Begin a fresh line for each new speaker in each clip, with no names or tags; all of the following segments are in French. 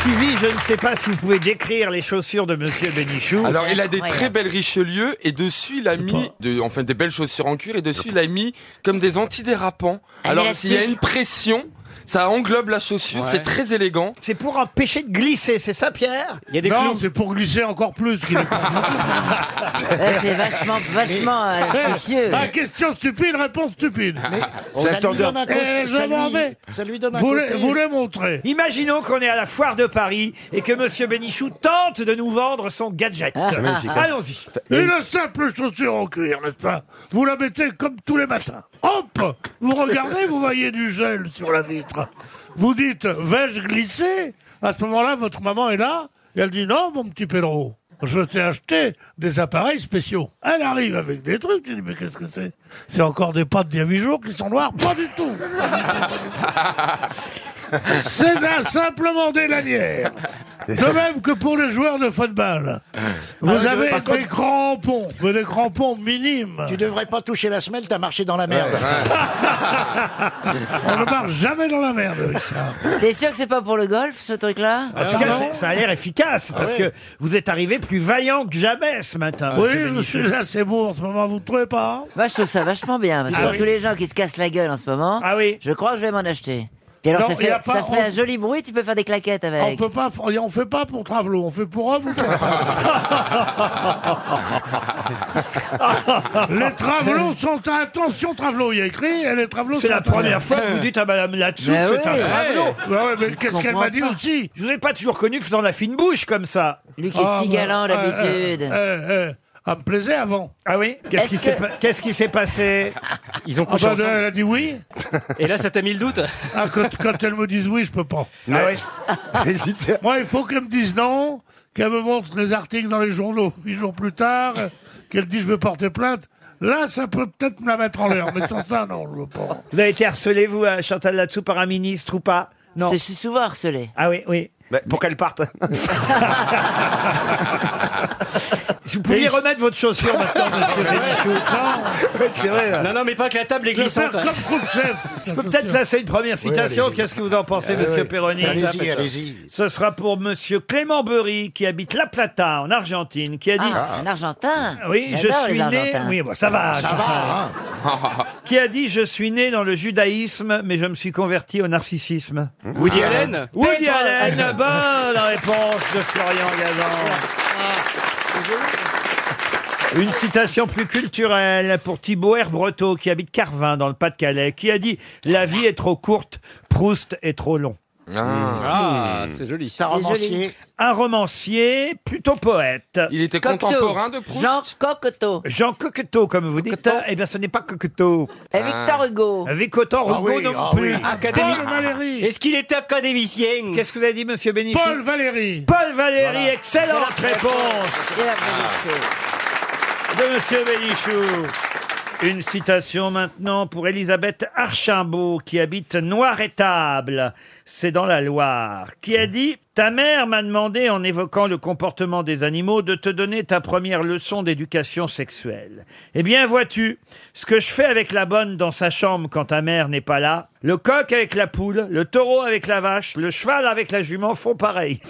Stevie, je ne sais pas si vous pouvez décrire les chaussures de Monsieur Bénichou.
Alors, il a des
Incroyable.
très belles Richelieu et dessus, il a mis, de, enfin, des belles chaussures en cuir et dessus, il a mis comme des antidérapants.
Un
Alors,
élastique.
s'il y a une pression, ça englobe la chaussure, c'est très élégant.
C'est pour empêcher de glisser, c'est ça, Pierre
Il y a des
Non,
clous.
c'est pour glisser encore plus. qu'il est pas-
Ouais, c'est vachement, vachement euh, astucieux.
Ah, question stupide, réponse stupide.
Ça lui donne un côté-
Eh, je
ça
m'en
lui-
vais.
Ça lui donne un
Vous les,
côté-
vous les montrez.
Imaginons qu'on est à la foire de Paris et que Monsieur Bénichou tente de nous vendre son gadget.
Ah. hein.
Allons-y.
Une simple chaussure en cuir, n'est-ce pas Vous la mettez comme tous les matins. Hop Vous regardez, vous voyez du gel sur la vitre. Vous dites, vais-je glisser À ce moment-là, votre maman est là et elle dit, non, mon petit Pedro, je t'ai acheté des appareils spéciaux. Elle arrive avec des trucs, tu dis, mais qu'est-ce que c'est C'est encore des pâtes d'il y a huit jours qui sont noires Pas du tout C'est un- simplement des lanières. De même que pour les joueurs de football.
Ah
Ah
Vous avez des crampons, mais des crampons minimes.
Tu devrais pas toucher la semelle, t'as marché dans la merde.
On ne marche jamais dans la merde avec ça.
T'es sûr que c'est pas pour le golf, ce truc-là Ah
En tout cas, c'est- ça a l'air
Ah
efficace parce que vous êtes arrivé plus vaillant que jamais ce matin.
Oui,
monsieur
je
Bénichou.
suis assez beau en ce moment, vous ne trouvez pas
Moi, je trouve ça vachement bien. Parce que tous les gens qui se cassent la gueule en ce moment,
Ah oui.
je crois que je vais m'en acheter. Puis alors,
Non,
ça
y
fait,
a pas-
ça fait
on-
un joli bruit, tu peux faire des claquettes
On
avec.
peut pas, on fait pas pour Travelo, on fait pour homme ou pour femme. les Travelots sont attention Travelo, il y a écrit, et les Travelots
C'est
sont
la première fois que vous
Ah,
dites à Madame Latsou que
Mais
c'est un
Ben oui.
travelot.
Ouais, ouais, mais qu'est-ce qu'elle m'a dit aussi
Je vous ai pas toujours connu faisant la fine bouche comme ça.
Lui qui
Ah,
est si
bah,
galant
euh,
d'habitude.
euh, euh, euh, elle me plaisait avant.
Ah oui Qu'est-ce
Est-ce
qui s'est
que-
pa- qu'est-ce qui s'est passé
Ils ont
Ah
couché
bah,
ensemble.
elle a dit oui.
Et là, ça t'a mis le doute
Ah, quand, quand elles me disent oui, je peux pas.
Ah oui.
Moi, il faut qu'elles me disent non, qu'elles me montrent les articles dans les journaux huit jours plus tard, euh, qu'elles disent je veux porter plainte. Là, ça peut peut-être me la mettre en l'air, mais sans ça, non, je veux pas.
Vous avez été harcelé, vous, à Chantal Latsou, par un ministre ou pas Non.
C'est je suis souvent harcelé.
Ah oui, oui.
pour qu'elle parte.
Si vous pouviez remettre votre chaussure maintenant, monsieur Bénichou.
C'est vrai.
Non, non, mais pas que la table est
Je vais faire
glissante.
comme Khrouchtchev.
Je peux peut-être placer une première citation. Qu'est-ce que vous en pensez, monsieur Perroni
Ah Allez-y, allez-y.
Ce sera pour monsieur Clément Berry, qui habite La Plata, en Argentine, qui a dit...
Ah, un Argentin
Oui, je
J'adore les
suis né.
Argentins.
Oui, bon, Ah, ça va.
Ça
Chantal.
va, hein
Qui a dit je suis né dans le judaïsme, mais je me suis converti au narcissisme.
Woody Allen
Paul.
Woody Allen, bonne réponse de Florian Gazan. Une citation plus culturelle pour Thibaut Herbreteau, qui habite Carvin, dans le Pas-de-Calais, qui a dit « La vie est trop courte, Proust est trop long
Ah.
Ah, c'est joli.
T'as romancier.
joli. ».
Un romancier, plutôt poète.
Il était
Cocteau.
contemporain de Proust.
Jean Cocteau.
Jean Coquetot, comme vous dites.
Coquetot.
Eh bien, ce n'est pas Coquetot.
Et
Ah.
Victor Hugo.
Vicotan,
Ah
Rougon
oui,
non
ah
plus.
oui.
Académie.
Paul Valéry.
Est-ce qu'il était académicien
Qu'est-ce que vous avez dit, monsieur Bénichou
Paul Valéry.
Paul Valéry, excellente réponse Ah.
Et la Bénichou.
de Monsieur Bénichou. Une citation maintenant pour Elisabeth Archimbault, qui habite Noirétable, c'est dans la Loire, qui a dit « Ta mère m'a demandé, en évoquant le comportement des animaux, de te donner ta première leçon d'éducation sexuelle. Eh bien, vois-tu, ce que je fais avec la bonne dans sa chambre quand ta mère n'est pas là, le coq avec la poule, le taureau avec la vache, le cheval avec la jument font pareil. »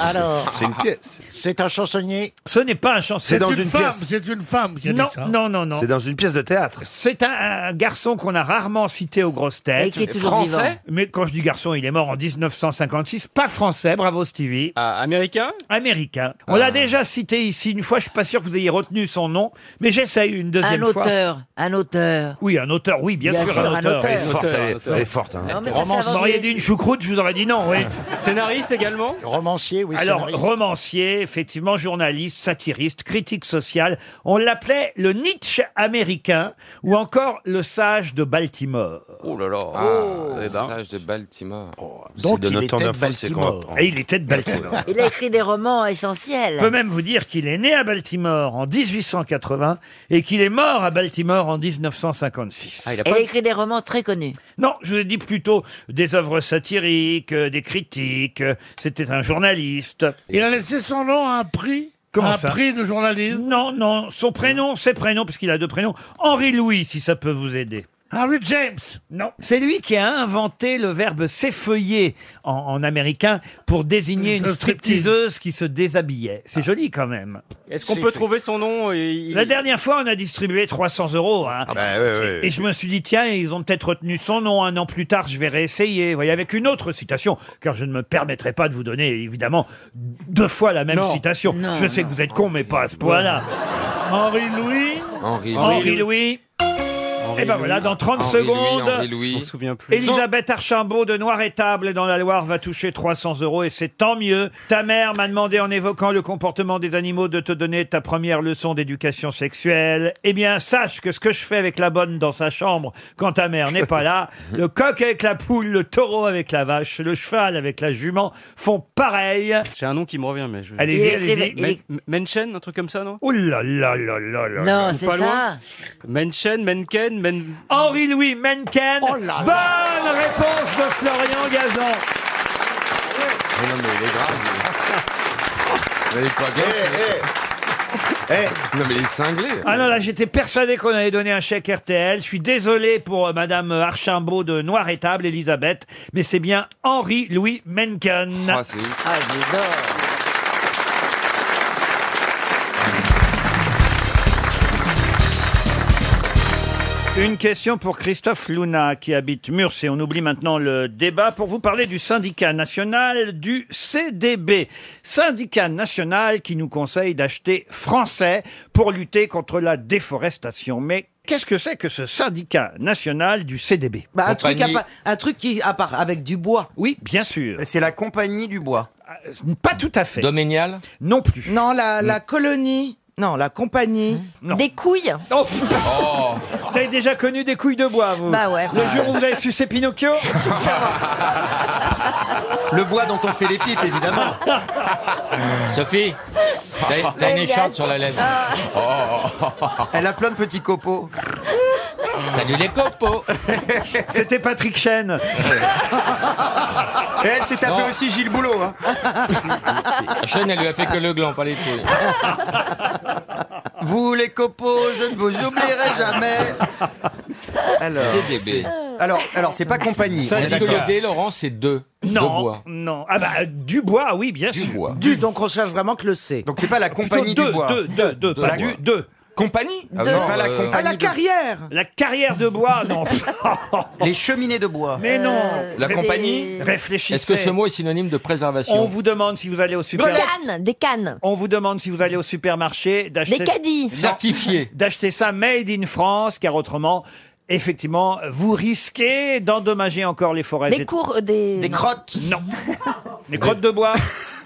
Alors,
C'est une pièce.
c'est un chansonnier.
Ce n'est pas un chansonnier.
C'est
dans
une,
une
femme,
pièce.
c'est une femme qui a
Non,
dit ça.
non, non, non.
C'est dans une pièce de théâtre.
C'est un, un garçon qu'on a rarement cité aux grosses
Et
têtes.
qui est toujours
Français
vivant.
Mais quand je dis garçon, il est mort en 1956. Pas français, bravo Stevie.
Ah, Américain
Américain. On
Ah.
l'a déjà cité ici une fois. Je suis pas sûr que vous ayez retenu son nom, mais j'essaye une
Un
deuxième fois.
auteur. Un auteur.
Oui, un auteur. Oui, bien,
Bien
sûr,
sûr,
un
un
auteur.
auteur.
Elle est forte.
Auteur,
Elle est,
auteur.
elle est forte. hein.
Non, mais ça fait
Romance.
Vous
avancer.
m'auriez dit une choucroute, je vous aurais dit non. Oui.
Scénariste également
Romancier, oui,
Alors,
scénariste.
romancier, effectivement, journaliste, satiriste, critique sociale. On l'appelait le Nietzsche américain ou encore le sage de Baltimore.
Oh là là. Ah, sage de Baltimore.
Donc,
de
il
notre
était
temps
de
d'info, c'est qu'on
Baltimore.
apprend.
Et il était de Baltimore.
Il a écrit des romans
On peut
essentiels.
même vous dire qu'il est né à Baltimore en 1880 et qu'il est mort à Baltimore en 1956.
Ah, il a
Elle
pas...
a écrit des romans très connus.
Non, je vous ai dit plutôt des œuvres satiriques, euh, des critiques. euh, C'était un journaliste.
Il a laissé son nom à un prix,
Comment
un
ça
prix de journalisme.
Non, non, son prénom, ses prénoms, parce qu'il a deux prénoms. Henri Louis, si ça peut vous aider.
Harry James.
Non. C'est lui qui a inventé le verbe s'effeuiller en, en américain pour désigner une
Une striptease.
stripteaseuse qui se déshabillait.
Ah.
C'est joli quand même.
Est-ce qu'on
C'est
peut
fait.
trouver son nom et- il-
La dernière fois, on a distribué 300 euros. hein.
Bah, ouais, ouais.
Et je me suis dit, tiens, ils ont peut-être retenu son nom. Un an plus tard, je vais réessayer. Vous voyez, avec une autre citation, car je ne me permettrai pas de vous donner, évidemment, deux fois la même
Non.
citation.
Non,
je sais
non.
que vous êtes con, mais pas à ce point-là.
Henri Louis.
Henri
Henri
Henri Louis.
Henri
Et ben
Louis.
voilà, dans 30
Henri
secondes.
Louis, Henri
Je
Louis.
me souviens plus.
Elisabeth Archambault de Noir et Table dans la Loire va toucher 300 euros et c'est tant mieux. Ta mère m'a demandé en évoquant le comportement des animaux de te donner ta première leçon d'éducation sexuelle. Eh bien, sache que ce que je fais avec la bonne dans sa chambre quand ta mère n'est pas là, le coq avec la poule, le taureau avec la vache, le cheval avec la jument font pareil.
J'ai un nom qui me revient, mais je.
Allez-y,
Il est-
allez-y.
il est-
Men- Menchen, un truc comme ça, non
Ouh là là là là là. là.
Non,
ou
c'est
pas
ça.
loin. Menchen, Menken, Men.
Henri-Louis Mencken.
Oh là là.
Bonne réponse de Florian Gazan.
Oh non, mais il est grave. lui. Mais il est pas
Eh,
grave, c'est- Non, mais il est cinglé.
Ah non, là, j'étais persuadé qu'on allait donner un chèque RTL. Je suis désolé pour euh, Madame Archambault de Noir et Table, Elisabeth, mais c'est bien Henri-Louis Mencken.
Ah, c'est ouf.
Ah, j'adore.
Une question pour Christophe Luna qui habite Murs et on oublie maintenant le débat pour vous parler du syndicat national du CDB. Syndicat national qui nous conseille d'acheter français pour lutter contre la déforestation. Mais qu'est-ce que c'est que ce syndicat national du CDB
Bah, un, truc à
Compagnie.
pa- un truc qui à part avec du bois.
Oui, bien sûr. Euh,
C'est la compagnie du bois.
Pas tout à fait.
Doménial
Non plus.
Non, la, la colonie. Non, la compagnie.
Non.
Des couilles
Oh, Vous avez déjà connu des couilles de bois, vous
Bah ouais.
Le jour où vous avez sucé Pinocchio
Le bois dont on fait les pipes, évidemment.
Sophie T'as t'as une écharpe sur la lèvre.
Ah.
Oh. Elle a plein de petits copeaux.
Salut les copeaux
C'était Patrick Chen.
Et elle s'est tapée
Non.
aussi Gilles Boulot. Hein.
La chaîne, elle lui a fait que le gland, pas les couilles.
Vous les copeaux, je ne vous oublierai jamais. Alors,
CDB.
alors, alors c'est pas compagnie. on est
Est-ce que
d'accord.
le D, Laurent, c'est deux De
Non,
bois.
non. Ah bah, du bois, oui, bien
Du
sûr.
bois.
Du, donc on cherche vraiment que le C.
Donc c'est pas la
Plutôt
compagnie
deux,
du bois.
deux, deux, deux, pas
la-
du, deux.
Compagnie
Deux.
Pas la
Euh,
compagnie.
À Ah, la
de-
carrière
La carrière de bois, non.
Les cheminées de bois.
Mais non.
La
Ré-
compagnie
Réfléchissez.
Est-ce que ce mot est synonyme de
On
préservation
vous demande si vous allez au
Des
super...
cannes, des cannes.
On vous demande si vous allez au supermarché
Des
d'acheter
caddies.
Certifié.
d'acheter ça made in France, car autrement, effectivement, vous risquez d'endommager encore les forêts.
Des cours, euh, des...
Des
non,
crottes.
Non. Les crottes de bois.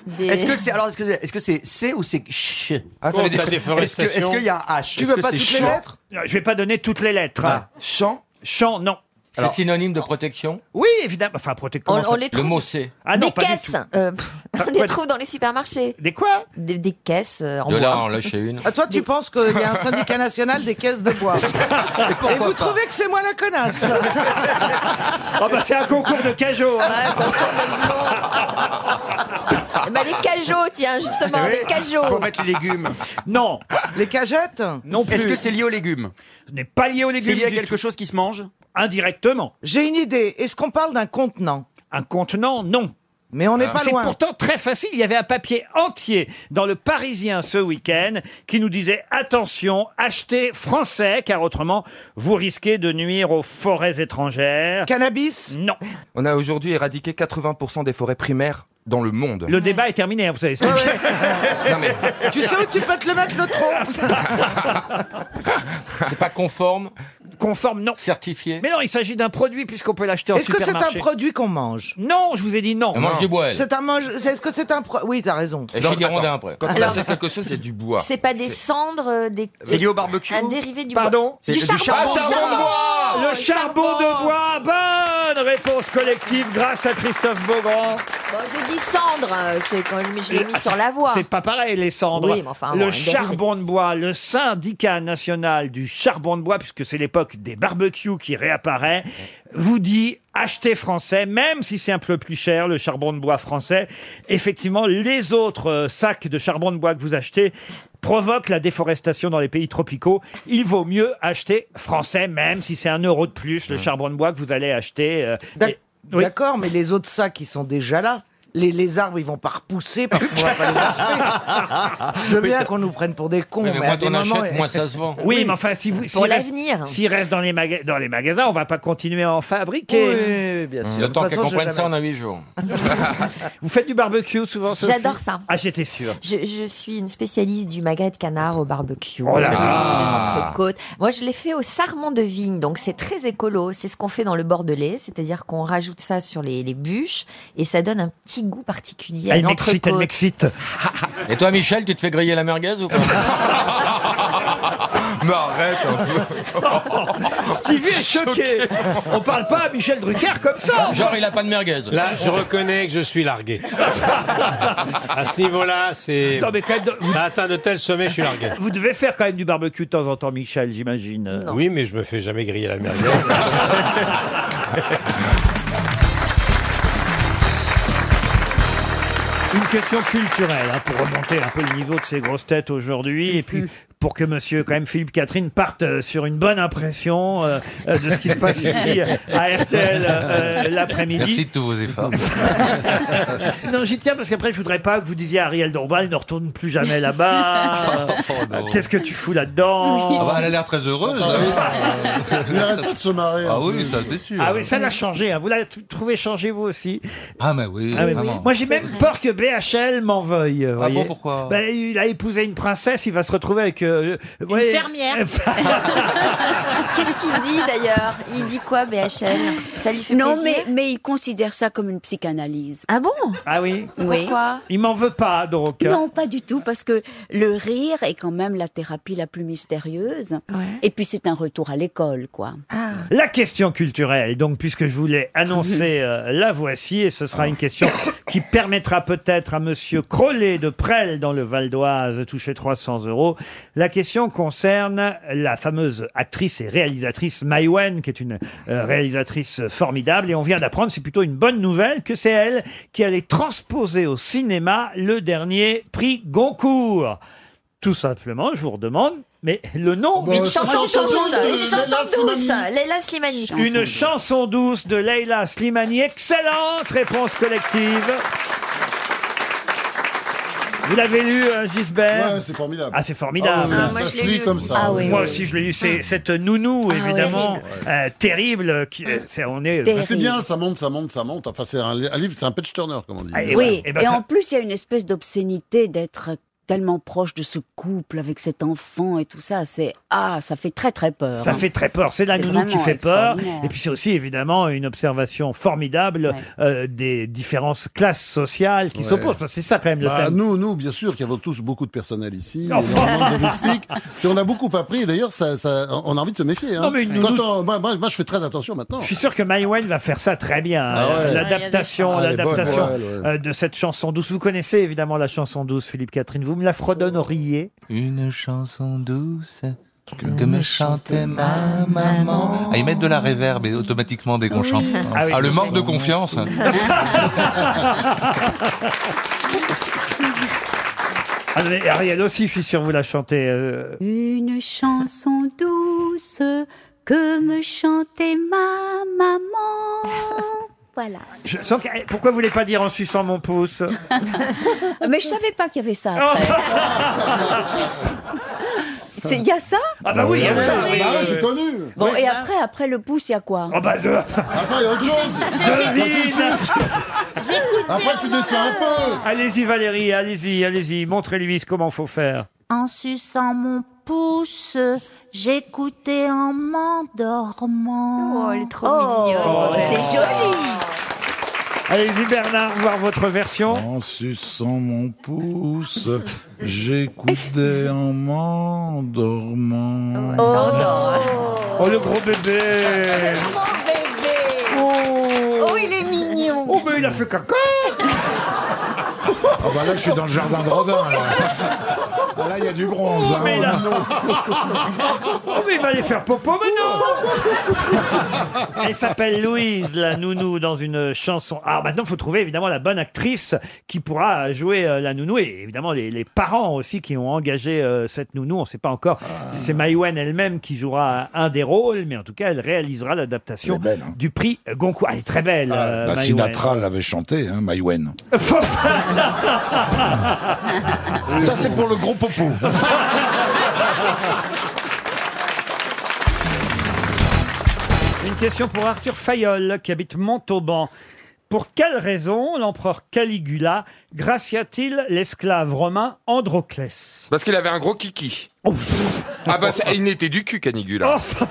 des-
Est-ce que c'est alors est-ce que est-ce que c'est C ou c'est ch
Ah, ça veut dire-
Est-ce que- est-ce qu'il y a un H
Tu veux pas toutes les lettres
Je vais pas donner toutes les lettres. hein.
Champ.
Chant, non.
C'est synonyme de protection
Oui, évidemment. Enfin, protect.
on,
comment ça-
on les
Le
trouve...
mot C.
Ah non,
des
pas du
caisses.
tout.
euh, pff, on
quoi-
les trouve dans les supermarchés.
Des quoi
Des, des caisses euh, en
De là, on
bois.
lâchait une.
Ah, Toi, tu penses qu'il y a un syndicat national des caisses de bois. Et, vous trouvez que c'est moi la connasse
Ah
Oh bah c'est un concours de cajot. hein.
Ouais, bon, probablement. Eh ben, des cajots, tiens, justement, des cajots.
Pour Eh mettre les légumes.
Non,
Les cagettes
non plus.
Est-ce que c'est lié aux légumes
Ce n'est pas lié aux légumes
C'est lié à
du
quelque
tout. Ah
chose qui se mange
Indirectement.
J'ai une idée. Est-ce qu'on parle d'un contenant
Un contenant, non.
Mais on n'est pas
C'est
loin.
pourtant très facile. Il y avait un papier entier dans le Parisien ce week-end qui nous disait attention, achetez français, car autrement vous risquez de nuire aux forêts étrangères.
Cannabis
Non,
On a aujourd'hui éradiqué 80% des forêts primaires dans le monde.
le débat est terminé. hein, Vous savez. ce que-
Non mais
Tu sais où tu peux te le mettre le tronc
c'est pas conforme,
Conforme, non.
certifié.
Mais non, il s'agit d'un produit puisqu'on peut l'acheter en
Est-ce que c'est un
supermarché.
produit qu'on mange
Non, je vous ai dit non.
On mange du bois. Elle.
C'est un mange. Est-ce que c'est un pro... Oui, t'as raison.
Et
Non,
chez Girondin après. Quand on
Alors-
achète quelque chose, c'est du bois.
C'est pas des cendres, euh, des...
C'est lié au barbecue
un dérivé du
Pardon
bois. Du charbon.
charbon. Ah, charbon de bois
Le charbon de bois, bonne réponse collective grâce à Christophe Beaugrand.
Bon, je dis cendre, euh, c'est quand je, je l'ai mis sur la voie.
ah, C'est pas pareil les cendres.
Oui, mais enfin, bon,
le
un
charbon de bois, le syndicat national du charbon de bois, puisque c'est l'époque des barbecues qui réapparaît, vous dit achetez français, même si c'est un peu plus cher le charbon de bois français. Effectivement, les autres euh, sacs de charbon de bois que vous achetez provoque la déforestation dans les pays tropicaux, il vaut mieux acheter français, même si c'est un euro de plus le charbon de bois que vous allez acheter. euh, et- oui.
D'accord, mais les autres sacs, ils sont déjà là. Les, les arbres, ils vont pas repousser parce qu'on va pas les acheter. Je veux bien qu'on nous prenne pour des cons, mais, à des moments...
Oui, mais enfin, si vous.
Pour
s'il reste-
l'avenir.
S'il reste dans les, maga- dans les magasins, on va pas continuer à en fabriquer.
Oui, bien sûr.
Mmh. Le
De
temps
toute
qu'elle
façon, j'ai
comprenne ça, on
jamais-
a 8 jours.
Vous faites du barbecue souvent, Sophie
J'adore ça.
Ah, j'étais sûr.
Je, je suis une spécialiste du magret de canard au barbecue.
Oh là
C'est
là.
bon, c'est des entrecôtes. Moi, je l'ai fait au sarment de vigne, donc c'est très écolo. C'est ce qu'on fait dans le Bordelais, c'est-à-dire qu'on rajoute ça sur les, les bûches et ça donne un petit goût particulier à
Elle m'excite, Ah, elle
l'entrecôte.
m'excite.
Et toi, Michel, tu te fais griller la merguez ou pas Mais arrête un peu.
hein.
Stevie est choqué. On parle pas à Michel Drucker comme ça.
Genre, il a pas de merguez.
Là, je reconnais que je suis largué. À ce niveau-là, c'est.
Non, mais quand même, vous,
Ça atteint de tels sommets, je suis largué.
vous devez faire quand même du barbecue de temps en temps, Michel, j'imagine.
Oui, mais je me fais jamais griller la merguez.
Une question culturelle hein, pour remonter un peu le niveau de ces grosses têtes aujourd'hui et puis pour que monsieur quand même Philippe Catherine parte euh, sur une bonne impression euh, euh, de ce qui se passe ici euh, à RTL euh,
Merci
l'après-midi.
de tous vos efforts.
Non, j'y tiens parce qu'après je voudrais pas que vous disiez à Ariel Dombal ne retourne plus jamais là-bas.
Oh, non.
Qu'est-ce que tu fous là-dedans
Ah bah, elle a l'air très heureuse.
Il arrête pas de se marrer. hein.
Ah oui, ça c'est sûr.
Ah oui, ça l'a changé. hein. Vous l'avez t- trouvé changé vous aussi.
Ah mais oui,
Ah oui, oui.
vraiment.
Moi, j'ai même peur que BHL m'en veuille. vous
Ah bon,
voyez.
pourquoi
Ben, Il a épousé une princesse, il va se retrouver avec... euh, une
fermière.
Qu'est-ce qu'il dit d'ailleurs Il dit quoi, BHL Ça lui fait
Non,
plaisir
mais, mais il considère ça comme une psychanalyse.
Ah bon
ah oui
Oui.
Pourquoi
Il m'en veut pas, donc.
Non, pas du tout, parce que le rire est quand même la thérapie la plus mystérieuse.
Ouais.
Et puis c'est un retour à l'école, quoi.
Ah.
La question culturelle, donc, puisque je voulais annoncer euh, la voici, et ce sera une question qui permettra peut-être à Monsieur Crollet de Presles, dans le Val d'Oise, de toucher 300 euros. La question concerne la fameuse actrice et réalisatrice Maïwen, qui est une euh, réalisatrice formidable, et on vient d'apprendre, c'est plutôt une bonne nouvelle, que c'est elle qui allait transposer au cinéma le dernier prix Goncourt. Tout simplement, je vous redemande, mais le nom
Mais une chanson
chanson
douce
douce de
Une
Leila
chanson douce
Slimani.
Leila Slimani.
Une chanson douce de Leila Slimani. Excellente réponse collective. Vous l'avez lu, euh, Gisbert
Ouais, c'est formidable.
Ah, c'est formidable.
Ah
Ah, moi,
ça
je
se
l'ai
lit
lu
comme
aussi.
ça.
Ah oui,
Moi aussi, je l'ai lu. C'est cette nounou,
Ah,
évidemment, euh, terrible. qui- euh, c'est- on est.
Terrible.
Mais Ah, c'est bien, ça monte, ça monte, ça monte. Enfin, c'est un, li- un livre, c'est un patch turner, comme on dit.
Ah, et
oui,
ben- et ben
et
ça-
en plus, il y a une espèce d'obscénité d'être tellement proche de ce couple avec cet enfant et tout ça. C'est ah, ça fait très très peur.
Ça
hein.
fait très peur. C'est
C'est
la nounou qui
vraiment
fait peur.
extraordinaire.
Et puis c'est aussi évidemment une observation formidable euh, des différentes classes sociales qui
Ouais.
s'opposent. Parce que c'est ça quand même le
Bah,
thème.
nous, nous, bien sûr, qui avons tous beaucoup de personnel ici,
Oh.
énormément de domestiques. C'est- on a beaucoup appris. et D'ailleurs, ça, ça- on a envie de se méfier. hein.
Non, mais une
Quand
nounou-
on- moi, moi- moi, je fais très attention maintenant.
Je suis sûr que Maïwen va faire ça très bien. hein.
Ah ouais.
euh, L'adaptation,
Ah, elle est bonne,
l'adaptation
ouais, ouais.
euh, de cette chanson douce. Vous connaissez évidemment la chanson douce, Philippe Catherine. Vous me la fredonneriez.
Une chanson douce que, que me chantait ma maman. Ah, ils mettent de la réverb et automatiquement dès qu'on chante.
Ah oui.
Ah, le manque de confiance.
Ah, mais Ariel aussi, je suis sûr, vous la chantez. euh.
Une chanson douce que me chantait ma maman. Voilà.
Je sens que- Pourquoi vous voulez pas dire en suçant mon pouce
Mais je savais pas qu'il y avait ça. après. C'est- Il y a ça
Ah bah oui, il y a ça.
Ah,
oui.
bah ouais, c'est connu.
Bon, et après, après le pouce, il y a quoi
Ah bah de-
Après, il y a autre chose.
devine
Après, tu descends un peu.
Allez-y Valérie, allez-y, allez-y. Montrez-lui comment faut faire.
En suçant mon pouce, j'écoutais en m'endormant.
Oh, elle est trop mignonne.
Oh,
quand elle-
Oh.
Ah,
c'est joli
Allez-y Bernard, voir votre version.
En suçant mon pouce, j'écoutais en m'endormant.
Oh, non.
Oh le gros bébé
Oh, il est mignon
Oh mais il a fait caca
Ah bah là, je suis dans le jardin de Rodin. là. alors là, il y a du bronze. hein.
mais là-
Oh, non.
Oh, mais il va aller faire popo maintenant Elle s'appelle Louise, la nounou, dans une chanson. Alors maintenant, il faut trouver évidemment la bonne actrice qui pourra jouer euh, la nounou et évidemment les, les parents aussi qui ont engagé euh, cette nounou. On ne sait pas encore
Ah.
si c'est Maïwen elle-même qui jouera un des rôles, mais en tout cas, elle réalisera l'adaptation du prix Goncourt. Ah, Elle est très belle, euh,
hein. Bah,
Maïwenn.
Sinatra l'avait chanté, hein, Maïwen. Ça, c'est pour le gros popo.
Une question pour Arthur Fayol, qui habite Montauban. Pour quelle raison l'empereur Caligula gracia-t-il l'esclave romain Androclès
Parce qu'il avait un gros kiki. ah bah ça- il n'était du cul Canigula.
Oh.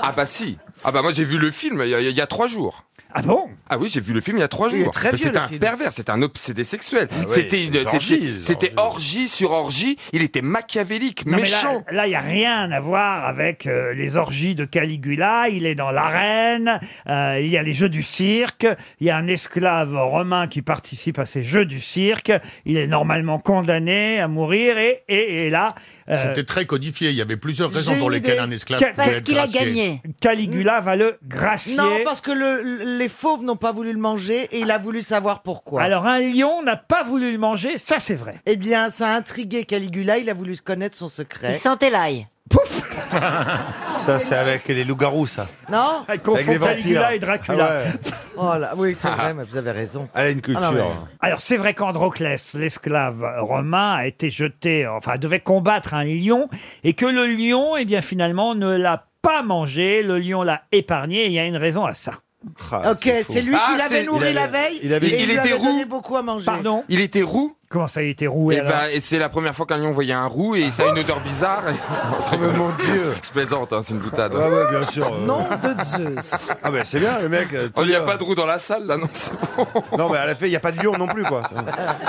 ah bah si. Ah bah moi j'ai vu le film il y, a- il y a trois jours.
Ah bon
Ah oui, j'ai vu le film il y a trois
Il est
jours.
très
Bah,
vieux,
C'était
le
un
film. Ah
pervers, c'était un obsédé sexuel.
ouais,
c'était
c'est
une-
des
c'était-
orgies, des
c'était orgie sur orgie. Il était machiavélique,
Non, mais
méchant.
là- là, il n'y a rien à voir avec euh, les orgies de Caligula. Il est dans l'arène. euh, il y a les jeux du cirque. Il y a un esclave romain qui participe à ces jeux du cirque. Il est normalement condamné à mourir. Et, et, et là. euh,
C'était très codifié. Il y avait plusieurs raisons
j'ai
pour
une
lesquelles
idée.
un esclave
Ca-
pouvait être gracié.
Caligula va le gracier.
Non, parce que le- les fauves n'ont pas voulu le manger et il a voulu savoir pourquoi.
Alors un lion n'a pas voulu le manger, ça c'est vrai.
Eh bien, ça a intrigué Caligula, il a voulu connaître son secret.
Il sentait l'ail.
Ça, c'est avec les loups-garous, ça.
Non
Elle
confond Avec les vampires. Caligula et Dracula. Ah ouais.
Oh là, oui, c'est vrai, mais vous avez raison.
Elle a une culture.
Ah non,
Alors c'est vrai qu'Androclès, l'esclave romain, a été jeté, enfin devait combattre un lion, et que le lion, eh bien finalement, ne l'a pas mangé, le lion l'a épargné, et il y a une raison à ça.
Ah,
Ah, Ok, c'est lui qui l'avait nourri la veille.
il avait-
et
Ah, Il
lui
était
avait donné
roux.
beaucoup à manger.
Pardon
Il était roux.
Comment ça, il était roux
Et,
alors
ben, et c'est la première fois qu'un lion voyait un roux et ça a une odeur bizarre. Oh, mon dieu Je plaisante, hein, c'est une boutade.
Ouais, ouais, bien sûr. euh.
de Zeus.
Ah
bah,
ben c'est bien le mec.
Oh, il n'y a pas de roux dans la salle là, non
Non mais à la fin il n'y a pas de lion non plus quoi.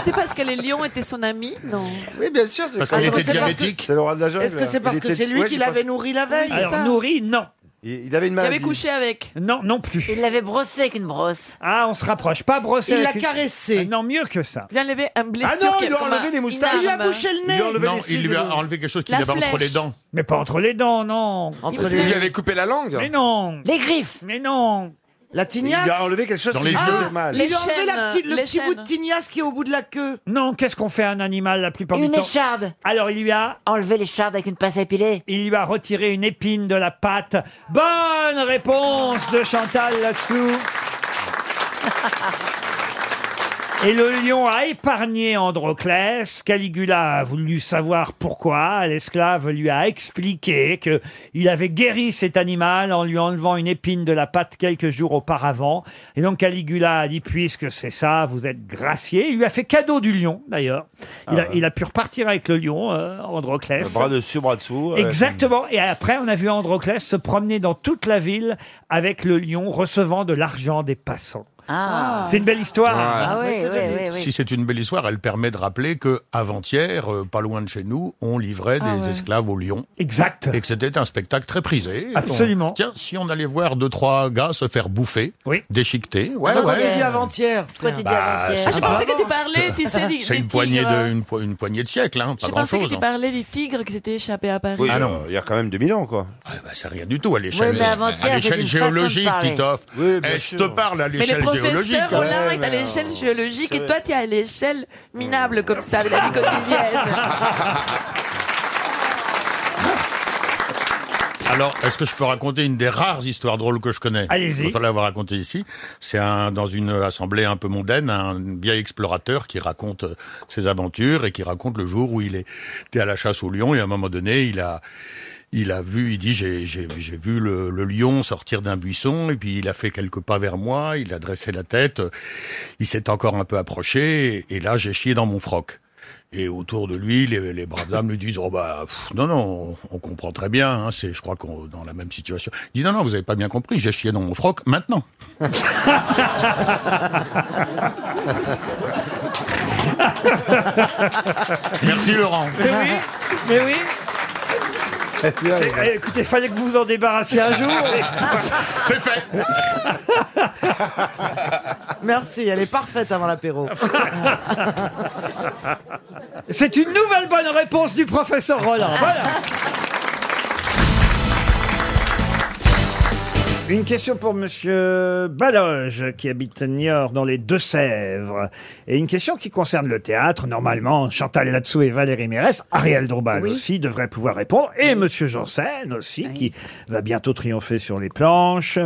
C'est parce que les lions étaient son ami Non.
Oui, bien sûr. c'est
Parce
quoi
qu'il
Alors,
était
c'est parce
diabétique.
que- C'est le roi de la jungle.
Est-ce que c'est
Il
parce que
était-
c'est lui
ouais,
qui
je pense-
l'avait nourri la veille
Alors nourri, non.
Il, il avait une
Qui avait
maladie.
couché
avec
Non, non plus.
Il l'avait brossé avec une brosse.
Ah, on se rapproche, pas brossé.
Il
avec
l'a
une- Ah Non, mieux que ça.
Il a enlevé un blessure.
Ah non,
qui-
il lui a
comme
enlevé
un-
les moustaches.
une
Il lui a
arme.
bouché le nez. Il lui a enlevé
Non,
les
il lui
cils.
a enlevé quelque chose qu'il
La
avait entre
flèche.
les dents.
Mais pas entre les dents, non.
Entre Il les- lui avait coupé la langue
Mais non.
Les griffes.
Mais non.
La tignasse
Il lui a enlevé quelque chose
Dans
qui
les
lui
yeux.
faisait mal.
Il lui a enlevé
chaînes,
la petite- le
les
petit bout de tignasse qui est au bout de la queue.
Non, qu'est-ce qu'on fait à un animal la plupart
Une
du temps
écharde.
Alors il lui a
Enlever l'écharde avec une pince à épiler.
Il lui a retiré une épine de la patte. Bonne réponse de Chantal là-dessous. Et le lion a épargné Androclès. Caligula a voulu savoir pourquoi. L'esclave lui a expliqué que il avait guéri cet animal en lui enlevant une épine de la patte quelques jours auparavant. Et donc Caligula a dit puisque c'est ça, vous êtes gracié. Il lui a fait cadeau du lion d'ailleurs. Il, a- il a pu repartir avec le lion, euh, Androclès.
Ah. Bras dessus, bras dessous.
euh.
ouais.
Exactement. Et après, on a vu Androclès se promener dans toute la ville avec le lion, recevant de l'argent des passants.
Ah.
C'est une belle histoire.
Ah oui, oui, oui, oui.
Si c'est une belle histoire, elle permet de rappeler que avant-hier, euh, pas loin de chez nous, on livrait
Ah
des
ouais.
esclaves au lion.
Exact.
Et que c'était un spectacle très prisé.
Absolument.
On- Tiens, si on allait voir deux trois gars se faire bouffer, déchiqueter, ouais,
Pourquoi
ouais.
tu dis avant-hier
Pourquoi tu dis
Bah,
avant-hier
c'est
Ah, j'ai
pas
pensé que
grave.
tu parlais, tu sais, des,
C'est
des
une poignée
tigres.
de une, po- une poignée de siècles, hein, pas
J'ai pensé que
grand-chose.
tu
hein.
parlais des tigres qui s'étaient échappés à Paris.
Oui, ah non, il y a quand même 2000 ans quoi.
Ah bah, c'est rien du tout à l'échelle,
Oui, mais avant-hier,
à l'échelle
c'est une façon de
géologique,
parler.
Titoff.
Oui, bien
Eh, je
sûr.
te parle à
Mais le
l'échelle géologique.
professeur, Roland,
hein.
est à l'échelle géologique
c'est
et toi, tu es à l'échelle minable comme ça, de la
Ah.
vie quotidienne.
Alors, est-ce que je peux raconter une des rares histoires drôles que je connais
Allez-y.
Je dois l'avoir racontée ici. C'est un, dans une assemblée un peu mondaine, un vieil explorateur qui raconte euh, ses aventures et qui raconte le jour où il est- était à la chasse au lion et à un moment donné, il a il a vu, il dit, j'ai j'ai- j'ai vu le, le lion sortir d'un buisson, et puis il a fait quelques pas vers moi, il a dressé la tête, euh, il s'est encore un peu approché, et, et là j'ai chié dans mon froc. Et autour de lui, les, les braves dames lui disent, oh bah, pff, non, non, on, on comprend très bien, hein, c'est, je crois qu'on est dans la même situation. Il dit, non, non, vous avez pas bien compris, j'ai chié dans mon froc, maintenant. Merci Laurent.
Eh
Mais oui, mais oui. C'est- eh, Écoutez, fallait que vous vous en débarrassiez un jour.
C'est fait.
Merci, elle est parfaite avant l'apéro.
C'est une nouvelle bonne réponse du professeur Roland. Voilà. Une question pour Monsieur Baloge, qui habite Niort, dans les Deux-Sèvres. Et une question qui concerne le théâtre. Normalement, Chantal Latsou et Valérie Mérès, Ariel Dombal
Oui.
aussi, devraient pouvoir répondre. Et Monsieur Janssen aussi, qui va bientôt triompher sur les planches.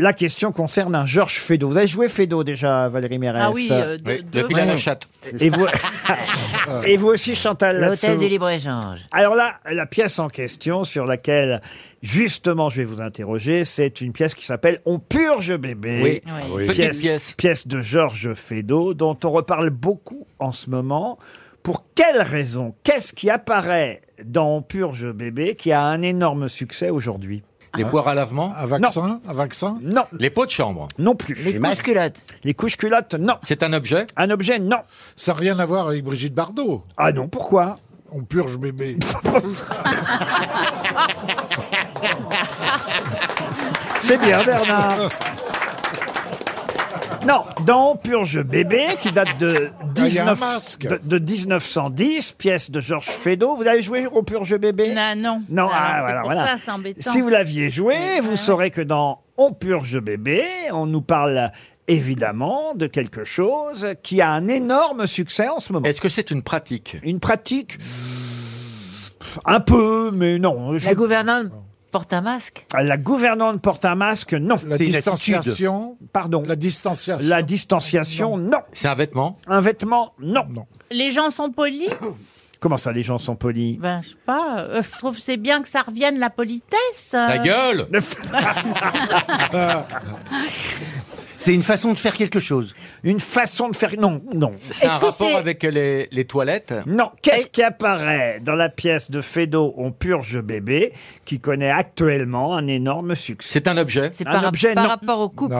La question concerne un Georges Feydeau. Vous avez joué Feydeau déjà, Valérie Mérès
Ah oui, euh, de- Oui, de- depuis la
Ouais.
Lachate.
Et vous, et vous aussi, Chantal Latsou.
L'hôtel du libre-échange.
Alors là, la pièce en question sur laquelle justement je vais vous interroger, c'est une pièce qui s'appelle On purge bébé.
Oui. Oui. Ah oui.
Pièce,
Petite pièce.
pièce de Georges Feydeau dont on reparle beaucoup en ce moment. Pour quelle raison Qu'est-ce qui apparaît dans On purge bébé qui a un énorme succès aujourd'hui
Les poires à lavement
Un vaccin Un vaccin Non.
Les pots de chambre
Non plus.
Les couches
culottes Les couches culottes, non.
C'est un objet
Un objet, non.
Ça n'a rien à voir avec Brigitte Bardot.
Ah non, pourquoi
On purge bébé.
C'est bien, Bernard. Non, dans Purge bébé, qui date de,
Ah, il y a un
19
masque.
de, de 1910, pièce de Georges Feydeau. Vous l'avez joué au Purge bébé
non.
Non,
Ah,
ah,
c'est
voilà,
pour
voilà.
ça, c'est embêtant.
Si vous l'aviez joué, vous saurez que dans On Purge bébé, on nous parle évidemment de quelque chose qui a un énorme succès en ce moment. Est-ce que c'est une pratique Une pratique Un peu, mais non. je-
La gouvernante porte un masque.
la gouvernante porte un masque, non.
La
C'est une
distanciation.
Pardon.
La distanciation.
La distanciation, non.
C'est un vêtement
Un vêtement, non.
Les gens sont polis
Comment ça, les gens sont polis
Ben, je sais pas. euh, je trouve que c'est bien que ça revienne la politesse. euh.
C'est une façon de faire quelque chose. Une façon de faire... Non, non.
C'est un rapport avec les, les toilettes
Non, qu'est-ce qui apparaît dans la pièce de Feydeau On purge bébé, qui connaît actuellement un énorme succès
C'est un objet
C'est
par- par rapport
au couple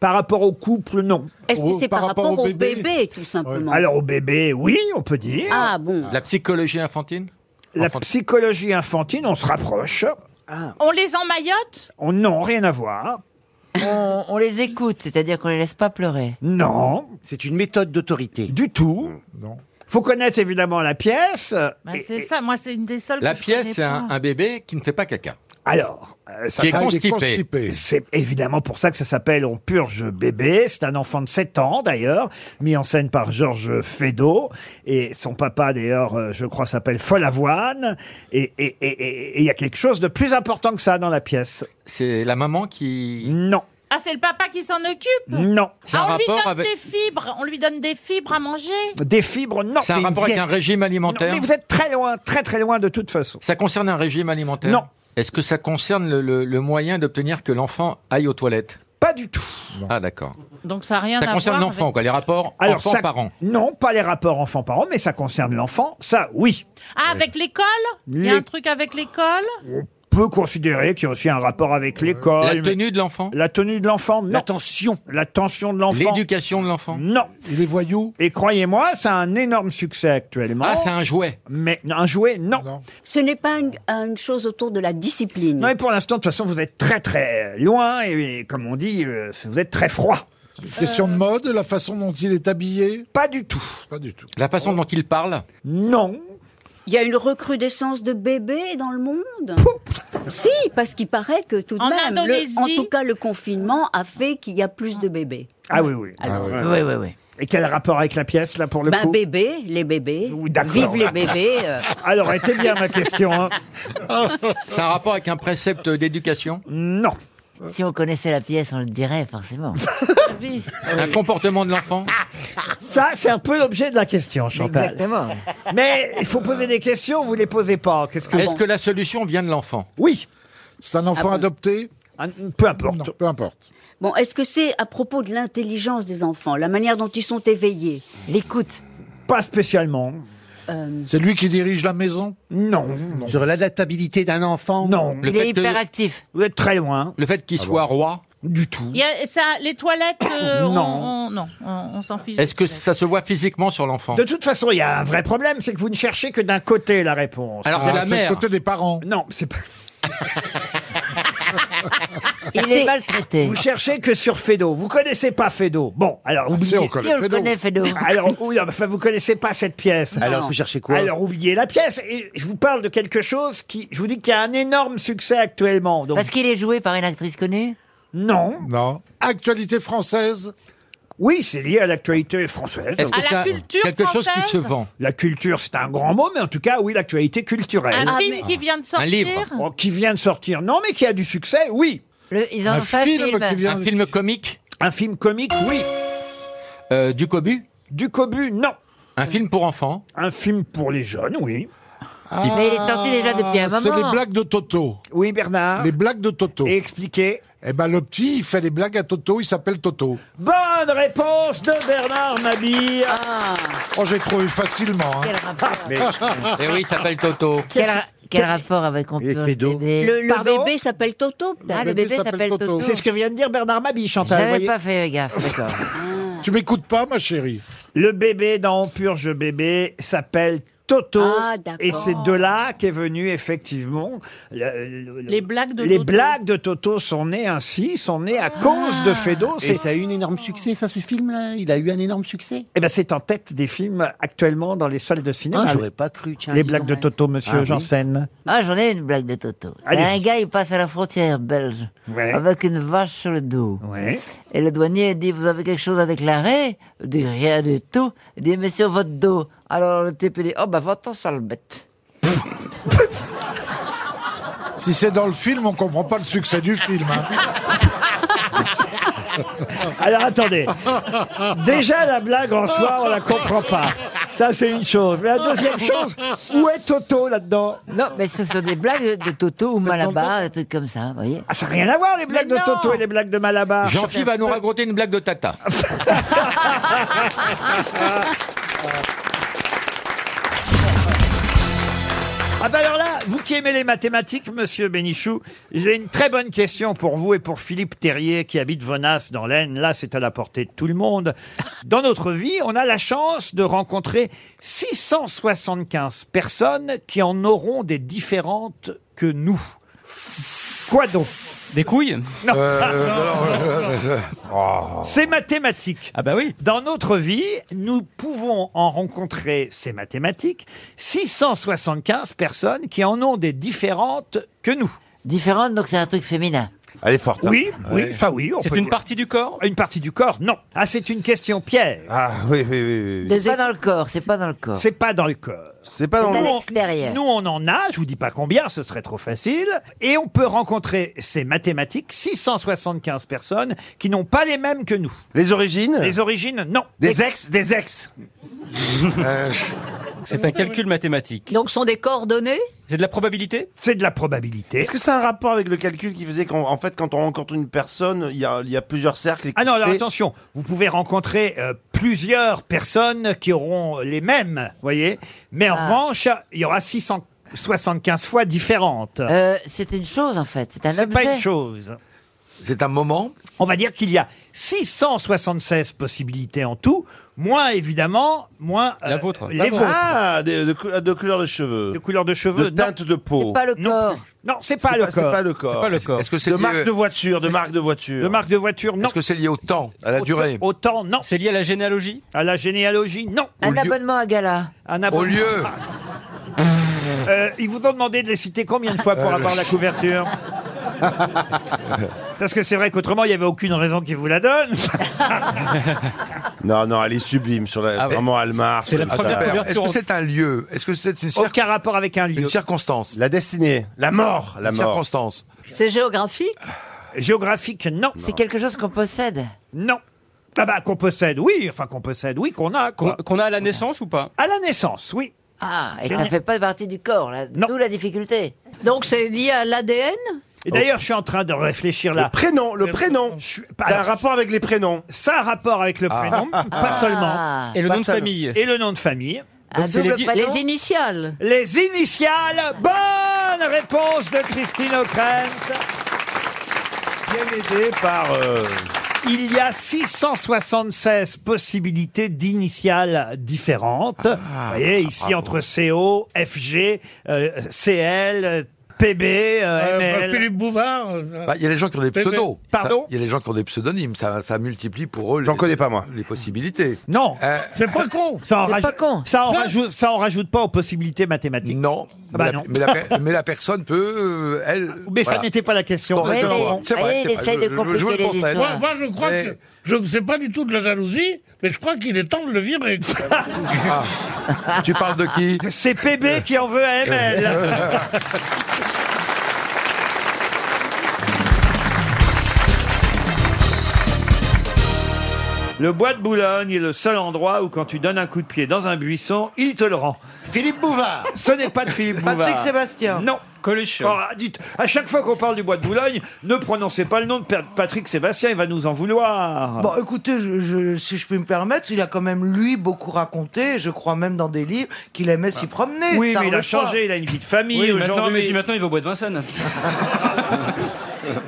Par rapport au couple, non.
Est-ce que c'est par, rapport au bébé, tout simplement
Alors au bébé, oui, on peut dire.
Ah bon
La psychologie infantile
La psychologie infantile, on se rapproche.
On les emmaillote
On non, rien à voir.
On, on les écoute, c'est-à-dire qu'on les laisse pas pleurer.
Non.
C'est une méthode d'autorité. Mm.
Du tout.
Non.
Faut connaître évidemment la pièce.
Ben,
Et-
c'est ça, moi, c'est une des seules
La
que je
pièce,
connais
c'est un,
pas.
un bébé qui ne fait pas caca.
Alors,
Qui
euh,
est
s'appelle-
constipé. constipé.
C'est évidemment pour ça que ça s'appelle On purge bébé. C'est un enfant de 7 ans d'ailleurs, mis en scène par Georges Feydeau. Et son papa d'ailleurs, euh, je crois, s'appelle Follavoine. Et et- et- et- et il y a quelque chose de plus important que ça dans la pièce.
C'est la maman qui...
Non.
Ah, c'est le papa qui s'en occupe
Non. C'est
Ah,
un
on lui
rapport
donne
avec-
des fibres. On lui donne des fibres à manger.
Des fibres, non.
C'est un rapport avec un régime alimentaire
Non, mais vous êtes très loin, très très loin de toute façon.
Ça concerne un régime alimentaire
Non.
Est-ce que ça concerne le, le- le moyen d'obtenir que l'enfant aille aux toilettes
Pas du tout.
Ah d'accord.
Donc ça n'a rien à
Ça
voir.
concerne l'enfant,
avec-
quoi, les rapports
Alors, ça-
enfant-parent.
Non, pas les rapports enfants-parents, mais ça concerne l'enfant. Ça, oui.
Ah, avec l'école Il y a
Les-
un truc avec l'école
peut considérer qu'il y a aussi un rapport avec l'école.
La
tenue
de l'enfant
La tenue de l'enfant, non. La
tension.
La tension de l'enfant.
L'éducation de l'enfant
Non.
Les voyous
Et croyez-moi, c'est un énorme succès actuellement.
Ah, c'est un jouet
Mais non, un jouet, non.
Ce n'est pas une, une chose autour de la discipline.
Non, et pour l'instant, de toute façon, vous êtes très très loin et, et comme on dit, euh, vous êtes très froid.
Question de mode, la façon dont il est habillé
Pas du tout.
Pas du tout.
La façon dont il parle
Non.
Il y a une recrudescence de bébés dans le monde Si, parce qu'il paraît que tout de
En
même, le-
Indonésie
en tout cas le confinement a fait qu'il y a plus de bébés.
Ah oui, oui.
oui, oui, oui.
Et quel rapport avec la pièce, là, pour le
Ben,
coup
bébé, les bébés,
d'accord.
vive les bébés. euh.
Alors, elle était bien ma question. hein.
C'est un rapport avec un précepte d'éducation
Non.
Si on connaissait la pièce, on le dirait forcément.
Un comportement de l'enfant
Ah, Ça, c'est un peu l'objet de la question, Chantal.
Exactement.
Mais il faut poser des questions, vous les posez pas. Qu'est-ce que
Est-ce que la solution vient de l'enfant
Oui.
C'est un enfant
Ah bon
adopté
Peu importe.
peu importe.
Bon, est-ce que c'est à propos de l'intelligence des enfants, la manière dont ils sont éveillés L'écoute Euh,
Pas spécialement.
Euh,
C'est lui qui dirige la maison
Non.
Sur l'adaptabilité d'un enfant
Non.
Le
Il est fait que- hyperactif.
Vous êtes très loin.
Le fait qu'il
Ah
soit roi
Du tout.
Il y a- ça, Les toilettes, euh, on-
Non.
on, non, on, on s'en fiche.
Est-ce que ça se voit physiquement sur l'enfant
De toute façon, il y a un vrai problème, c'est que vous ne cherchez que d'un côté la réponse.
Alors, c'est Ah, la c'est le mère. côté
des parents. Non, c'est pas.
Il est maltraité.
Vous cherchez que sur Fedo. Vous connaissez pas Fedo. Bon,
Ah,
alors oubliez.
on connaît Qui on le Feydeau. connaît, Feydeau
Alors, oui, non, mais enfin, vous connaissez pas cette pièce.
Alors, Non. vous cherchez quoi
Alors, oubliez la pièce. Et je vous parle de quelque chose qui, je vous dis, qui a un énorme succès actuellement. Donc,
Parce qu'il est joué par une actrice connue
non. Non. Actualité française. Oui, c'est lié à l'actualité française.
Est-ce que À la c'est un- culture quelque chose qui française se vend
La culture, c'est un grand mot, mais en tout cas, oui, l'actualité culturelle.
Ah, Un film qui vient de sortir
Oh, qui vient de sortir, non, mais qui a du succès, oui.
ils en Un ont fait un film film. qui vient- Un
film comique Un film comique, oui.
Euh,
du Cobu Du Cobu, non. Un film pour enfants Un film pour les jeunes, oui.
Mais il est sorti déjà depuis un moment.
Ah, C'est les blagues de Toto.
Oui, Bernard.
Les blagues de Toto. Et
expliquez.
Eh ben, le petit, il fait les blagues à Toto, il s'appelle Toto.
Bonne réponse de Bernard Mabille.
Ah.
Oh, j'ai trouvé facilement. hein.
Et Eh oui, il s'appelle Toto.
Quel, quel rapport avec on peut bébé
Le- le Pardon
bébé s'appelle Toto. Ah, le bébé s'appelle Toto.
C'est ce que vient de dire Bernard Mabille, Chantal.
J'avais
voyez.
pas fait gaffe, d'accord.
Ah.
Tu m'écoutes pas, ma chérie. Le bébé dans On Purge Bébé s'appelle Toto.
Ah, d'accord.
et c'est de là qu'est venu effectivement. le- le- le-
Les blagues de
les
Toto. Ah.
blagues de Toto sont nées ainsi, sont nées à cause de Fedo.
Et ça a eu un énorme succès, ça, ce film-là Il a eu un énorme succès
Eh ben, c'est en tête des films actuellement dans les salles de cinéma.
Ah, j'aurais pas cru, tiens,
Les
dis
blagues
donc,
de
ouais.
Toto, monsieur
Ah oui.
Janssen.
Ah, j'en ai une blague de Toto. C'est un
Allez-y.
gars, il passe à la frontière belge
Ouais.
avec une vache sur le dos.
Ouais.
Et le douanier dit Vous avez quelque chose à déclarer Il dit Rien du tout. Il dit Mais sur votre dos. Alors le type il dit Oh, bah, va-t'en, sale bête.
Si c'est dans le film, on comprend pas le succès du film. hein.
Alors attendez. Déjà la blague en soi, on la comprend pas. Ça c'est une chose. Mais la deuxième chose, où est Toto là-dedans
Non, mais ce sont des blagues de Toto ou Malabar, des trucs comme ça, vous voyez
Ah, ça n'a rien à voir les blagues de Toto et les blagues de
Ah.
Malabar.
Jean-Philippe va nous raconter une blague de Tata.
Ah bah alors là, vous qui aimez les mathématiques, monsieur Bénichou, j'ai une très bonne question pour vous et pour Philippe Terrier qui habite Venasse dans l'Aisne. Là, c'est à la portée de tout le monde. Dans notre vie, on a la chance de rencontrer 675 personnes qui en auront des différentes que nous. Quoi donc Des couilles Euh, Non.
Euh,
C'est mathématique. Ah bah oui. Dans notre vie, nous pouvons en rencontrer, c'est mathématique, 675 personnes qui en ont des différentes que nous.
Différentes, donc c'est un truc féminin.
Elle est forte. Oui,
hein.
oui,
Ouais.
enfin oui.
C'est une
partie du corps Une partie du corps, non. Ah, c'est une question, Pierre. Ah oui, oui, oui.
C'est pas dans le corps, c'est pas dans le corps.
C'est pas dans le corps. C'est pas
dans C'est à le- l'extérieur.
Nous, on en a, je vous dis pas combien, ce serait trop facile. Et on peut rencontrer ces mathématiques, 675 personnes qui n'ont pas les mêmes que nous. Les origines Les origines, non. Des ex Des ex
C'est un calcul mathématique.
Donc, sont des coordonnées
C'est de la probabilité
C'est de la probabilité.
Est-ce que c'est un rapport avec le calcul qui faisait qu'en en fait, quand on rencontre une personne, il y a, il y a plusieurs cercles et
Ah non, alors
qu'on fait-
attention, vous pouvez rencontrer euh, plusieurs personnes qui auront les mêmes, voyez. Mais
Ah.
en revanche, il y aura 675 fois différentes.
Euh, c'est une chose en fait, c'est un
C'est pas
objet.
une chose. C'est un moment. On va dire qu'il y a 676 possibilités en tout, moins évidemment, moins euh, les vôtres.
Ah, de, de cou- de couleur de cheveux. De
couleur de cheveux.
De teinte de peau.
non plus. Non, c'est pas, le
C'est
corps.
pas le corps.
Est-ce que c'est
de
lié-
marque de voiture, de marque de voiture.
De marque de voiture, non.
Est-ce que c'est lié au temps, à la
Au
durée
temps- Au temps, non. C'est lié à la généalogie À la généalogie, non.
Un abonnement à gala.
Un abonnement.
Au lieu.
Euh, ils vous ont demandé de les citer combien de fois pour
Euh,
avoir
je-
la couverture Parce que c'est vrai qu'autrement, il n'y avait aucune raison qu'ils vous la donnent.
Non, non, elle est sublime sur la, vraiment
Ah,
Almar.
C'est la
comme
première
ça.
couverture. Est-ce que c'est un lieu Est-ce que c'est une cir-
Aucun rapport avec un lieu.
Une circonstance.
La destinée. La mort. La
Une
mort.
circonstance.
C'est géographique
Géographique, non.
C'est quelque chose qu'on possède
Non. Ah bah qu'on possède, oui. Enfin qu'on possède, oui, qu'on a. Qu'on a à la naissance ou pas À la naissance, oui.
Ah, et ça
Génial.
fait pas partie du corps, là. D'où la difficulté.
Donc c'est lié à l'ADN
Et d'ailleurs, je suis en train de réfléchir là.
Oh. Le prénom, le prénom. Ça a un rapport avec les prénoms.
Ça a un rapport avec le prénom, pas
Ah.
seulement.
Et le Pas nom de seulement. famille. Ah,
Et le nom de famille.
Ah,
Un double prénom Les initiales.
Les initiales. Bonne réponse de Christine O'Krent.
Bien aidé par. euh,
Il y a 676 possibilités d'initiales
Ah.
différentes. Vous voyez, ici,
bravo.
entre CO, FG, euh, CL, PB, euh, ML.
Philippe Bouvard.
Bah,
euh,
Il y a les gens qui ont des
PB.
pseudos.
Pardon
Ça- Il y a les gens qui ont des pseudonymes. Ça, ça multiplie pour eux. J'en connais pas moi. Les possibilités. Euh,
Non.
C'est pas con.
Ça en,
C'est
rajoute-
pas con.
Ça, en
Non.
rajoute, ça en rajoute pas aux possibilités mathématiques.
Non.
Ah bah
mais,
non.
La, mais la- mais la personne peut, euh, elle.
Mais ça n'était pas la question.
Ouais, mais- C'est vrai, voyez, c'est il vrai, essaye je- de je- je compliquer le les pensais. histoires.
Moi, moi, je crois que. Je ne sais pas du tout de la jalousie, mais je crois qu'il est temps de le virer. Ah.
Tu parles de qui
Ah. C'est PB qui en veut à ML. Le bois de Boulogne est le seul endroit où quand tu donnes un coup de pied dans un buisson, il te le rend. Philippe Bouvard Ce n'est pas de Philippe Bouvard.
Patrick Sébastien.
Non. Coluche. dites, à chaque fois qu'on parle du bois de Boulogne, ne prononcez pas le nom de Pa- Patrick Sébastien, il va nous en vouloir.
Bon, écoutez, je- je- si je puis me permettre, il a quand même, lui, beaucoup raconté, et je crois même dans des livres, qu'il aimait s'y promener.
Ah. oui,
tard
mais il
le
a
soir.
changé, il a une vie de famille
Oui, maintenant, mais puis
aujourd'hui.
maintenant, il va au bois de Vincennes.
euh,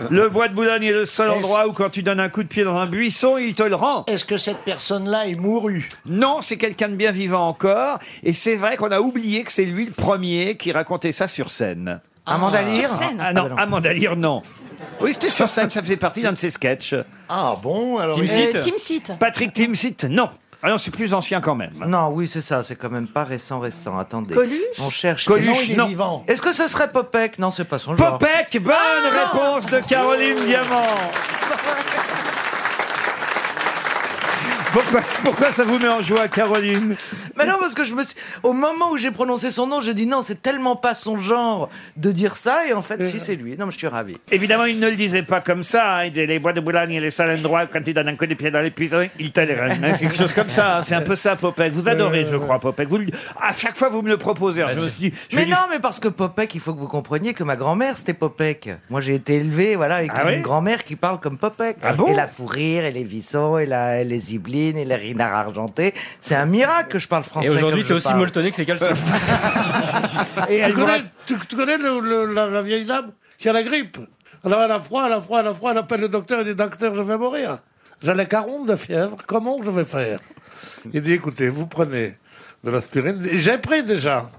Le bois de Boulogne est le seul endroit où quand tu donnes un coup de pied dans un buisson, il te le rend.
Est-ce que cette personne-là est mourue
Non, c'est quelqu'un de bien vivant encore. Et c'est vrai qu'on a oublié que c'est lui le premier qui racontait ça sur scène.
Amanda Lear bah
Sur scène Ah non, Amanda Lear, non. Oui, c'était sur scène, ça faisait partie d'un de ses sketchs.
Ah bon alors
Timsit.
Euh,
Patrick Timsit, non. Ah non, c'est plus ancien quand même. hein.
Non, oui, c'est ça, c'est quand même pas récent, récent. Attendez.
Coluche
On cherche.
Coluche, non.
Est-ce que ce serait Popek Non, c'est pas son genre.
Popek, bonne
Ah
réponse de Caroline Diamant. Pourquoi, pourquoi ça vous met en joie, Caroline
Mais non, parce que je me suis... au moment où j'ai prononcé son nom, j'ai dit non, c'est tellement pas son genre de dire ça, et en fait, si, c'est lui. Non, mais je suis ravi.
Évidemment, il ne le disait pas comme ça. hein. Il disait les bois de Boulogne et les salles endroits, quand il donne un coup de pied dans les puissants, il te les rend. Hein, C'est quelque chose comme ça. hein. C'est un peu ça, Popek. Vous
Euh,
adorez, je crois, Popek. Vous le- À chaque fois, vous me le proposez. Alors, je me suis dit, je
Mais
vais lui-
non, mais parce que Popek, il faut que vous compreniez que ma grand-mère, c'était Popek. Moi, j'ai été élevé, voilà, avec
Ah
une
ouais
grand-mère qui parle comme Popek.
Ah bon
et la fourrure, et les vissons, et, la, et les iblines, et les rinards argentés. C'est un miracle que je parle français.
Et aujourd'hui,
comme
t'es
je
aussi
parle.
molletonné que ses caleçons.
tu, connais, tu, tu connais le- le- la, la vieille dame qui a la grippe Alors elle a froid, elle a froid, elle a froid, elle appelle le docteur et dit Docteur, je vais mourir. J'ai la caronde de fièvre, comment je vais faire Il dit Écoutez, vous prenez de l'aspirine. Et J'ai pris déjà.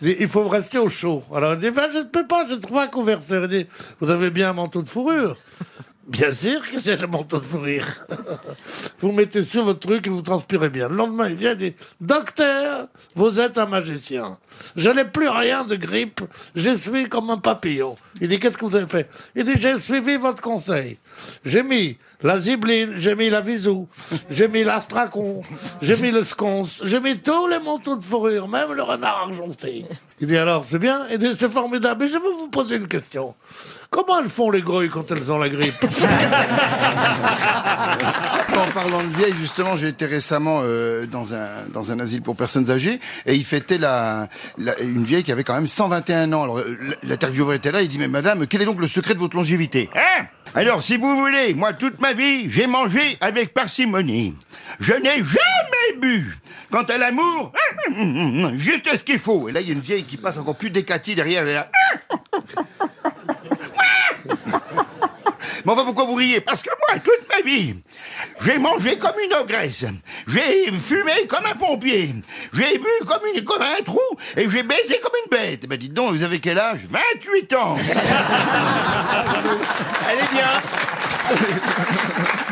Il dit, Il faut rester au chaud. Alors elle dit Ben, Je ne peux pas, je ne trouve pas un converseur. Il dit Vous avez bien un manteau de fourrure Bien sûr que j'ai le manteau de fourrure. vous mettez sur votre truc et vous transpirez bien. Le lendemain, il vient et dit Docteur, vous êtes un magicien. Je n'ai plus rien de grippe. Je suis comme un papillon. Il dit Qu'est-ce que vous avez fait Il dit J'ai suivi votre conseil. J'ai mis la zibline, j'ai mis la visou, j'ai mis l'astracon, j'ai mis le sconce, j'ai mis tous les manteaux de fourrure, même le renard argenté. Il dit alors, c'est bien Il dit, c'est formidable. Mais je veux vous poser une question. Comment elles font les grouilles quand elles ont la grippe
En parlant de vieille, justement, j'ai été récemment euh, dans, un, dans un asile pour personnes âgées et il fêtait la, la- une vieille qui avait quand même 121 ans. Alors, euh, l- l'intervieweur était là, il dit Mais madame, quel est donc le secret de votre longévité
Hein Alors, si vous voulez, moi, toute ma vie, j'ai mangé avec parcimonie. Je n'ai jamais bu. Quant à l'amour, juste ce qu'il faut. Et là, il y a une vieille qui passe encore plus décatie derrière. elle est là. Mais enfin, pourquoi vous riez Parce que moi, toute ma vie, j'ai mangé comme une ogresse, j'ai fumé comme un pompier, j'ai bu comme, une, comme un trou et j'ai baisé comme une bête. Eh Ben dites donc, vous avez quel âge 28 ans Elle est bien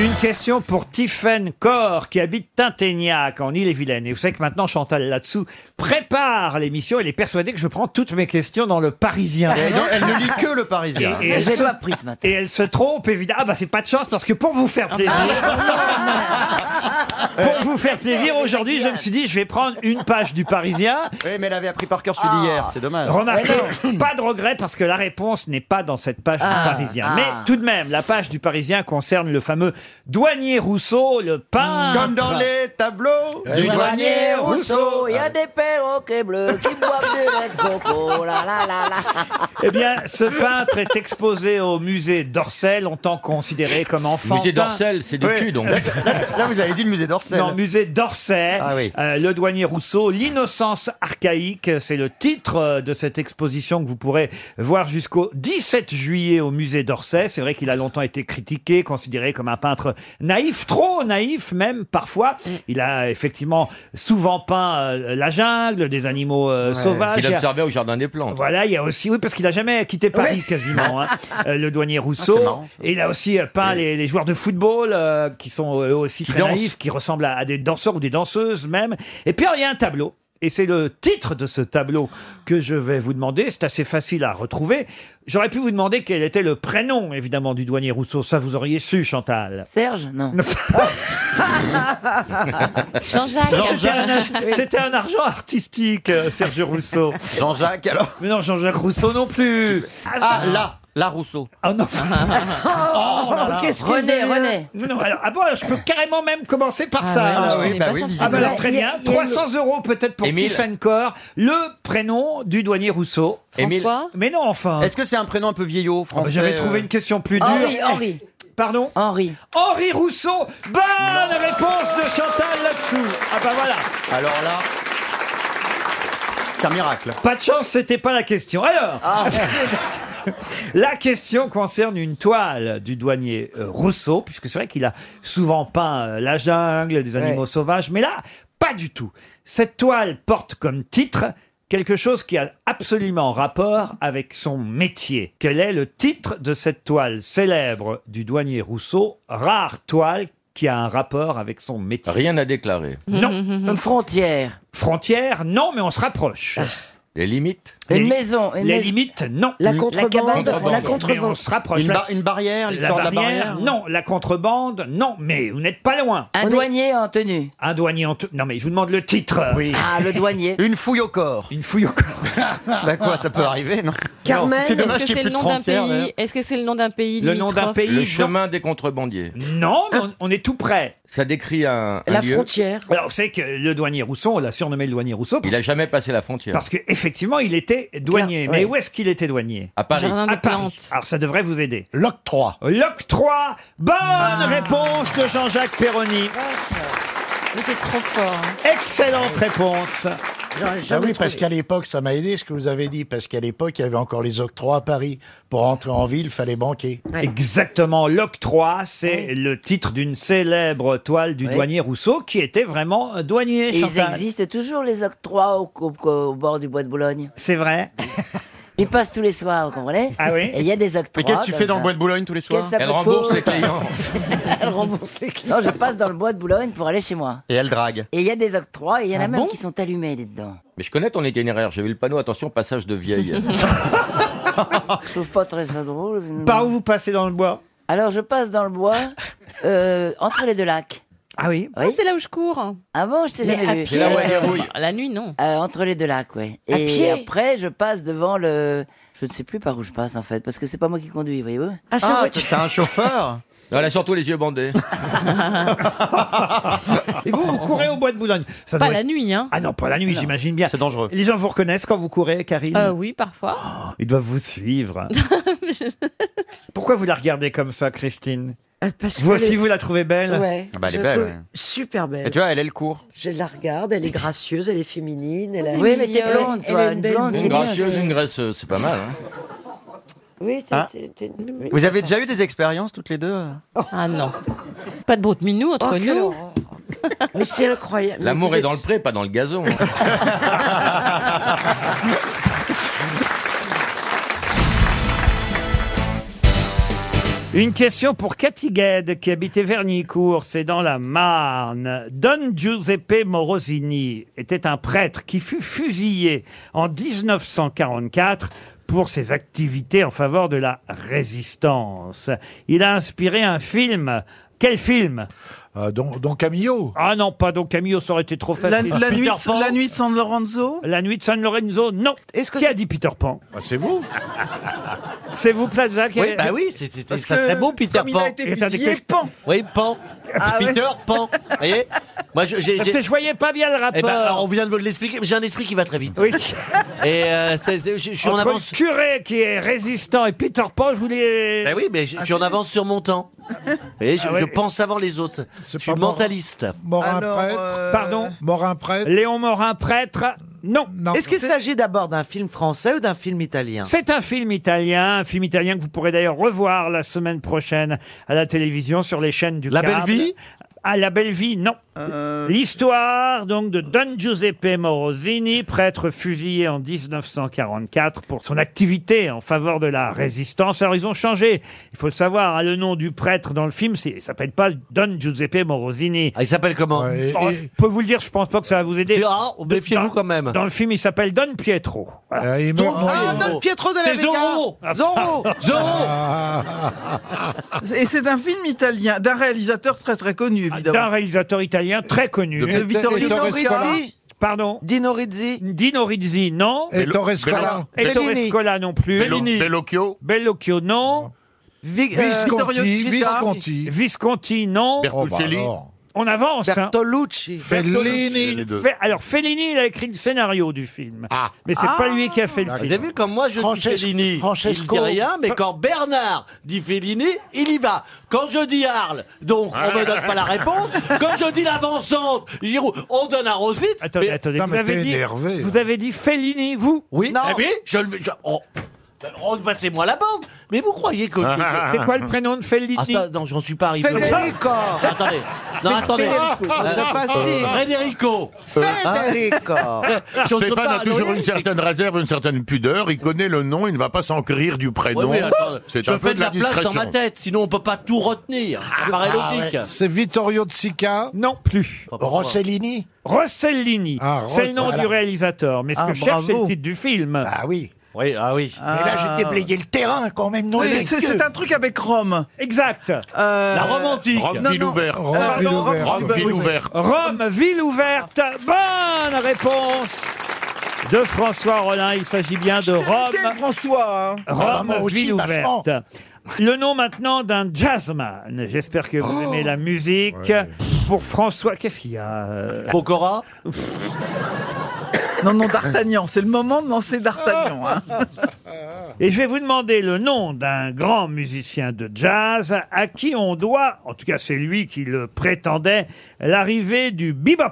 Une question pour Tiffaine Corr, qui habite Tinténiac, en Ille-et-Vilaine. Et vous savez que maintenant, Chantal là-dessous prépare l'émission. Elle est persuadée que je prends toutes mes questions dans le Parisien.
Et Ah, Eh non, elle ne lit que Le Parisien. Je l'ai pas
pris ce matin. Et elle se trompe, évidemment. Ah bah, c'est pas de chance, parce que pour vous faire plaisir... Pour vous faire plaisir, aujourd'hui, je me suis dit, je vais prendre une page du Parisien.
Oui, mais elle avait appris par cœur celui d'hier, c'est dommage.
Remarquez, pas de regret parce que la réponse n'est pas dans cette page
Ah,
du Parisien.
ah.
Mais tout de même, la page du Parisien concerne le fameux douanier Rousseau, le peintre.
Comme dans les tableaux
Du douanier Rousseau. Ah.
Il y a des perroquets bleus qui boivent des lait de coco. La la la la.
Eh bien, ce peintre est exposé au musée d'Orsay, longtemps considéré comme enfantin.
Musée d'Orsay, c'est du
Oui.
cul, donc. Là, Ah vous avez dit le musée
d'Orsay.
Non, musée d'Orsay. Euh, le douanier Rousseau, l'innocence archaïque, c'est le titre euh, de cette exposition que vous pourrez voir jusqu'au 17 juillet au musée d'Orsay. C'est vrai qu'il a longtemps été critiqué, considéré comme un peintre naïf, trop naïf même parfois.
Mm.
Il a effectivement souvent peint euh, la jungle, des animaux euh, sauvages.
Il
Il a-
observait au jardin des plantes.
voilà, il y a aussi, oui, parce qu'il a jamais quitté Paris quasiment, hein, euh, le douanier Rousseau.
c'est marrant,
et il a aussi euh, peint les, les joueurs de football euh, qui sont eux aussi très
dansent.
naïfs, qui ressemblent à, à des danseurs ou des danseuses même. Et puis alors, il y a un tableau. Et c'est le titre de ce tableau que je vais vous demander. C'est assez facile à retrouver. J'aurais pu vous demander quel était le prénom, évidemment, du douanier Rousseau. Ça, vous auriez su, Chantal.
Serge Non.
Ça, c'était un- C'était un, argent artistique, euh, Serge Rousseau. Jean-Jacques, alors Mais non, Jean-Jacques Rousseau non plus.
Ah, là,
là, Rousseau. Ah non. oh,
là là. René, René.
Non, alors, ah bon, alors, je peux carrément même commencer par
Ah
ça.
ouais,
alors.
ah oui, bah oui,
Ah bah
visiblement.
alors, très
Il y a-
bien.
il y a-
300 euros peut-être pour
Émile.
Tiffencore. Le prénom du douanier Rousseau.
Émile. François
Mais non, enfin.
Est-ce que c'est un prénom un peu vieillot
Ah bah,
français
J'avais
euh,
trouvé une question plus dure.
Henri,
Henri. Pardon Henri. Henri Rousseau. Bonne réponse de Chantal là-dessous. Ah bah voilà.
Alors là, c'est un miracle. Ah,
Pas de chance, c'était pas la question. Alors, la question concerne une toile du douanier euh, Rousseau, puisque c'est vrai qu'il a souvent peint euh, la jungle, des animaux sauvages, mais là, pas du tout. Cette toile porte comme titre quelque chose qui a absolument rapport avec son métier. Quel est le titre de cette toile célèbre du douanier Rousseau Rare toile qui a un rapport avec son métier.
Rien à déclarer.
Non. Une frontière. Frontière, non, mais on se rapproche.
Les limites
Les-
maison, Ah. une
les
maison.
limites, non.
La contrebande, La cabane de France. la contrebande.
Mais on se rapproche.
Une
La-
ba- une barrière, l'histoire de la barrière,
Non, la contrebande, non. Mais vous n'êtes pas loin.
Un douanier en tenue.
Un douanier en... te- Non, mais je vous demande le titre.
Oui.
Ah, le douanier.
Une fouille au corps.
Une fouille au corps.
bah quoi, ça peut arriver, non
Carmen,
Non,
est-ce
dommage
que
qu'il y ait
c'est
plus
le
de
nom d'un
frontières,
pays
hein.
d'ailleurs.
Est-ce que c'est le nom d'un pays
Le nom d'un
limitrophe
pays Le chemin des contrebandiers.
Non, mais on, on est tout près.
Ça décrit un, un lieu.
Alors, vous savez que le douanier Rousseau, on l'a surnommé le douanier Rousseau
Il
parce,
a jamais passé la frontière.
parce qu'effectivement, il était douanier.
Bien, ouais.
mais où est-ce qu'il était douanier
À Paris. Jardin des
À Paris. Alors, ça devrait vous aider. L'octroi. L'octroi. Bonne
Ah.
réponse de Jean-Jacques Perroni.
Vous êtes trop fort. hein.
Excellente réponse.
Ah oui, parce qu'à l'époque, ça m'a aidé ce que vous avez dit, parce qu'à l'époque, il y avait encore les octrois à Paris. Pour entrer en ville, fallait banquer.
Exactement, l'octroi, c'est le titre d'une célèbre toile du
Oui.
douanier Rousseau qui était vraiment douanier.
Et ils
Chantal.
existent toujours, les octrois, au, au- au bord du bois de Boulogne.
C'est vrai.
Ils passent tous les soirs, vous comprenez
Ah oui
Et il y a des octrois.
Mais qu'est-ce que tu fais dans le bois de Boulogne tous les soirs Elle rembourse les clients.
Elle rembourse les clients. Non, je passe dans le bois de Boulogne pour aller chez moi.
Et elle drague.
Et il y a des octrois, et il y en a
Ah
même
bon
qui sont allumés dedans.
Mais je connais ton itinéraire, j'ai vu le panneau, attention, passage de vieille.
Je trouve pas très ça drôle.
Par où vous passez dans le bois
Alors, je passe dans le bois, euh, entre les deux lacs.
Ah oui
Ah, c'est là où je cours.
Ah bon, je t'ai
Mais
jamais
à
vu.
pied, C'est là où elle gargouille. euh, La nuit, non.
entre les deux lacs, ouais.
À
Et
pied
après, je passe devant le... Je ne sais plus par où je passe, en fait, parce que c'est pas moi qui conduis, voyez-vous
Ah, c'est Ah, vrai.
T'as un chauffeur
Elle a surtout les yeux bandés.
Et vous, vous courez au bois de Boulogne Ça
Pas
doit
la
être-
nuit, hein.
Ah non, pas la nuit, j'imagine bien. C'est
dangereux.
Les gens vous reconnaissent quand vous courez, Karine
Euh, oui, parfois.
Ils doivent vous suivre. Pourquoi vous la regardez comme ça, Christine
Euh,
Vous
que
aussi,
les-
vous la trouvez belle
Ouais.
Ah bah, elle est
je
belle,
trouve
ouais.
Super belle.
Et tu vois, elle, elle court.
Je la regarde, elle est gracieuse, elle est féminine. Elle a...
Oui, mais t'es blonde,
Elle
toi,
a
une
une
Oh,
belle
blonde,
Une
bouche.
gracieuse, une graisseuse, c'est pas mal. Hein.
Oui,
Hein Vous avez déjà eu des expériences toutes les deux euh
Ah non. Pas de brute minou entre nous.
Mais c'est incroyable.
L'amour est dans le pré, pas dans le gazon.
Une question pour Cathy Gued, qui habitait Vernicourt, c'est dans la Marne. Don Giuseppe Morosini était un prêtre qui fut fusillé en 1944 pour ses activités en faveur de la résistance. Il a inspiré un film. Quel film Euh, Don, Camillo Ah non, pas Don Camillo, ça aurait été trop
La,
facile.
la nuit,
Peter Pan
la nuit de San Lorenzo
La nuit de San Lorenzo, non. qui a dit Peter Pan Ah, C'est vous. C'est vous, Plaza, qui
Oui, bah oui,
c'est-
Parce ça que serait beau, Peter comme il a Pan. été Ah
Et attendez,
fusillé,
que je-
Pan.
Oui, Pan.
Ah
Peter Pan. Vous voyez Moi, je, j'ai-
Parce que
j'ai-
je voyais pas bien le rapport.
Eh ben, on vient de l'expliquer. mais J'ai un esprit qui va très vite.
Oui.
Et euh, c'est- c'est- je je suis en
Entre
avance.
le curé qui est résistant et Peter Pan, je voulais. Ah,
Ben oui, mais je je suis en avance sur mon temps.
voyez, je,
Ah ouais.
je pense avant les autres. Je suis
pas mort.
mentaliste.
Morin prêtre.
Pardon
Morin prêtre.
Léon Morin prêtre. Non.
Est-ce qu'il s'agit d'abord d'un film français ou d'un film italien
C'est un film italien, un film italien que vous pourrez d'ailleurs revoir la semaine prochaine à la télévision sur les chaînes du
La
câble.
Belle Vie
Ah, La Belle Vie, non.
Euh,
L'histoire donc de Don Giuseppe Morosini, prêtre fusillé en 1944 pour son activité en faveur de la résistance. Alors ils ont changé, il faut le savoir, hein, le nom du prêtre dans le film, c'est- il s'appelle pas Don Giuseppe Morosini. il s'appelle comment
et-
Je peux vous le dire, je pense pas que ça va vous aider.
Ah, méfiez-vous quand même.
Dans le film, il s'appelle Don Pietro.
meurt Don- en Ah, héros. Don Pietro de la C'est Vega. Zorro.
Ah,
Zorro.
Ah,
Zorro.
Et c'est un film italien, d'un réalisateur très très connu, évidemment.
Ah, D'un réalisateur italien très connu.
De- De Vittorio Vittorio Scola. Rizzi.
Pardon Dino Rizzi Dino Rizzi, non.
Et Bello- Torres Scola.
Et
Bellini.
Torres Scola non plus.
Bello- Bellini.
Bellocchio Bellocchio, non.
euh,
Visconti, Visconti.
Visconti, non.
Bertuccelli. Oh, bah alors.
On avance. hein.
Bertolucci.
Fellini. Les deux.
Fe- alors, Fellini, il a écrit le scénario du film. Mais c'est pas
Ah.
lui qui a fait le
Vous
film.
avez vu, comme moi, je dis Fellini, il
Francesco.
dit rien, mais quand Bernard dit Fellini, il y va. Quand je dis Arles, donc on me donne pas la réponse. Quand je dis l'avançante, Giroud, on donne à Rosvit.
Attendez, attendez, vous avez, dit, vous avez dit Fellini, vous
Oui, eh bien, je le... je- oh. Oh, passez-moi la bande Mais vous croyez que...
C'est quoi le prénom de
Ah,
Fellini
Attends, Non, j'en suis pas arrivé.
Federico.
Attendez. Non,
Mais
attendez.
Federico,
Euh,
c'est pas si.
Federico.
Federico.
Je peux
Stéphane
pas
a toujours
donner.
une certaine réserve, une certaine pudeur. Il connaît le nom, il ne va pas s'enquérir du
Ouais,
prénom.
mais attends,
Eh C'est
je
un peu
fais
de la
place dans
discrétion.
ma tête, sinon on peut pas tout retenir. Ça paraît
Ah,
logique.
ouais. C'est Vittorio De Sica
Non plus.
Rossellini
Rossellini.
Ah,
c'est le nom
Rossellini.
du réalisateur. Mais ce
Ah,
que je
bravo.
cherche, c'est le titre du film. Euh, Ah
oui.
Oui, ah oui.
Mais là, j'ai déblayé le terrain quand même. Non,
Oui,
il est
c'est
que-
c'est un truc avec Rome. Euh,
Exact.
La
Euh,
romantique. Rome, ville ouverte. Rome, ville ouverte. Rome, ville ouverte.
Rome, ville ouverte. Bonne réponse de François Rollin. Il s'agit bien de
Ah, bah.
Rome.
François. hein.
Rome,
Maman aussi,
ville
vachement.
ouverte. Le nom maintenant d'un jazzman. J'espère que vous aimez la musique. Pour François, qu'est-ce qu'il y a euh
Pokora
Non, non, D'Artagnan. C'est le moment de lancer D'Artagnan. hein.
Et je vais vous demander le nom d'un grand musicien de jazz à qui on doit, en tout cas c'est lui qui le prétendait, l'arrivée du bebop.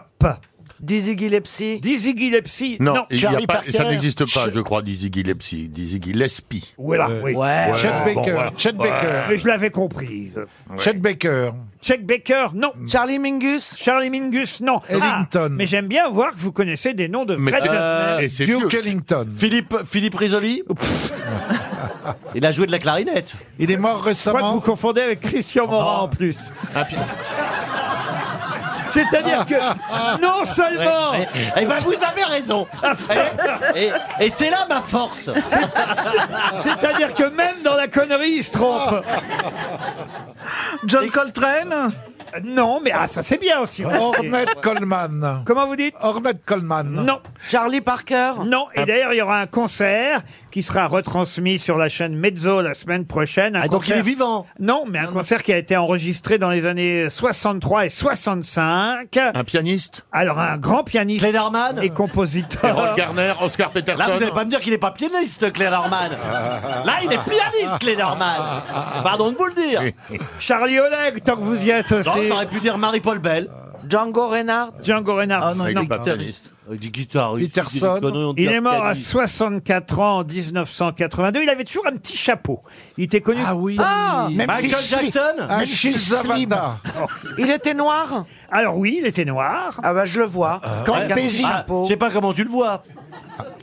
Dizzy Gillespie
Dizzy Gillespie
Non, il y a pas- ça n'existe pas, je crois, Dizzy Gillespie. Dizzy Gillespie. Euh,
Voilà, oui.
Chet Baker, Chet Baker.
Mais je l'avais comprise.
Chet Baker.
Chuck Baker, non. Charlie Mingus Charlie Mingus, non. Ellington. mais j'aime bien voir que vous connaissez des noms de
Mais
vrais
c'est-
jazzmen.
et c'est Duke vieux, c'est-
Ellington.
Philippe, Philippe Risoli Il a joué de la clarinette.
Il est mort
Je crois que
récemment.
vous confondez avec Christian Morin en plus.
Ah,
C'est-à-dire que non seulement...
Ouais, ouais. Eh ben, vous avez raison. Eh, et et c'est là ma force.
C'est-à-dire que même dans la connerie, il se trompe.
John Coltrane
Non, mais ah, ça c'est bien aussi.
Ornette Coleman.
Comment vous dites
Ornette Coleman.
Non.
Charlie Parker
Non,
Ah.
et d'ailleurs, il y aura un concert qui sera retransmis sur la chaîne Mezzo la semaine prochaine. Un
Ah, donc il
concert-
est vivant.
Non, mais un concert qui a été enregistré dans les années 63 et 65.
Un pianiste
Alors, un grand pianiste.
Cléderman
Et compositeur.
Harold Garner, Oscar Peterson.
Là, vous n'allez pas me dire qu'il n'est pas pianiste, Cléderman. Là, il est pianiste, Cléderman. Pardon de vous le dire.
Charlie Oleg, tant que vous y êtes aussi.
Non, t'aurais pu dire Marie-Paul Bell.
Django Reinhardt
Django Reinhardt.
Ah, non,
non.
il est pas pianiste. Il dit guitariste.
Peterson.
dit des conneries, on dit
Il est mort à
pianiste.
64 ans en 1982. Il avait toujours un petit chapeau. Il était connu. Ah oui.
Michael Jackson
Memphis Zavada.
Ah, Il était noir
Alors oui, il était noir.
Ah bah je le vois.
Campesi.
Ah, Je sais pas comment tu le vois.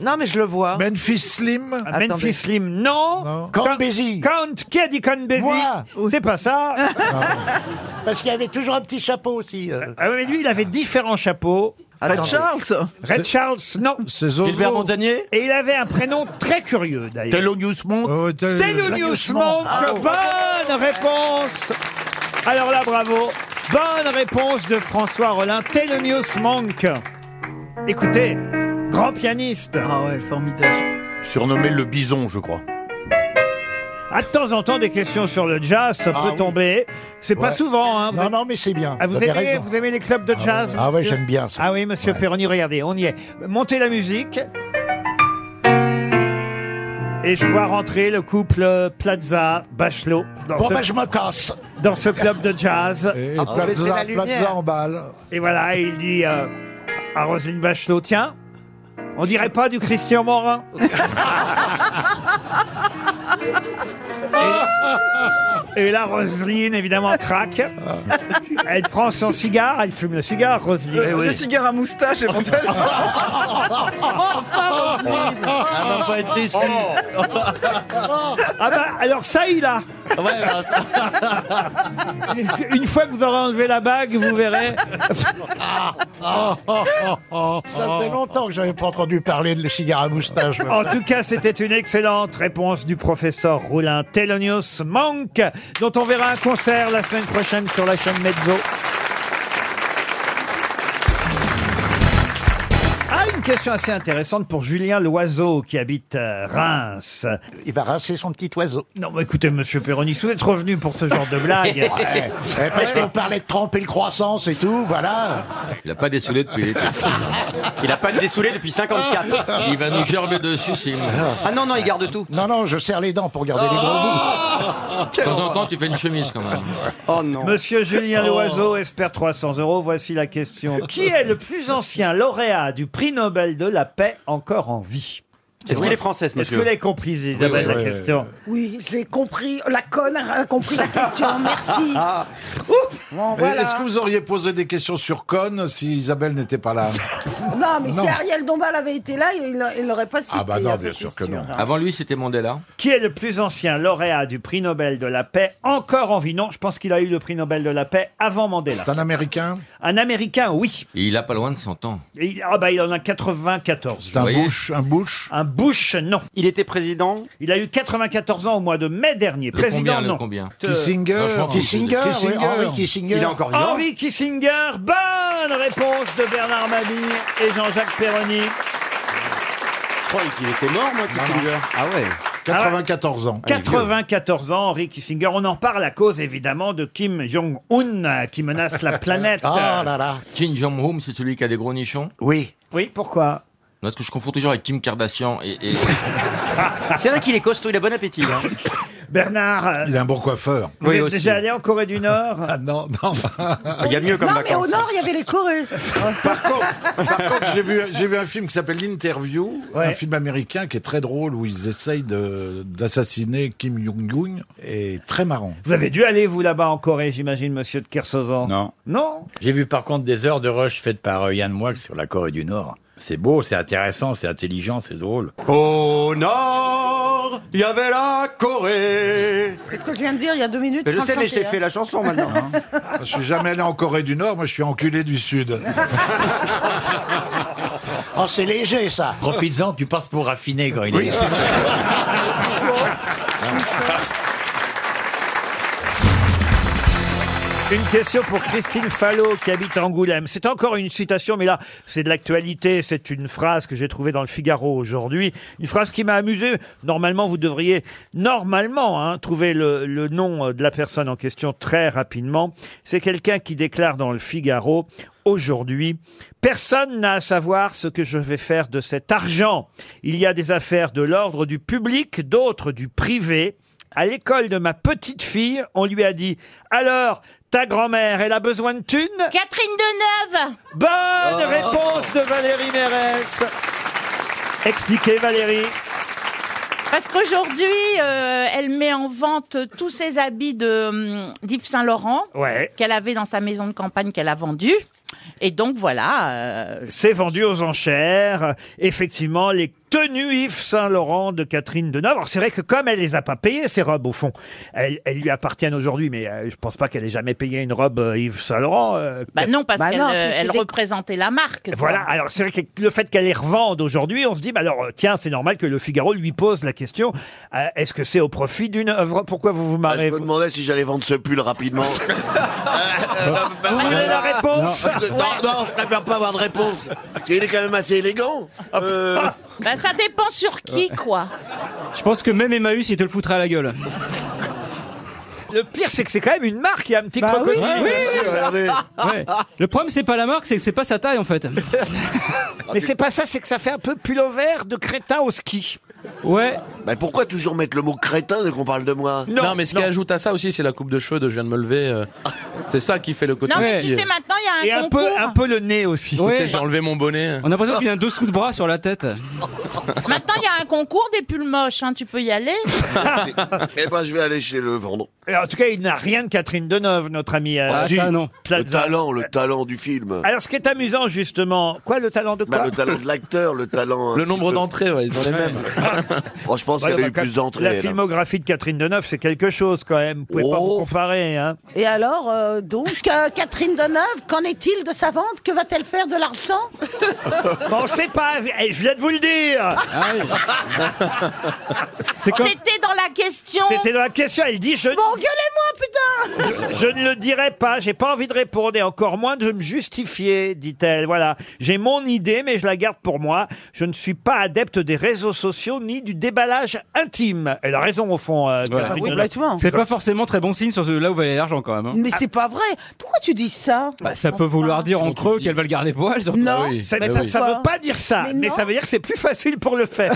Non mais je le vois.
Memphis Slim.
Ah, Memphis Slim, non. Count-
Campesi.
Count, qui a dit Count Basie C'est pas ça.
Ah. Parce qu'il y avait toujours un petit chapeau aussi. euh.
Ah oui, mais lui, il avait différents chapeaux.
Red Charles
Red Charles, non.
C'est Zozo.
Gilbert Montagnier
Et il avait un prénom très curieux d'ailleurs.
Thelonious Monk
Oh, tel-
Thelonious Monk, Ah, bonne réponse. Alors là, bravo. Bonne réponse de François Rollin. Thelonious Monk. Écoutez, grand pianiste.
Ah ouais, formidable.
Surnommé le bison, je crois.
À de temps en temps, des questions sur le jazz, ça
Ah
peut
oui.
tomber. C'est pas
Ouais.
souvent. Hein, vous
Non, non, mais c'est bien.
Ah, vous,
avez
aimez,
raison.
vous aimez les clubs de
Ah
jazz
ouais. Ah ouais,
monsieur
j'aime bien ça.
Ah oui, monsieur Perroni, regardez, on y est. Montez la musique. Et je vois rentrer le couple Plaza-Bachelot. dans
Bon,
ce-
ben, je me casse.
Dans ce club de jazz.
Ah,
Et Plaza, Plaza en balle.
Et voilà, et il dit euh, à Roselyne Bachelot, tiens, on dirait pas du Christian Morin Et là, Roselyne, évidemment, craque.
Ah.
Elle prend son cigare, elle fume le cigare, Roselyne.
Le
Eh
cigare à moustache, éventuellement.
Ah,
va
bah, être déçu. Ah bah, alors ça, il a bah, Une fois que vous aurez enlevé la bague, vous verrez.
Ah, Ça fait longtemps que j'avais pas entendu parler de le cigare à moustache.
En tout cas, c'était une excellente réponse du professeur Roulin Thelonious Monk, dont on verra un concert la semaine prochaine sur la chaîne Mezzo. Ah, une question assez intéressante pour Julien Loiseau qui habite euh, Reims.
Il va rincer son petit oiseau.
Non, mais écoutez, monsieur Perroni, vous êtes revenu pour ce genre de blague.
Ouais. Eh, Parce qu'on parlait de tremper le croissant, c'est tout, voilà.
Il n'a pas dessoulé depuis l'été.
Il a pas dessoulé depuis 54.
Il va nous gerber dessus, s'il.
Ah non, non, il garde tout. Non, non, je serre les dents pour garder les
Ah.
gros
De temps en temps, tu fais une chemise quand même.
Oh non.
Monsieur Julien
Oh.
Loiseau espère 300 euros. Voici la question. Qui est le plus ancien lauréat du prix Nobel de la paix encore en vie
Est-ce qu'il est français, ce
Est-ce que
monsieur
vous l'avez comprise, Isabelle,
oui,
la
oui,
question
Oui, j'ai compris. La conne a compris la question. Merci.
Ah.
Ouf. Bon,
Et
voilà.
Est-ce que vous auriez posé des questions sur Cohn si Isabelle n'était pas là
Non, mais si
Non.
Ariel Dombal avait été là, il il l'aurait pas cité.
Ah bah non,
hein,
bien
ça,
sûr
c'est
que non.
Avant lui, c'était Mandela.
Qui est le plus ancien lauréat du prix Nobel de la paix encore en vie Non, je pense qu'il a eu le prix Nobel de la paix avant Mandela.
C'est un Américain
Un Américain, oui.
Et il a pas loin de 100 ans.
Et il- Ah bah il en a 94.
C'est un Vous voyez Bush,
un Bush
Un Bush, non. Il était président Il a eu 94 ans au mois de mai dernier.
Le
président,
combien, le
non.
combien
Euh,
Non, je m'en fous.
Kissinger, oui, Henry Kissinger. Il est encore vivant
Henry Kissinger, bonne réponse de Bernard Mabille et Jean-Jacques Perroni.
Je croyais qu'il était mort, moi, Kissinger. Ah ouais
94 ans.
94 ans, Henry Kissinger. On en parle à cause évidemment de Kim Jong-un euh, qui menace la planète.
Ah,
Ah
Kim Jong-un, c'est celui qui a des gros nichons
Oui.
Oui, pourquoi
Parce que je confonds toujours avec Kim Kardashian et. et-
C'est vrai qu'il est costaud, il a bon appétit. hein.
Bernard, euh,
Il a un bon coiffeur.
vous êtes déjà allé en Corée du Nord
Ah non, non.
Il y a mieux
Non, mais au Nord, il y avait les Corées.
Par contre, j'ai vu, j'ai vu un film qui s'appelle L'Interview,
Ouais.
un film américain qui est très drôle où ils essayent de- d'assassiner Kim Jong-un et très marrant.
Vous avez dû aller, vous, là-bas en Corée, j'imagine, monsieur de Kersozan
Non.
Non
J'ai vu par contre des heures de rush faites par euh, Yann Moix sur la Corée du Nord. C'est beau, c'est intéressant, c'est intelligent, c'est drôle.
Au nord, il y avait la Corée.
C'est ce que je viens de dire il y a deux minutes. sans le chanter, hein.
chanson maintenant.
Hein Je suis jamais allé en Corée du Nord, moi je suis enculé du Sud.
Oh, c'est léger, ça.
Profites-en, tu passes pour raffiné quand il est.
Une question pour Christine Fallot qui habite Angoulême. C'est encore une citation, mais là, c'est de l'actualité. C'est une phrase que j'ai trouvée dans le Figaro aujourd'hui. Une phrase qui m'a amusé. Normalement, vous devriez, normalement, hein, trouver le, le nom euh, de la personne en question très rapidement. C'est quelqu'un qui déclare dans le Figaro aujourd'hui. Personne n'a à savoir ce que je vais faire de cet argent. Il y a des affaires de l'ordre du public, d'autres du privé. À l'école de ma petite fille, on lui a dit Alors, ta grand-mère, elle a besoin de thunes
Catherine Deneuve
Bonne Oh. réponse de Valérie Mérès. Expliquez, Valérie.
Parce qu'aujourd'hui, euh, elle met en vente tous ses habits de, hum, d'Yves Saint-Laurent
Ouais.
qu'elle avait dans sa maison de campagne qu'elle a vendue. Et donc voilà. euh,
C'est vendu aux enchères. Effectivement, les tenues Yves Saint-Laurent de Catherine Deneuve. Alors, c'est vrai que comme elle les a pas payées, ces robes, au fond, elles, elles lui appartiennent aujourd'hui, mais euh, je pense pas qu'elle ait jamais payé une robe euh, Yves Saint-Laurent. euh,
bah non, parce
Bah
qu'elle
non,
euh,
c'est- c'est
elle
des-
représentait la marque. quoi.
Voilà, alors c'est vrai que le fait qu'elle les revende aujourd'hui, on se dit, bah alors, euh, tiens, c'est normal que le Figaro lui pose la question, euh, est-ce que c'est au profit d'une œuvre Pourquoi vous vous marrez vous
Ah, demandais si j'allais vendre ce pull rapidement. Euh, bah,
Vous voulez la réponse
Non, bah, non, je préfère pas avoir de réponse. Parce qu'il est quand même assez élégant. Euh,
Bah, ça dépend sur qui, quoi.
Je pense que même Emmaüs, il te le foutrait à la gueule.
Le pire, c'est que c'est quand même une marque, il y a un petit
Bah
crocodile.
Ouais. Le problème, c'est pas la marque, c'est que c'est pas sa taille en fait.
Mais c'est pas ça, c'est que ça fait un peu pullover de crétin au ski.
Ouais.
Mais Bah, pourquoi toujours mettre le mot crétin dès qu'on parle de moi
Non, mais ce qui ajoute à ça aussi, c'est la coupe de cheveux de je viens de me lever. euh, c'est ça qui fait le côté.
Non, mais tu sais, maintenant, il y a un concours.
peu le nez aussi.
Écoutez, J'ai enlevé mon bonnet.
On a l'impression qu'il a deux sous de bras sur la tête.
Maintenant, il y a un concours des pulls moches, hein, tu peux y aller.
Eh ben, je vais aller chez le vendre.
Et en tout cas, il n'a rien de Catherine Deneuve, notre amie.
Ah,
euh,
Ah, Si. Le
Plaza.
talent, le talent du film.
Alors, ce qui est amusant, justement, quoi, le talent de quoi
Bah, le talent de l'acteur, le talent.
Le nombre d'entrées, ouais, ils ont les mêmes.
Oh, je pense
Ouais,
qu'elle a
bah,
eu
quand-
plus d'entrées.
La
elle, hein.
filmographie de Catherine Deneuve, c'est quelque chose quand même. Vous pouvez pas
Oh.
vous comparer. Hein.
Et alors, euh, donc, euh, Catherine Deneuve, qu'en est-il de sa vente Que va-t-elle faire de l'argent
Bon, on sait pas. eh, Je viens de vous le dire. C'est comme-
C'était dans la question.
C'était dans la question. Elle dit je,
Bon, gueulez-moi, putain
je ne le dirai pas. J'ai pas envie de répondre et encore moins de me justifier, dit-elle. Voilà. J'ai mon idée, mais je la garde pour moi. Je ne suis pas adepte des réseaux sociaux ni du déballage intime. Elle a raison au fond. euh,
Ouais.
Catherine Deneuve.
C'est pas forcément très bon signe sur ce- là où va aller l'argent quand même. hein.
Mais c'est pas vrai Pourquoi tu dis ça
Bah, ça peut vouloir dire entre eux qu'elle va le garder pour elle. surtout.
Non, Ah oui,
Ça,
mais
ça-
oui.
ça veut pas dire ça, mais, ça veut dire que c'est plus facile pour le faire.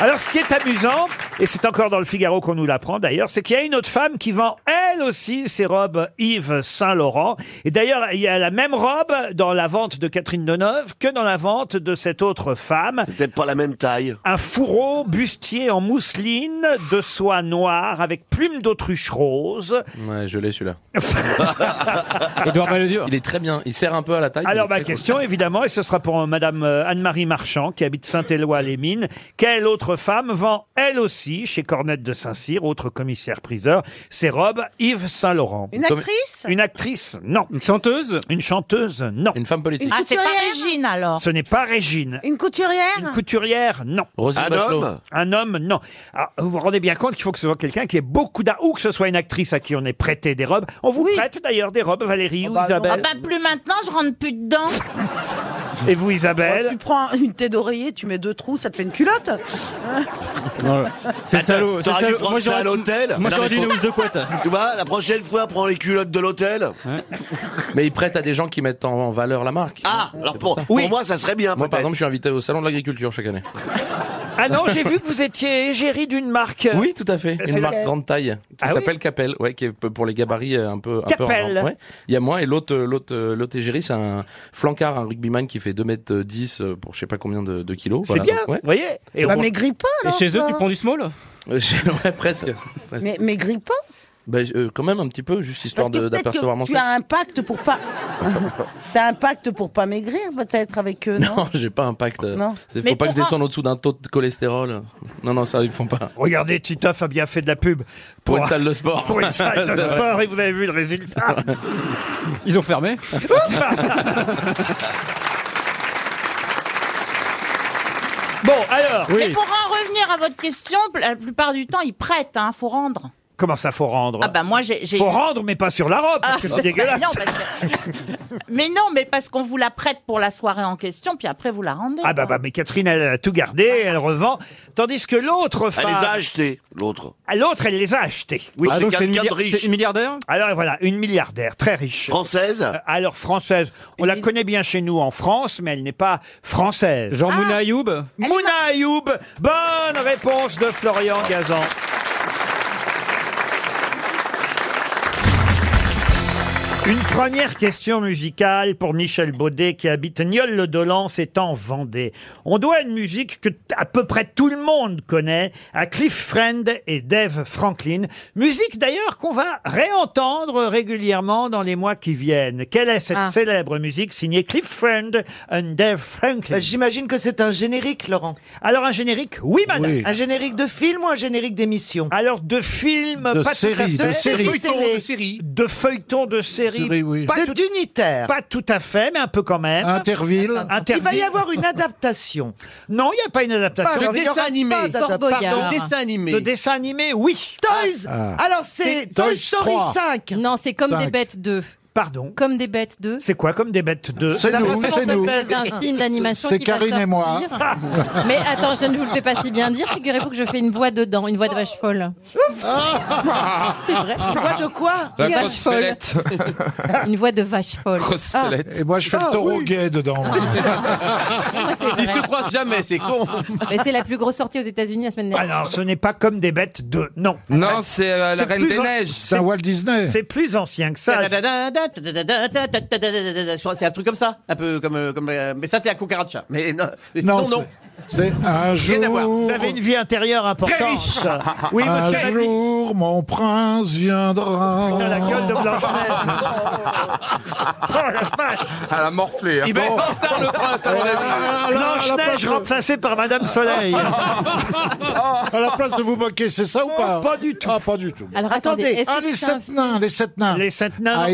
Alors, ce qui est amusant, et c'est encore dans le Figaro qu'on nous l'apprend d'ailleurs, c'est qu'il y a une autre femme qui vend elle aussi ses robes Yves Saint Laurent. Et d'ailleurs, il y a la même robe dans la vente de Catherine Deneuve que dans la vente de cette autre femme.
Peut-être pas la même taille.
Un fourreau bustier en mousseline de soie noire avec plume d'autruche rose.
Ouais, je l'ai celui-là.
Edouard Balladur.
Il est très bien. Il sert un peu à la taille. il
Alors
est
ma
très cool.
question, évidemment, et ce sera pour euh, Madame euh, Anne-Marie Marchand, qui habite Saint-Éloi-les-Mines. Quelle autre femme vend, elle aussi, chez Cornette de Saint-Cyr, autre commissaire-priseur, ses robes Yves Saint-Laurent
Une actrice
Une actrice, non. Une
chanteuse
Une chanteuse, non.
Une femme politique
Ah, c'est pas Régine alors.
Ce n'est pas Régine.
Une couturière
Une couturière, non.
Roselyne Un Bachelot.
homme
homme
Un homme, non. Alors, vous vous rendez bien compte qu'il faut que ce soit quelqu'un qui ait beaucoup d'art, ou que ce soit une actrice à qui on ait prêté des robes. On vous prête d'ailleurs des robes, Valérie ou
Ah
Isabelle
bah plus maintenant, je rentre plus dedans.
Et vous, Isabelle
Tu prends une tête d'oreiller, tu mets deux trous, ça te fait une culotte Hein
Non,
ah,
C'est
Attends,
salaud. c'est
t'aurais dû
salaud.
prendre ça
j'aurais-
à l'hôtel.
Moi
Non, mais
j'aurais dit une
faut-
housse de couette.
Tu vois, la prochaine fois, prends les culottes de l'hôtel.
Mais ils prêtent à des gens qui mettent en en valeur la marque.
Ah, alors pour, pour moi, ça serait bien.
Moi, par
peut-être.
exemple, je suis invité au salon de l'agriculture chaque année.
Ah non, j'ai vu que vous étiez égérie d'une marque.
Oui, tout à fait.
C'est
Une
la-
marque grande taille qui
Ah oui
s'appelle Capel, ouais, qui est p- pour les gabarits euh, un peu. un peu
Capel.
en- ouais. Il y a moi et l'autre, euh, l'autre, euh, l'autre égérie, c'est un flancard, un rugbyman qui fait 2 mètres 10 euh, pour je sais pas combien de, de kilos.
C'est bien, vous voyez Et Bah, on-
maigris pas, alors,
Et chez eux,
toi.
tu prends du small Euh, Ouais, presque. Presque.
Mais maigris pas
Bah, euh, quand même un petit peu, juste
Parce
histoire
que
de-
peut-être
d'apercevoir mon
que tu
sexe.
as un pacte pour pas... T'as un pacte pour pas maigrir, peut-être, avec eux, non,
Non, j'ai pas un pacte.
Non.
C'est-
Mais
Faut pas que je
pourquoi
descende au-dessous d'un taux de cholestérol. Non, non, ça, ils font pas.
Regardez, Titoff a bien fait de la pub
Pour une salle de sport.
Pour une salle de
C'est vrai.
sport, et vous avez vu le résultat.
Ils ont fermé.
Bon, alors.
Mais pour en revenir à votre question, pl- la plupart du temps, ils prêtent, hein, faut rendre.
Comment ça faut rendre
Ah bah moi, j'ai... j'ai-
Faut rendre, mais pas sur la robe, parce
Ah,
que c'est dégueulasse.
non, parce que- mais non, mais parce qu'on vous la prête pour la soirée en question, puis après vous la rendez.
Ah bah, bah, mais Catherine, elle a tout gardé, elle revend. Tandis que l'autre
Elle
femme.
les a achetées, l'autre.
Ah, L'autre, elle les a achetées. Oui,
Ah, donc c'est une milliard- c'est une
milliardaire
Alors voilà, une milliardaire, très riche.
Française
Euh, Alors française. On la connaît bien chez nous en France, mais elle n'est pas française.
Jean Mouna Ayoub
Mouna Ayoub Bonne réponse de Florian Gazan. Une première question musicale pour Michel Baudet qui habite Nieul-le-Dolan, c'est en Vendée. On doit une musique que t- à peu près tout le monde connaît à Cliff Friend et Dave Franklin. Musique d'ailleurs qu'on va réentendre régulièrement dans les mois qui viennent. Quelle est cette
Ah.
célèbre musique signée Cliff Friend and Dave Franklin
Bah, J'imagine que c'est un générique, Laurent.
Alors un générique, oui madame.
Un générique de film ou un générique d'émission
Alors de film,
De
pas
série,
tout à
de
fait.
série. De télé. De
série. De feuilleton de série.
Série, oui.
Pas
De
tout-
d'unitaire.
Pas tout à fait, mais un peu quand même.
Interville. Il
Interville.
va y avoir une adaptation.
Non, il n'y a pas une adaptation.
Pas de dessin animé. Fort Boyard.
Pardon.
De dessin animé.
De dessin animé, oui.
Toys. Ah. Alors, c'est Toy Story 5.
Non, c'est comme
Cinq.
des bêtes 2.
Pardon
Comme des bêtes de.
C'est quoi comme des bêtes de
C'est nous, c'est nous. C'est un film d'animation qui va sortir. Mais euh, attends, je ne vous le fais pas si bien dire. Figurez-vous que je fais une voix dedans, une voix de vache folle.
Ah.
C'est vrai.
Une voix de quoi
Une vache folle. Une voix de vache folle.
Ah.
Ah.
Et moi, je fais
Ah,
le taureau gay dedans.
Ils se croisent
jamais, c'est con.
Mais c'est la plus grosse sortie aux États-Unis la semaine dernière.
Alors, ce n'est pas comme des bêtes de. Non.
Non, c'est, euh, la Reine
plus
des
an-
Neiges. C'est
c'est-
Walt Disney.
C'est plus ancien que ça.
Je crois que C'est un truc comme ça, un peu comme, euh, comme euh, mais ça c'est à cucaracha. Mais non, mais
Non,
sinon, non.
c'est un
Rien à voir.
jour.
Vous avez
une vie intérieure importante.
Très riche.
Oui,
un
monsieur Lamy.
jour, mon prince viendra.
Putain, la gueule de
Oh,
Blanche-Neige.
À la morflée. hein.
Il va être
Bon.
en retard, le prince, à mon avis. Blanche-Neige remplacée par Madame Soleil.
à la place de vous moquer, c'est ça ou pas
Oh,
Pas du tout. Ah, pas du tout.
Alors, attendez,
attendez,
est-ce
ah,
que
les
c'est un
sept nains, les sept nains.
Les sept nains.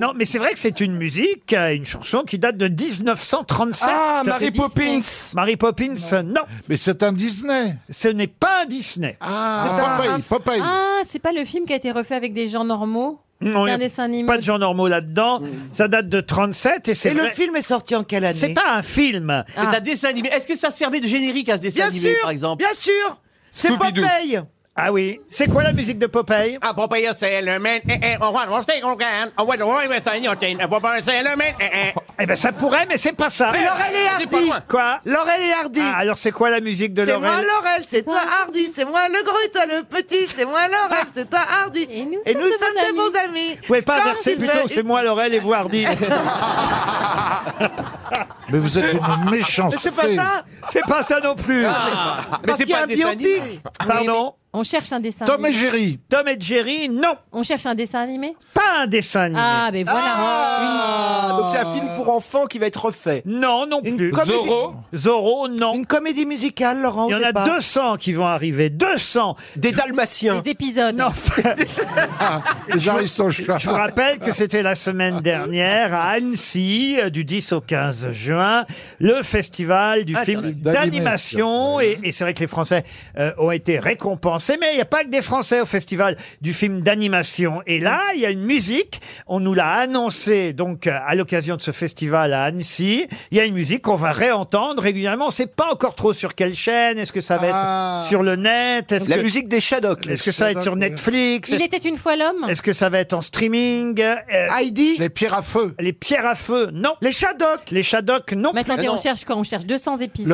Non, mais c'est vrai que c'est une musique, euh, une chanson qui date de 1937.
Ah, Mary Poppins.
Mary Poppins, non.
Mais c'est un Disney.
Ce n'est pas un Disney.
Ah, Popeye, Popeye.
Ah, c'est pas le film qui a été refait avec des gens normaux
Non,
C'est
y a
un dessin animé.
Mm, Pas de gens normaux là-dedans.
Mm.
Ça date de 37 et c'est
Et le
film est sorti en quelle année C'est pas un
Ah.
film.
C'est
Ah.
un dessin animé. Est-ce que ça servait de générique à ce dessin
Bien
animé,
sûr,
par exemple
bien sûr. C'est Scooby-Doo. Popeye. Ah oui. C'est quoi la musique de Popeye
Ah, Popeye, c'est le man. Eh, eh, on va, on va, on va, on va, on va, on va, on va, Popeye, c'est le man. Eh, eh.
Eh ben ça pourrait, mais c'est pas ça.
C'est Laurel et Hardy. C'est pas loin.
Quoi Laurel et Hardy. Ah, alors c'est quoi la musique de
C'est
Laurel
moi Laurel, c'est toi Hardy, c'est moi le gros et toi le petit, c'est moi Laurel, c'est toi Hardy. Et nous, sommes, de bons amis.
Vous pouvez pas
Quand
inverser
il
plutôt,
fait-
c'est moi Laurel et vous Hardy.
Mais vous êtes une méchanceté.
C'est pas ça non plus.
Ah, Parce qu'il y a un biopic. Ah
Pardon
On cherche un dessin
Tom
animé.
et Jerry. Ah, Tom et Jerry, non.
On cherche un dessin animé
Pas un dessin animé.
Ah, ben voilà.
Ah,
donc c'est un film pour enfants qui va être refait. Non, non plus.
comédie- Zorro
Zorro, non.
Une comédie musicale, Laurent.
Il y en a 200 qui vont arriver. 200 Des Dalmatiens.
Des épisodes.
Non.
Les Aristochats.
Je vous rappelle que c'était la semaine dernière à Annecy, euh, du 10 au 15 juin, le festival du
Ah,
film
d'animation.
d'animation. Et, et c'est vrai que les Français euh, ont été récompensés, mais il n'y a pas que des Français au festival du film d'animation. Et là, il y a une musique. On nous l'a annoncé donc euh, à l'occasion de ce festival à Annecy. Il y a une musique qu'on va réentendre régulièrement. On ne sait pas encore trop sur quelle chaîne. Est-ce que ça va
Ah.
être sur le net Est-ce
La
que-
musique des Shadocks.
Est-ce que ça va être sur Netflix
Il était une fois l'homme
est-ce que ça va être en streaming Heidi Les pierres à feu. Les pierres à feu, non. Les Shadocks. Les Shadocks, non.
Mais attendez,
plus.
on cherche quoi On cherche 200 épisodes.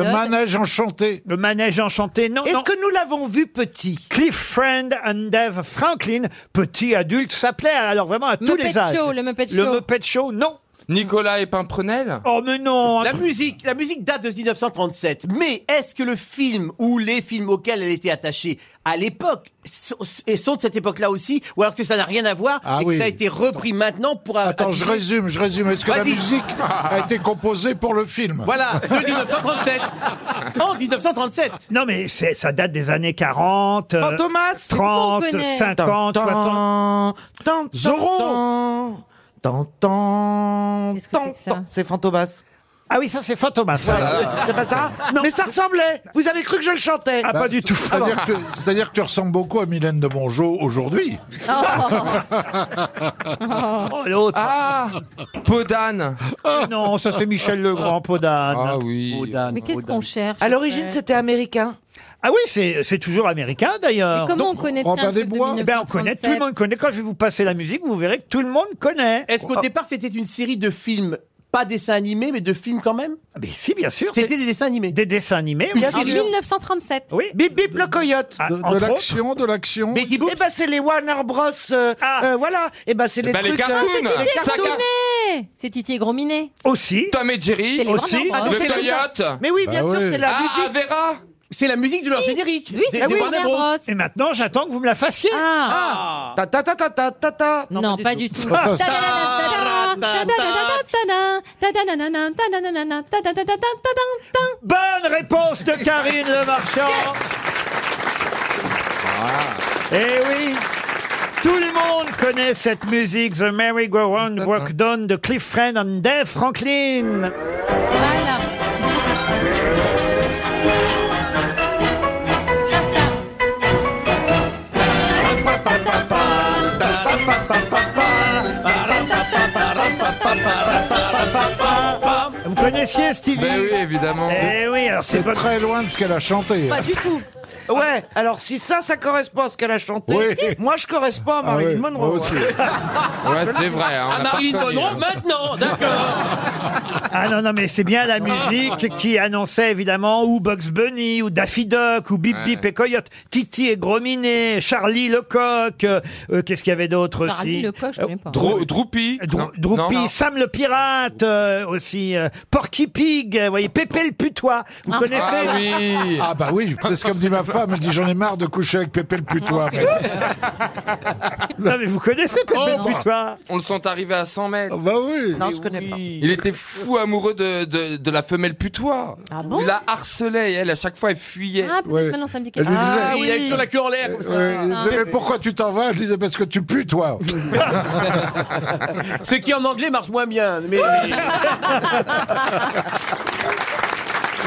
enchanté. Le manège enchanté, non. Est-ce que nous l'avons vu petit Cliff Friend and Dave Franklin, petit adulte, ça plaît alors vraiment à tous
Muppet
les âges.
Show, le Muppet Show.
Muppet Show, non.
Nicolas et Pimprenel
Oh mais non
La musique, la musique date de 1937. Mais est-ce que le film ou les films auxquels elle était attachée à l'époque so- et sont de cette époque-là aussi, ou alors que ça n'a rien à voir
Ah
et
oui.
que ça a été repris maintenant pour. Bah,
Attends, je résume, je résume. Est-ce que la
Vas-y.
musique a été composée pour le film
Voilà, de 1937. En 1937.
Non mais c'est ça date des années 40,
Oh,
euh,
Fantomas,
30,
on connaît.
50,
Tan, tan,
60.
Zorro T'entends C'est Fantomas.
Ah oui, ça c'est Fantomas. Ah.
C'est pas ça Mais ça ressemblait Vous avez cru que je le chantais
Bah, C'est-à-dire que, c'est-à-dire que tu ressembles beaucoup à Mylène de Mongeau aujourd'hui.
Oh, l'autre. Ah,
Ah Podane
Non, ça c'est Michel Legrand, Podane.
Ah oui.
Mais qu'est-ce qu'on cherche
À l'origine, c'était américain.
Ah oui, c'est c'est toujours américain d'ailleurs.
Mais comment Donc, on connaît Robin un truc des de Bois
Eh ben, on connaît, tout le monde connaît. Quand je vais vous passer la musique, vous verrez que tout le monde connaît.
Est-ce qu'au départ c'était une série de films, pas dessins animés, mais de films quand même
Ah, Mais si, bien sûr.
C'était des dessins animés.
Des dessins animés. oui.
En 1937.
Oui.
Bip bip le coyote.
Ah, De- de entre autres.
l'action, de l'action.
Et ben c'est les Warner Bros. euh, euh, voilà. Et ben
Eh
c'est les
Ben, les
trucs. euh,
cartoons.
les
C'est
Ah, Titi et
cartoons.
Saga.
Gros Minet C'est Titi et Gros Minet.
Aussi.
Tom et Jerry
C'est les Aussi.
hein.
Warner Bros.
Le
Ah, donc c'est
Coyote
Mais oui, bien Bah sûr, oui. c'est la
ah,
musique.
Vera
C'est la musique de leur générique.
Oui, c'est les Warner Bros.
Et maintenant, j'attends que vous me la fassiez.
Ah.
Ta ta ta ta ta ta ta.
Non, pas du tout.
Ah.
Ta-da-da-da-da-da, ta-da-da-da-da-da, ta-da-da-da-da, ta-da-da-da-da, ta-da-da-da-da-da-da.
Bonne réponse de Karine Le Marchand.
Ah.
Eh oui. Tout le monde connaît cette musique, The Merry Go Round Walk Down de Cliff Friend and Dave Franklin.
Voilà.
Ta
apprécié, Stevie
Mais Ben oui, évidemment.
Eh oui, alors c'est
c'est
pas-
très loin de ce qu'elle a chanté.
tout.
Ben Ouais, alors si ça, ça correspond à ce qu'elle a chanté,
Oui.
moi je correspond à Marilyn
oui,
Monroe.
Ouais,
c'est vrai,
Ah,
hein, on
l'a pas reconnu, hein.
maintenant, d'accord.
Ah non, non, mais c'est bien la musique qui annonçait évidemment ou Bugs Bunny, ou Daffy Duck, ou Bip
Ouais.
Bip et Coyote, Titi et Grominet, Charlie Lecoq, euh, euh, qu'est-ce qu'il y avait d'autre aussi Euh,
Charlie Lecoq, je connais pas.
Drou-
Droopy.
Drou-
Non,
Droopy,
non, non.
Sam le Pirate euh, aussi, euh, Porky Pig, euh, vous voyez, Pépé le Putois, vous connaissez
Ah oui Ah bah oui, c'est ce que me dit ma femme, elle dit j'en ai marre de coucher avec Pépé le putois.
non mais vous connaissez Pépé
Oh, bah, On le sent arrivé à 100 mètres.
Ah,
bah oui
Non, je connais pas. Il était fou amoureux de, de, de la femelle putois.
bon
Il la harcelait et elle, à chaque fois, elle fuyait.
Ah, peut-être maintenant, ça me dit quelque chose.
Ah, oui,
avec la queue en l'air, comme ça.
Euh, mais pourquoi tu t'en vas Je disais parce que tu pues toi.
Ce qui en anglais marche moins bien. Mais...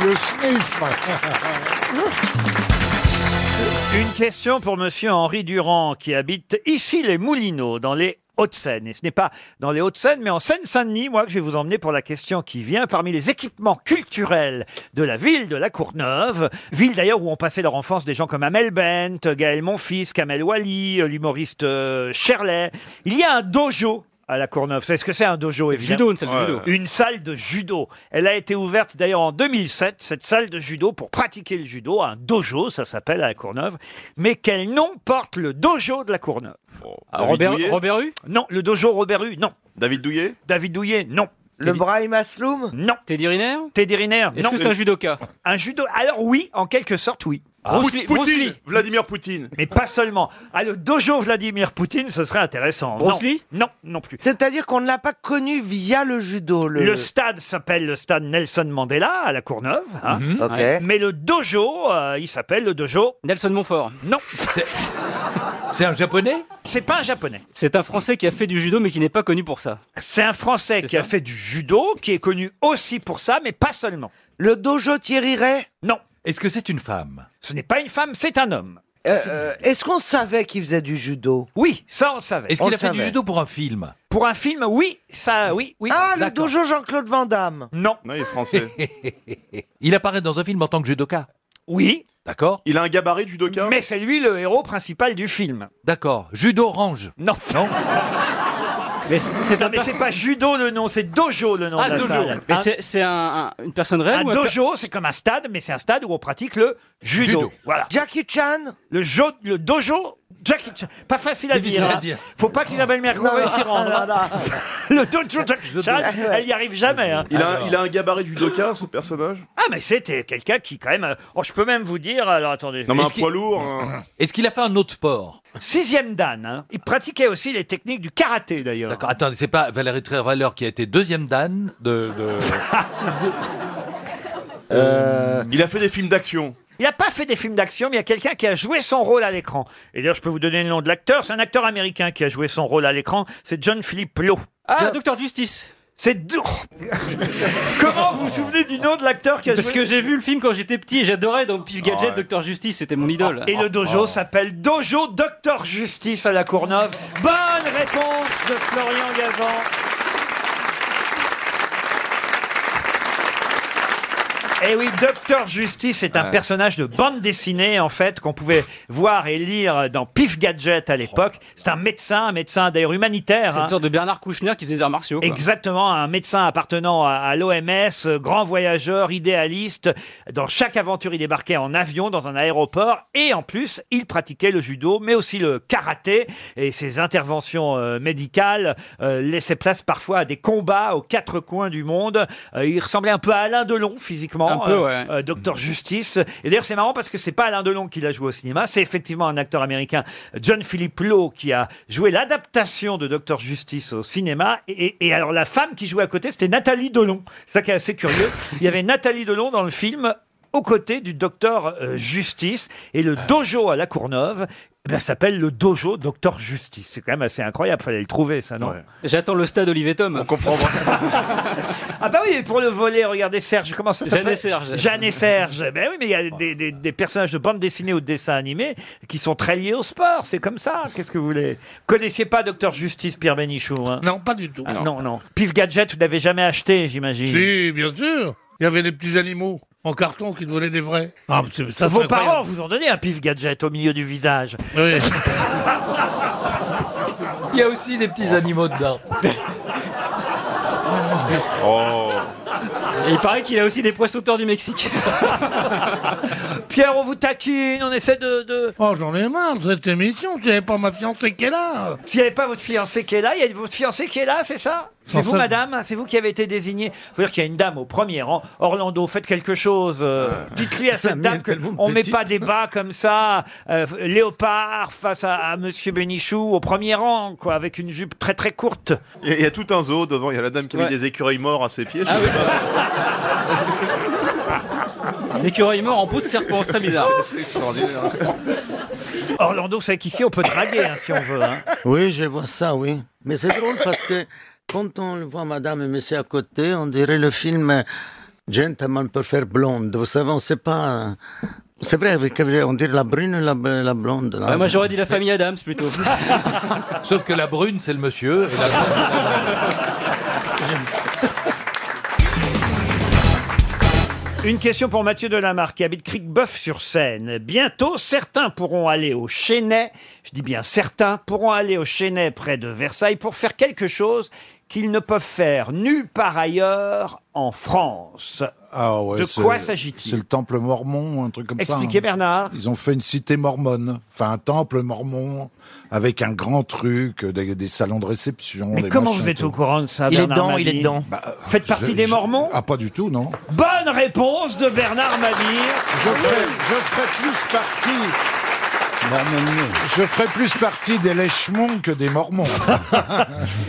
Le sniff.
Une question pour Monsieur Henri Durand qui habite ici les Moulineaux dans les Hauts-de-Seine. Et ce n'est pas dans les Hauts-de-Seine, mais en Seine-Saint-Denis, moi, que je vais vous emmener pour la question qui vient parmi les équipements culturels de la ville de La Courneuve, ville d'ailleurs où ont passé leur enfance des gens comme Amel Bent, Gaël Monfils, Kamel Wally, euh, l'humoriste euh, Shirley. Il y a un dojo à La Courneuve. C'est ce que c'est un dojo,
le
évidemment
judo, une salle de judo.
Euh, une salle de judo. Elle a été ouverte d'ailleurs en 2007, cette salle de judo, pour pratiquer le judo, un dojo, ça s'appelle à la Courneuve. Mais quel nom porte le dojo de la Courneuve
David Robert- Douillet
Robert Hue Non, le dojo Robert Hue, non. David Douillet David Douillet, non. Le Brahim Asloum Non. Teddy Riner Teddy Riner,
Est-ce
non.
que c'est un judoka
Un judo, alors oui, en quelque sorte, oui.
Ah. Bruce Lee- Bruce Lee.
Vladimir Poutine. Mais pas seulement. Ah, le dojo Vladimir Poutine, ce serait intéressant.
Bruce
non. Non, non plus.
C'est-à-dire qu'on ne l'a pas connu via le judo. Le,
Le, stade s'appelle le stade Nelson Mandela à la Courneuve. hein.
Mhm. Ok.
Ouais. Mais le dojo, euh, il s'appelle le dojo. Nelson Montfort. Non.
C'est un japonais
C'est pas un japonais.
C'est un français qui a fait du judo mais qui n'est pas connu pour ça.
C'est un français qui a fait du judo, qui est connu aussi pour ça, mais pas seulement.
Le dojo Thierry Ray
Non.
Est-ce que c'est une femme
Ce n'est pas une femme, c'est un homme.
Euh, euh, Est-ce qu'on savait qu'il faisait du judo
Oui, ça on le savait.
Est-ce qu'il a fait du judo pour un film
Pour un film, oui, ça, oui, oui.
Ah, le
D'accord.
dojo Jean-Claude Van Damme.
Non.
Non, il est français. il apparaît dans un film en tant que judoka
Oui.
D'accord.
Il a un gabarit judoka Mais c'est lui le héros principal du film.
D'accord. Judo orange.
Non.
Non.
Mais c'est- c'est
Non,
un
mais
perso-
c'est pas judo le nom, c'est dojo le nom
Ah,
de la
dojo.
salle.
Mais
Un-
c'est- c'est un- un- une personne réelle
Un
ou un per-
dojo, c'est comme un stade, mais c'est un stade où on pratique le judo.
Judo.
Voilà.
Jackie Chan
Le, jo- le dojo Jackie Chan. Pas facile à
Difficile
dire.
à
hein.
dire.
Faut pas qu'Isabelle Mergo
Non,
s'y rendre.
non,
hein. le dojo Jackie Chan, elle y arrive jamais. hein.
Il a, il a un gabarit du Dakar, ce personnage
Ah, mais c'était quelqu'un qui, quand même. euh, Oh, je peux même vous dire. Alors, attendez.
Non, mais un
Est-ce qu'il-
poids lourd.
hein.
hein. un-
Est-ce qu'il a fait un autre sport
Sixième Dan. hein. Il pratiquait aussi les techniques du karaté, d'ailleurs.
D'accord. Attendez, c'est pas Valérie Trierweiler qui a été deuxième Dan de. de-
Euh,
Il a fait des films d'action.
Il n'a pas fait des films d'action, mais il y a quelqu'un qui a joué son rôle à l'écran. Et d'ailleurs, je peux vous donner le nom de l'acteur. C'est un acteur américain qui a joué son rôle à l'écran. C'est John Philip Lowe.
Ah, Docteur Justice.
C'est dur. Comment vous vous souvenez du nom de l'acteur qui a
Parce
joué
que j'ai vu le film quand j'étais petit et j'adorais dans Pif
Ah
Gadget, Docteur Justice, c'était mon idole.
Et le dojo s'appelle Dojo Docteur Justice à la Courneuve. Bonne réponse de Florian Gazan. Et Eh oui, Docteur Justice est un
Ouais.
personnage de bande dessinée, en fait, qu'on pouvait voir et lire dans Pif Gadget à l'époque. C'est un médecin, un médecin d'ailleurs humanitaire.
C'est une
hein.
sorte de Bernard Kouchner qui faisait des arts martiaux. quoi.
Exactement, un médecin appartenant à, l'OMS, euh, grand voyageur, idéaliste. Dans chaque aventure, il débarquait en avion dans un aéroport et en plus, il pratiquait le judo, mais aussi le karaté. Et ses interventions euh, médicales euh, laissaient place parfois à des combats aux quatre coins du monde. Euh, il ressemblait un peu à Alain Delon physiquement, euh,
Un peu, ouais.
Docteur Justice. Et d'ailleurs, c'est marrant parce que c'est pas Alain Delon qui l'a joué au cinéma, c'est effectivement un acteur américain, John Philip Lowe, qui a joué l'adaptation de Docteur Justice au cinéma. Et, et alors, la femme qui jouait à côté, c'était Nathalie Delon. C'est ça qui est assez curieux. Il y avait Nathalie Delon dans le film aux côtés du docteur euh, Justice et le dojo à la Courneuve eh ben, s'appelle le dojo Docteur Justice. C'est quand même assez incroyable, fallait le trouver, ça, non
J'attends le stade Olivetum. On comprend.
Ah bah oui, pour le volet, regardez Serge, comment ça s'appelle
Jeanne et Serge. Oh
Jeanne et Serge. Ben oui, mais il y a des, des- des personnages de bande dessinée ou de dessin animé qui sont très liés au sport, c'est comme ça, qu'est-ce que vous voulez Connaissiez pas Docteur Justice, Pierre Bénichou Non, pas du tout. non, non. Pif Gadget, vous n'avez jamais acheté, j'imagine
Si, bien sûr. Il y avait des petits animaux Oh, en carton qui devenaient des vrais. Ah, mais c'est- ça, c'est
Vos
incroyable.
parents vous ont donné un pif gadget au milieu du visage.
Oui.
Il y a aussi des petits animaux dedans.
Oh.
Et il paraît qu'il a aussi des poissons-auteurs du Mexique.
Pierre, on vous taquine, on essaie de.
Oh, j'en ai marre de cette émission. Tu n'avais pas ma fiancée qui est là.
S'il n'y avait pas votre fiancée qui est là, il y a votre fiancée qui est là, c'est ça C'est
Non,
vous,
ça-
madame C'est vous qui avez été désignée Faut dire qu'il y a une dame au premier rang. Orlando, faites quelque chose. euh, Dites-lui à cette dame qu'on ne met pas des bas comme ça. euh, léopard face à, à Monsieur Bénichou au premier rang, quoi, avec une jupe très très courte.
Il y, a- il y a tout un zoo devant, il y a la dame qui a
Ouais. Ah
mis des écureuils morts à ses pieds. je sais pas.
Des écureuils morts en peau de serpent, c'est très bizarre.
C'est extraordinaire.
Orlando, c'est qu'ici on peut draguer hein, si on veut. hein.
Oui, je vois ça, oui. Mais c'est drôle parce que quand on le voit madame et monsieur à côté, on dirait le film euh, Gentleman préfère blonde. Vous savez, on sait pas. euh, C'est vrai, avec- on dirait la brune et la, la blonde. là.
Bah,
Ouais, moi j'aurais dit la famille Adams plutôt.
Sauf que la brune, c'est le monsieur. et la blonde, c'est la dame.
Une question pour Mathieu Delamarre qui habite Cricbeuf-sur-Seine. Bientôt, certains pourront aller au Chênay, je dis bien certains, pourront aller au Chênay près de Versailles pour faire quelque chose qu'ils ne peuvent faire nulle part ailleurs en France.
Ah ouais,
de
c'est-
quoi s'agit-il
C'est le temple mormon, un truc comme ça.
Expliquez,
hein.
Bernard.
Ils ont fait une cité mormone, enfin un temple mormon, avec un grand truc, euh, des, des salons de réception.
Mais
des
comment
machins
vous
et
êtes
tout.
au courant de ça, Bernard Mabille
Bah, euh,
Faites partie
je-
des
je-
Mormons
Ah, pas du tout, non.
Bonne réponse de Bernard Mabille.
Je ferai, je ferai plus partie. Je ferai plus partie des Lèchemons que des Mormons.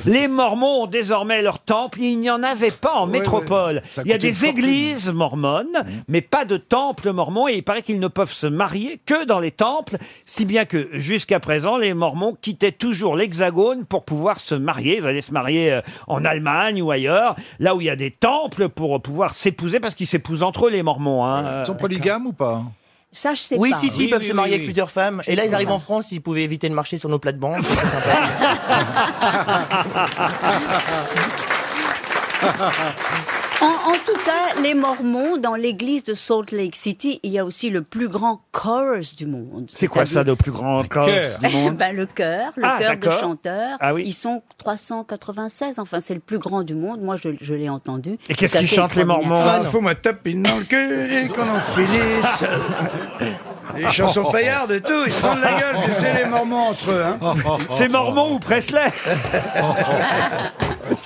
Les Mormons ont désormais leur temple. Il n'y en avait pas en métropole.
Ça
Il y a
coûte une
des
fortune. Mmh.
églises mormones, mais pas de temple mormon. Et il paraît qu'ils ne peuvent se marier que dans les temples, si bien que jusqu'à présent, les Mormons quittaient toujours l'Hexagone pour pouvoir se marier. Ils allaient se marier euh, en Allemagne ou ailleurs, là où il y a des temples pour pouvoir s'épouser, parce qu'ils s'épousent entre eux, les Mormons. hein.
Ils sont polygames ou pas
Ça, je sais
Ah Oui,
pas.
si, si, ils peuvent se marier avec plusieurs femmes. Et là, ils arrivent en France, ils pouvaient éviter de marcher sur nos plates-bandes. C'est sympa.
En, en tout cas, les Mormons, dans l'église de Salt Lake City, il y a aussi le plus grand chorus du monde.
C'est quoi ça,
C'est-à-dire-
le plus grand corps du monde
Ben, Le chœur, le
Ah,
chœur de
d'accord.
chanteurs.
Ah oui.
Ils sont 396, enfin, c'est le plus grand du monde. Moi, je, je l'ai entendu.
Et qu'est-ce
C'est
qu'ils
assez
chantent, les
extraordinaire.
Mormons Ah, non.
Faut me taper dans le cul et qu'on en finisse. Les chansons paillardes et tout, ils se font de la gueule, tu sais, les Mormons entre eux. Hein.
C'est Mormon ou Presley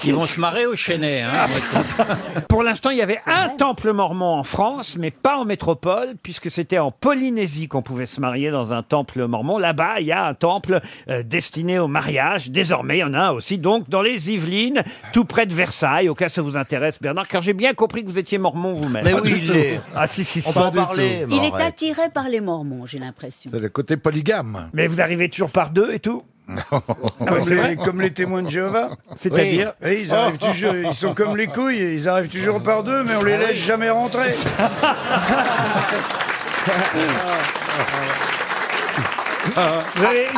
Ils vont se marrer au Chênay. Hein.
Pour l'instant, il y avait un temple mormon en France, mais pas en métropole, puisque c'était en Polynésie qu'on pouvait se marier dans un temple mormon. Là-bas, il y a un temple euh, destiné au mariage. Désormais, il y en a un aussi, donc, dans les Yvelines, tout près de Versailles, au cas où ça vous intéresse, Bernard, car j'ai bien compris que vous étiez mormon vous-même.
Mais Pas oui, du il tout. est.
Ah si, si,
On
si.
va en Pas du parler, tout. mais
Il est
arrête.
attiré par les Mormons, j'ai l'impression.
C'est le côté polygame.
Mais vous arrivez toujours par deux et tout
Comme,
Ah c'est
les,
vrai
comme les témoins de Jéhovah.
C'est-à-dire
Et ils arrivent toujours, ils sont comme les couilles, ils arrivent toujours par deux, mais on les laisse jamais rentrer.
Ah,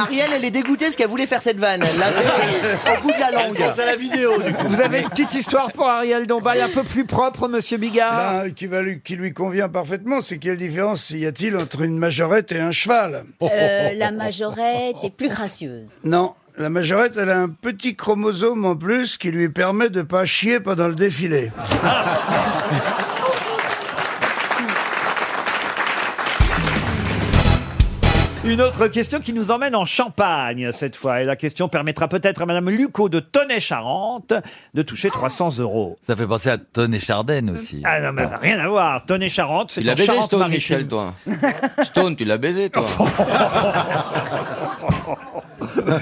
Ariel, elle est dégoûtée parce qu'elle voulait faire cette vanne. Elle l'a fait au bout de la langue.
Elle pense à la vidéo, du coup.
Vous avez une petite histoire pour Ariel Dombal, un peu plus propre, monsieur Bigard
Ben, qui, va lui, qui lui convient parfaitement, c'est quelle différence y a-t-il entre une majorette et un cheval
Euh, la majorette est plus gracieuse.
Non, la majorette, elle a un petit chromosome en plus qui lui permet de pas chier pendant le défilé.
Une autre question qui nous emmène en Champagne cette fois. Et la question permettra peut-être à Madame Lucot de Tonnet-Charente de toucher 300 euros.
Ça fait penser à Tonne et Chardenne aussi.
Ah non, mais ça n'a rien à voir. Tonnet-Charente, c'est
Il a
en
baisé
Charente
Stone,
maritime.
Michel, toi.
Stone, tu l'as baisé, toi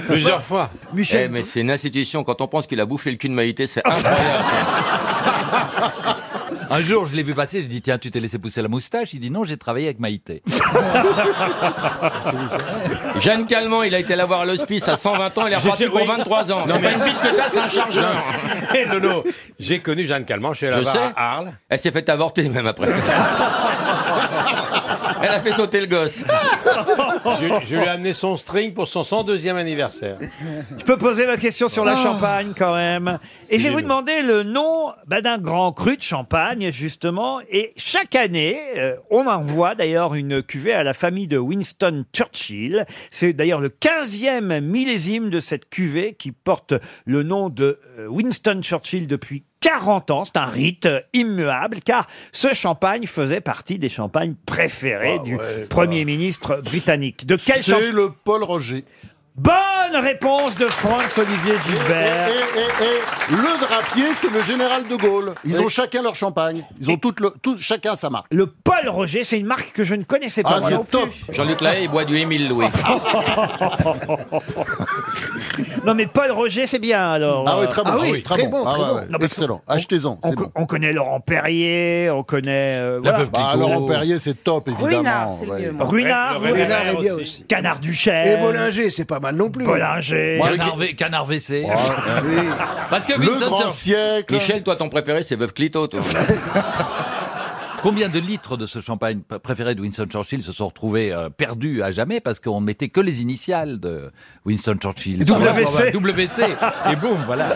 Plusieurs fois. Michel-
Eh, mais c'est une institution. Quand on pense qu'il a bouffé le cul de Maïté, c'est incroyable.
Un jour, je l'ai vu passer, je dit tiens, tu t'es laissé pousser la moustache. Il dit non, j'ai travaillé avec Maïté.
Jeanne Calment, il a été la voir à l'hospice à 120 ans, il est
J'ai
reparti
fait-
pour
oui.
23 ans.
Non,
C'est
mais-
pas une bite que t'as, c'est un chargeur.
Hé Lolo, Eh, j'ai connu Jeanne Calment chez la
Je sais.
à Arles.
Elle s'est fait avorter même après. Elle a fait sauter le gosse.
Je, je lui ai amené son string pour son 102e anniversaire.
Je peux poser ma question sur la
Ah.
champagne quand même. Et je vais vous demander le nom bah, d'un grand cru de champagne, justement. Et chaque année, euh, on envoie d'ailleurs une cuvée à la famille de Winston Churchill. C'est d'ailleurs le 15e millésime de cette cuvée qui porte le nom de euh, Winston Churchill depuis 40 ans, c'est un rite euh, immuable, car ce champagne faisait partie des champagnes préférées du
Ah
Premier ministre britannique. De quel
C'est
champagne
le Paul Roger. Eh,
Bonne réponse de Franz-Olivier Gilbert.
Et, et- et- et eh, le drapier, c'est le général de Gaulle. Ils ont chacun leur champagne. Ils ont toutes le, tout- chacun sa marque.
Le Paul Roger, c'est une marque que je ne connaissais
pas.
Ah, c'est
top.
Jean-Luc Lahaye, il boit du Émile Louis.
non mais Paul Roger, c'est bien alors.
Ah oui,
Euh,
très bon. oui, très bon. Ah ouais, ouais.
Non, parce
Excellent.
qu'on-
Achetez-en.
On, co- on connaît Laurent Perrier, on connaît. euh, voilà.
Bah, Laurent Perrier, c'est top, évidemment.
Ruinard, c'est le
ouais.
mieux, moi. Ruinard,
Le Ruinard
Ruinard
est
aussi.
bien
Canard du Chêne.
Et Bollinger,
c'est pas mal non plus.
Bollinger.
Canard, V- Canard VC. Parce que Le Vincent grand Churchill-
siècle.
Michel, toi, ton préféré, c'est Veuve Clito, toi.
Combien de litres de ce champagne p- préféré de Winston Churchill se sont retrouvés euh, perdus à jamais parce qu'on ne mettait que les initiales de Winston Churchill
WC.
WC. Et boum, voilà.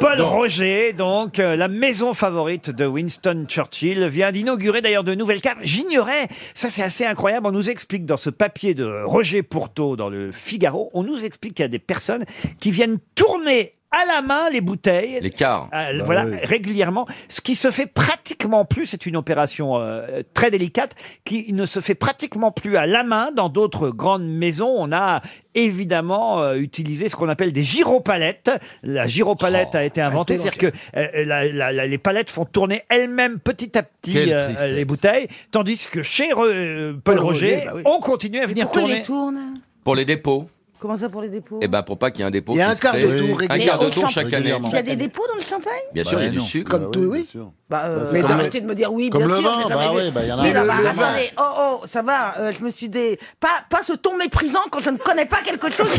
Paul Roger, donc, euh, la maison favorite de Winston Churchill, vient d'inaugurer d'ailleurs de nouvelles caves. J'ignorais, ça c'est assez incroyable, on nous explique dans ce papier de Roger Pourteau dans le Figaro, on nous explique qu'il y a des personnes qui viennent tourner à la main les bouteilles.
Les quarts.
Euh,
Bah
voilà,
oui.
régulièrement. Ce qui se fait pratiquement plus, c'est une opération euh, très délicate, qui ne se fait pratiquement plus à la main. Dans d'autres grandes maisons, on a évidemment euh, utilisé ce qu'on appelle des gyropalettes. La
Oh,
gyropalette a été inventée, c'est-à-dire que euh, la- la- la- les palettes font tourner elles-mêmes petit à petit
Quelle
euh,
tristesse.
les bouteilles, tandis que chez euh, Paul,
Paul
Roger,
Roger, bah oui.
on continue à venir
pourquoi il
tourner.
les Pour les dépôts.
Comment ça pour les dépôts
Eh ben, pour pas qu'il y ait un dépôt.
Oh. Il y a
qui
un
se
quart de
crée.
tour
Un
régulier.
quart de
Mais au
tour chaque
champagne,
année.
Il y a des dépôts dans le champagne
Bien sûr, il y a du sucre.
Comme tout, oui. Bah, euh,
Bah, c'est
mais
comme le-
arrêtez de me dire oui,
comme
bien
le
sûr.
vin,
j'ai
bah
jamais
ouais,
vu.
bah, y en a
Mais
un.
non, bah,
Le- le
attendez, oh oh, ça va, euh, je me suis des. Pas, pas ce ton méprisant quand je ne connais pas quelque chose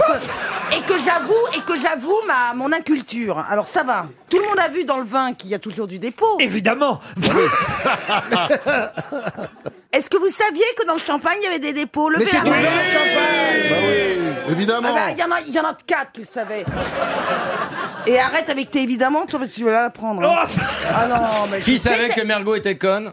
et que, et que j'avoue et que j'avoue ma mon inculture. Alors ça va. Tout le monde a vu dans le vin qu'il y a toujours du dépôt.
Évidemment.
Est-ce que vous saviez que dans le champagne il y avait des dépôts Levez
Mais c'est
la
du
main.
vin, le
Bah
champagne.
Évidemment.
Ah bah, Il y en a- il y en a quatre qui le savaient. Et arrête avec tes évidemment, toi, parce que tu vas l'apprendre. hein. ah non, mais
Qui
je-
savait que Mergot était conne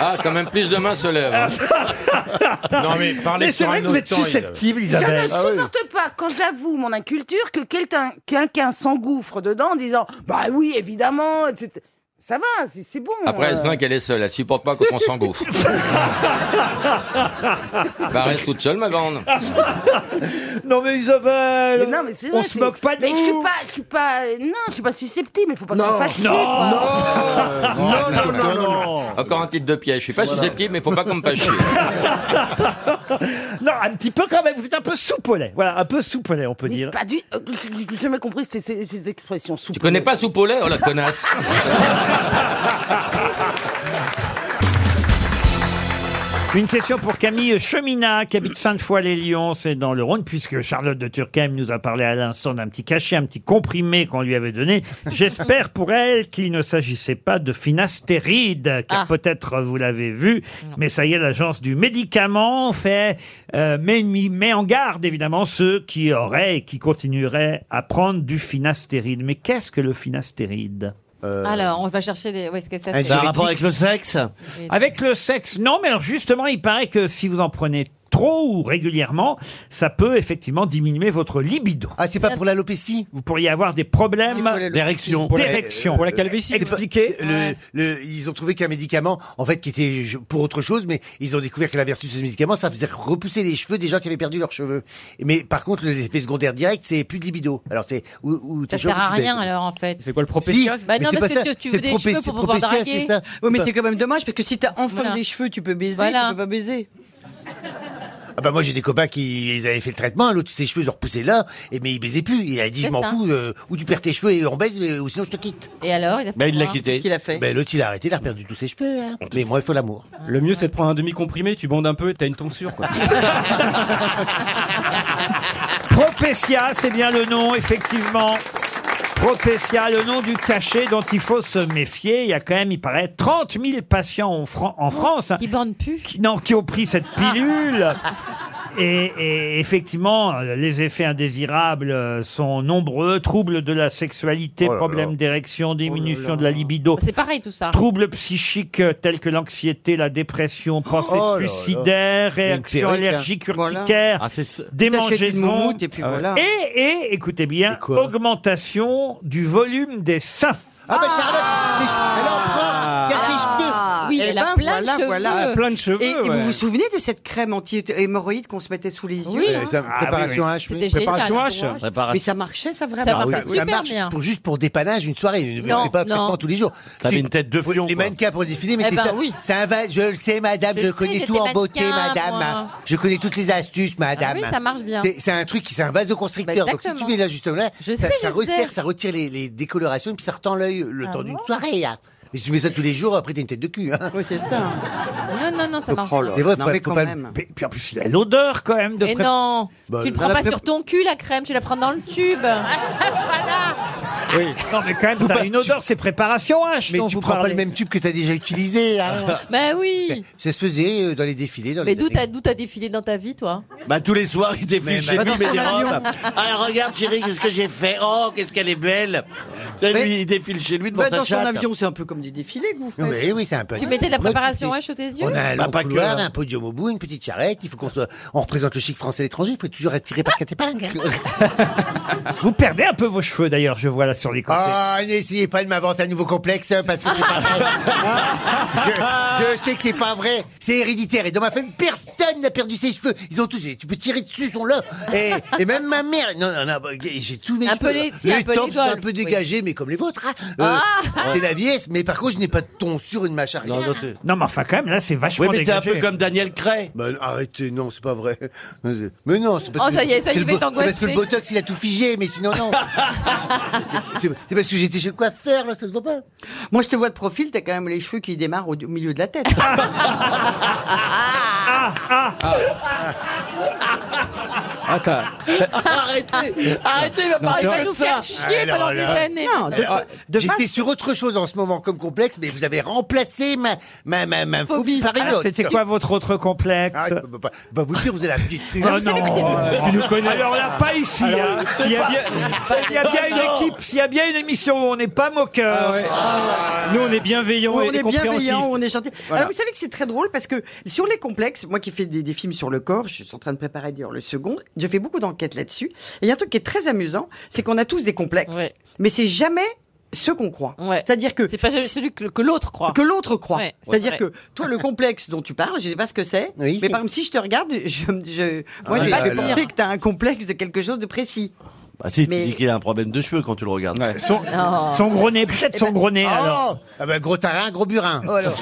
Ah, quand même, plus de mains se lèvent. hein.
Non, mais parlez
Mais c'est
sur
vrai
un
que vous
autre
êtes
temps,
susceptible,
Je
Isabelle.
ne
Ah oui.
supporte pas quand j'avoue mon inculture que quelqu'un quelqu'un s'engouffre dedans en disant bah oui évidemment etc. Ça va, c'est- c'est bon.
Après, elle se
euh.
plaint qu'elle est seule. Elle supporte pas quand on s'engouffre. bah, reste toute seule, ma grande.
Non mais Isabelle,
Mais non, mais c'est
on
vrai,
se
c'est-
moque pas de
Mais je suis
vous.
pas, je suis pas, euh, non, je suis pas susceptible. Il faut pas qu'on
Non.
me fasse chier,
Non.
quoi.
Non,
non, non, non,
Encore un titre de piège. Je suis pas susceptible, mais faut pas qu'on me fasse chier.
Non, un petit peu quand même. Vous êtes un peu soupolet. Voilà, un peu soupolet, on peut dire.
Pas du, euh, j'ai- j'ai jamais compris ces, ces- ces expressions.
Tu connais pas Soupolet Oh la connasse
Une question pour Camille Cheminat, qui habite Sainte-Foy-les-Lyons, c'est dans le Rhône, puisque Charlotte de Turckheim nous a parlé à l'instant d'un petit cachet, un petit comprimé qu'on lui avait donné. J'espère pour elle qu'il ne s'agissait pas de finastéride, car peut-être vous l'avez vu, mais ça y est, l'agence du médicament fait, euh, met, met en garde évidemment ceux qui auraient et qui continueraient à prendre du finastéride. Mais qu'est-ce que le finastéride
Euh,
Alors, on va chercher les. Ouais, ce que ça fait.
le sexe Avec le sexe, non, mais alors justement, il paraît que si vous en prenez trop ou régulièrement, ça peut effectivement diminuer votre libido. Ah, c'est pas pour l'alopécie Vous pourriez avoir des problèmes d'érection. D'érection.
Pour la calvitie.
Expliquez.
Le- le- ils ont trouvé qu'un médicament, en fait, qui était je- pour autre chose, mais ils ont découvert que la vertu de ce médicament, ça faisait repousser les cheveux des gens qui avaient perdu leurs cheveux. Mais par contre, l'effet secondaire direct, c'est plus de libido. Alors c'est ou, ou
Ça
tes cheveux
sert à
qui baissent.
Ah, rien alors en fait.
C'est quoi le
propétia
Si,
Bah non,
mais c'est
parce
pas
que
ça.
tu- tu veux
C'est
des cheveux
propé-
pour
c'est
pouvoir
propétia,
draguer.
c'est ça.
Oui, mais
Bah,
c'est quand même dommage parce que si t'as enfin
Voilà.
des cheveux, tu peux baiser,
Voilà.
tu peux pas baiser.
Ah bah moi j'ai des copains qui ils avaient fait le traitement, l'autre ses cheveux ils ont repoussé là, et mais il baisait plus. Il a dit
C'est
je m'en
ça.
fous, euh, ou tu perds tes cheveux et on baise, mais, ou sinon je te quitte.
Et alors Bah, il a fait quoi Hein Qu'est-ce qu'il a fait
Ben, l'autre il a arrêté, il a perdu tous ses cheveux. hein. Mais moi il faut l'amour.
Le mieux c'est de prendre un demi-comprimé, tu bandes un peu et t'as une tonsure quoi.
Propecia, c'est bien le nom, effectivement. Propecia, le nom du cachet dont il faut se méfier. Il y a quand même, il paraît, 30 000 patients en, Fran- en France. Qui
Oh, bandent plus
Non, qui ont pris cette pilule. Et, et effectivement, les effets indésirables euh, sont nombreux. Troubles de la sexualité, problèmes d'érection, diminution de la libido.
C'est pareil tout ça.
Troubles psychiques euh, tels que l'anxiété, la dépression, pensées
Oh là là.
suicidaires,
Il y a une
réactions
perruque, hein.
allergiques,
Voilà.
urticaires,
Ah, c'est ça. Taché de
démangeaisons.
moumoute, et puis Ah ouais. voilà.
Et- et, écoutez bien, augmentation du volume des seins.
Ah ben Charlotte, les che- elle en
Ah.
prend. Il y a ses cheveux.
Ah.
Oui,
Eh
elle a
ben,
plein de
voilà,
cheveux.
voilà.
Elle a plein de
Et, et
cheveux, ouais.
vous vous souvenez de cette crème anti-hémorroïde qu'on se mettait sous les yeux
Oui. Euh, ça-
Ah,
Eh, préparation H, oui. C'était
Préparation
génial,
H.
hein, pour H.
Mais ça marchait, ça vraiment.
Ah oui, ça marche pour- juste pour dépannage une soirée, une-
Non,
on n'est pas
non.
pratiquement tous les jours.
T'avais
C'est-
une tête de
faut-
fion,
Les
quoi.
mannequins pour défiler, mais
Eh
t'es
ben
ça,
oui.
c'est un va- je le sais, madame, je,
sais,
connais
j'étais
tout en beauté,
mannequin,
madame.
moi. Ah
Je connais toutes les astuces, madame.
oui, ça marche bien.
C'est- C'est un truc qui, c'est un vasoconstricteur.
Bah,
Donc si tu
exactement.
mets là justement là,
Je
ça,
sais,
ça
je
resserre,
sais.
ça retire les, les décolorations, puis ça retend l'œil le
Ah
temps d'une
bon
soirée. là. Mais si tu mets ça tous les jours, après t'as une tête de cul. Oui, c'est ça.
Oh
Non, non, non, ça marche. pas.
C'est vrai,
Non,
faut-
mais
faut
quand
pas-
même.
Et puis en plus, il a l'odeur quand même de
Et
pré-
non,
Bah,
tu le
à
prends
la
pas
pré-
sur ton cul la crème, tu la prends dans le tube.
Oui. Non, mais quand même, ça a une odeur, c'est préparation H.
Mais
dont
tu
vous
prends pas
parlez.
le même tube que t'as déjà utilisé. hein.
Bah oui.
Ça se faisait euh, dans les défilés. Dans
Mais
les
d'où t'as d'où t'as défilé dans ta vie, toi
Bah tous les soirs, il
défile
Eh
chez
ben,
bah,
lui, mais des robes.
Ah,
Alors regarde chérie, qu'est-ce que j'ai fait Oh, qu'est-ce qu'elle est belle
lui, Mais-
il défile chez lui
Bah, dans son avion, c'est un peu comme des défilés que vous faites.
Oui, oui, c'est un peu.
Tu mettais de la
Notre
préparation
petit-
H sous tes yeux
On a un
Bah,
long
pas que.
couloir,
hein.
un podium au bout, une petite charrette. Il faut qu'on soit. On représente le chic français à l'étranger. Il faut toujours être tiré par quatre épingles. hein.
Vous perdez un peu vos cheveux d'ailleurs, je vois là sur les côtés.
Ah, n'essayez pas de m'inventer un nouveau complexe hein, parce que c'est pas vrai. je, je sais que c'est pas vrai. C'est héréditaire. Et dans ma famille, personne n'a perdu ses cheveux. Ils ont tous. Tu peux tirer dessus, son l'a. Et, et même ma mère. Non, non, non. J'ai tous mes
Un peu
cheveux.
les- si, un peu les
tempes sont un
golfs,
peu
oui.
dégagées, mais comme les vôtres. hein.
Ah.
C'est la vieillesse. Mais par contre, je n'ai pas de tonsure, une mâche arrière. hein.
Non, mais enfin, quand même, là, Ah, c'est vachement dégagé.
Daniel Cray. Bah, arrêtez, non, c'est pas vrai. Mais non, c'est parce
Oh,
que.
ça y est, ça y
c'est
est,
le
il est
bo- c'est Parce que
angoissé.
le botox, il a tout figé, mais sinon, non. c'est c'est parce que j'étais chez le coiffeur, là, ça se voit pas.
Moi, je te vois de profil, t'as quand même les cheveux qui démarrent au, au milieu de la tête. Ah.
Ah,
Attends.
Arrêtez Arrêtez,
Non,
parler
c'est
comme
vrai. nous faire chier
Alors
pendant des
là.
années. Non, de-
Ah,
de
J'étais
face.
sur autre chose en ce moment comme complexe, mais vous avez remplacé ma, ma, ma, ma phobie par une
Ah,
autre.
C'était quoi votre autre complexe
Ah, bah, bah, bah, vous dire, vous avez la petite.
Ah
euh,
non, tu nous connais. Alors là, pas ici.
Alors,
hein.
c'est
S'il y a
pas-
bien, s'il y a bien
Non.
une équipe, s'il y a bien une émission où on n'est pas moqueur. Ah.
Nous on est bienveillants
on
et,
est
compréhensifs.
bienveillant, on est gentil.
Voilà.
Alors vous savez que c'est très drôle parce que sur les complexes, moi qui fais des, des films sur le corps, je suis en train de préparer d'ailleurs le second, je fais beaucoup d'enquêtes là-dessus. Et il y a un truc qui est très amusant, c'est qu'on a tous des complexes, mais c'est jamais ce qu'on croit. C'est-à-dire que c'est pas celui que, l'autre croit. Que l'autre croit.
Ouais, c'est
C'est-à-dire
vrai.
que toi le complexe dont tu parles, je sais pas ce que c'est,
Oui.
mais par exemple si je te regarde, je, je moi
Ah,
je
là,
vais
là.
penser que tu as un complexe de quelque chose de précis.
Bah si,
Mais-
tu dis qu'il a un problème de cheveux quand tu le regardes.
Son,
Non.
son gros nez, peut-être son gros nez alors.
Ah bah, gros tarin, gros burin. Oh, alors.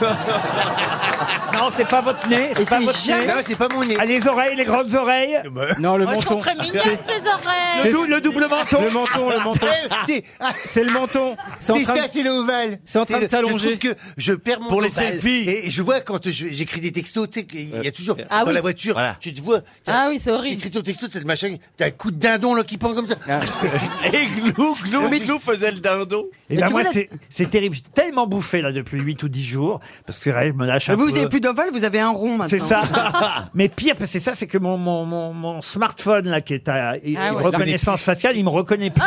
Non, c'est pas votre nez. C'est
Et
pas
c'est
votre
jamais-
nez.
Non, c'est pas mon nez.
Ah, les oreilles, les grandes oreilles.
Non, le
Oh, elles sont
menton.
très mignonnes,
C'est-
ces oreilles.
c'est-
Le dou- le double menton. Ah,
Le menton, le menton.
C'est-
C'est le menton. C'est en
C'est
train de-
Ah, ça, c'est l'ovale.
C'est en train de
le-
s'allonger.
Je trouve que je perds mon
Pour les
ovale.
selfies.
Et je vois quand je- j'écris des textos, tu sais, qu'il y a toujours
Ah
dans
oui.
la voiture, tu te vois. Ah oui, c'est horrible. Écris ton texto, t'as le machin, t'as un coup de dindon là qui pend comme ça.
Ah.
Et glou, glou, glou faisait le dindon.
Et ben moi, c'est- c'est terrible. J'ai tellement bouffé là depuis 8 ou 10 jours parce que là, je me lâche un
Vous,
peu.
vous avez plus d'ovale, vous avez un rond maintenant.
C'est ça. Mais pire, parce que c'est ça, c'est que mon, mon, mon, mon smartphone, là, qui est à
Ah ouais.
reconnaissance faciale, il me reconnaît plus.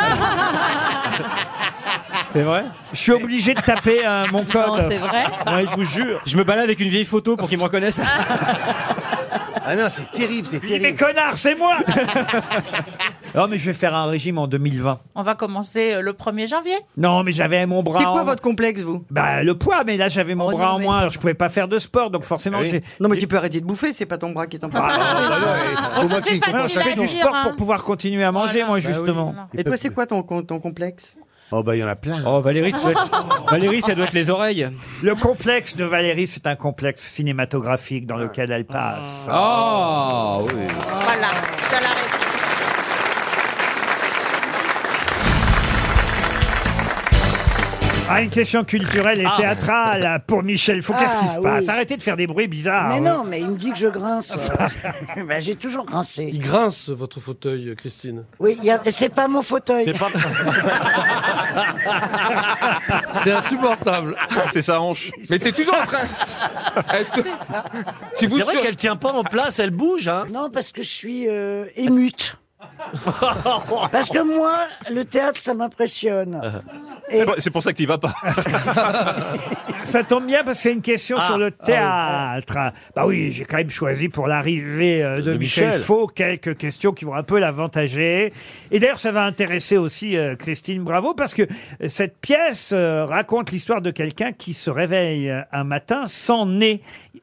C'est vrai
Je suis obligé de taper euh, mon code.
c'est vrai
Ouais, je vous jure.
Je me balade avec une vieille photo pour qu'ils me reconnaissent.
Ah non, c'est terrible, c'est terrible.
Mais connard, c'est moi Non, Oh, mais je vais faire un régime en 2020.
On va commencer euh, le 1er janvier.
Non, mais j'avais mon bras
C'est quoi
en-
votre
complexe, vous
Bah, le poids, mais là, j'avais mon
Oh
bras
non,
en
mais
moins,
c'est-
alors je pouvais pas faire de sport, donc forcément,
Eh
j'ai...
Non, mais tu peux arrêter de bouffer, c'est pas ton bras qui t'en
Ah, non, bah
non, et- au moins qu'il
hein.
Bah
Oh Bah
Non, je fais du sport pour pouvoir continuer à manger, moi, justement.
Et toi, c'est quoi ton, con- ton complexe
Oh bah il y en a plein.
Oh, Valérie,
ça doit être- Valérie, ça doit être les
oreilles. Le complexe de Valérie, c'est un complexe cinématographique dans lequel elle passe.
Ah oui.
Voilà, je l'arrête.
Ah, une question culturelle et
Ah.
théâtrale pour Michel Faux. Qu'est-ce qui
Ah,
se passe
oui.
Arrêtez de faire des bruits bizarres.
hein.
mais non, mais il me dit que je grince. Euh, ben, j'ai toujours grincé.
Il grince votre fauteuil, Christine.
Oui, il y a- c'est pas mon fauteuil.
C'est insupportable.
C'est sa hanche.
Mais t'es toujours en train. Eh,
C'est vrai qu'elle tient pas en place, elle bouge.
hein.
Non, parce que je suis euh, émute. parce que moi, le théâtre, ça m'impressionne. Et-
C'est pour ça que tu vas pas.
Ah, Ça tombe bien parce que c'est une question
Ah,
sur le
ah
théâtre. Bah oui, j'ai quand même choisi pour l'arrivée euh,
De
de, Michel,
Michel.
Faux quelques questions qui vont un peu l'avantager. Et d'ailleurs, ça va intéresser aussi euh, Christine Bravo parce que euh, cette pièce euh, raconte l'histoire de quelqu'un qui se réveille euh, un matin sans nez,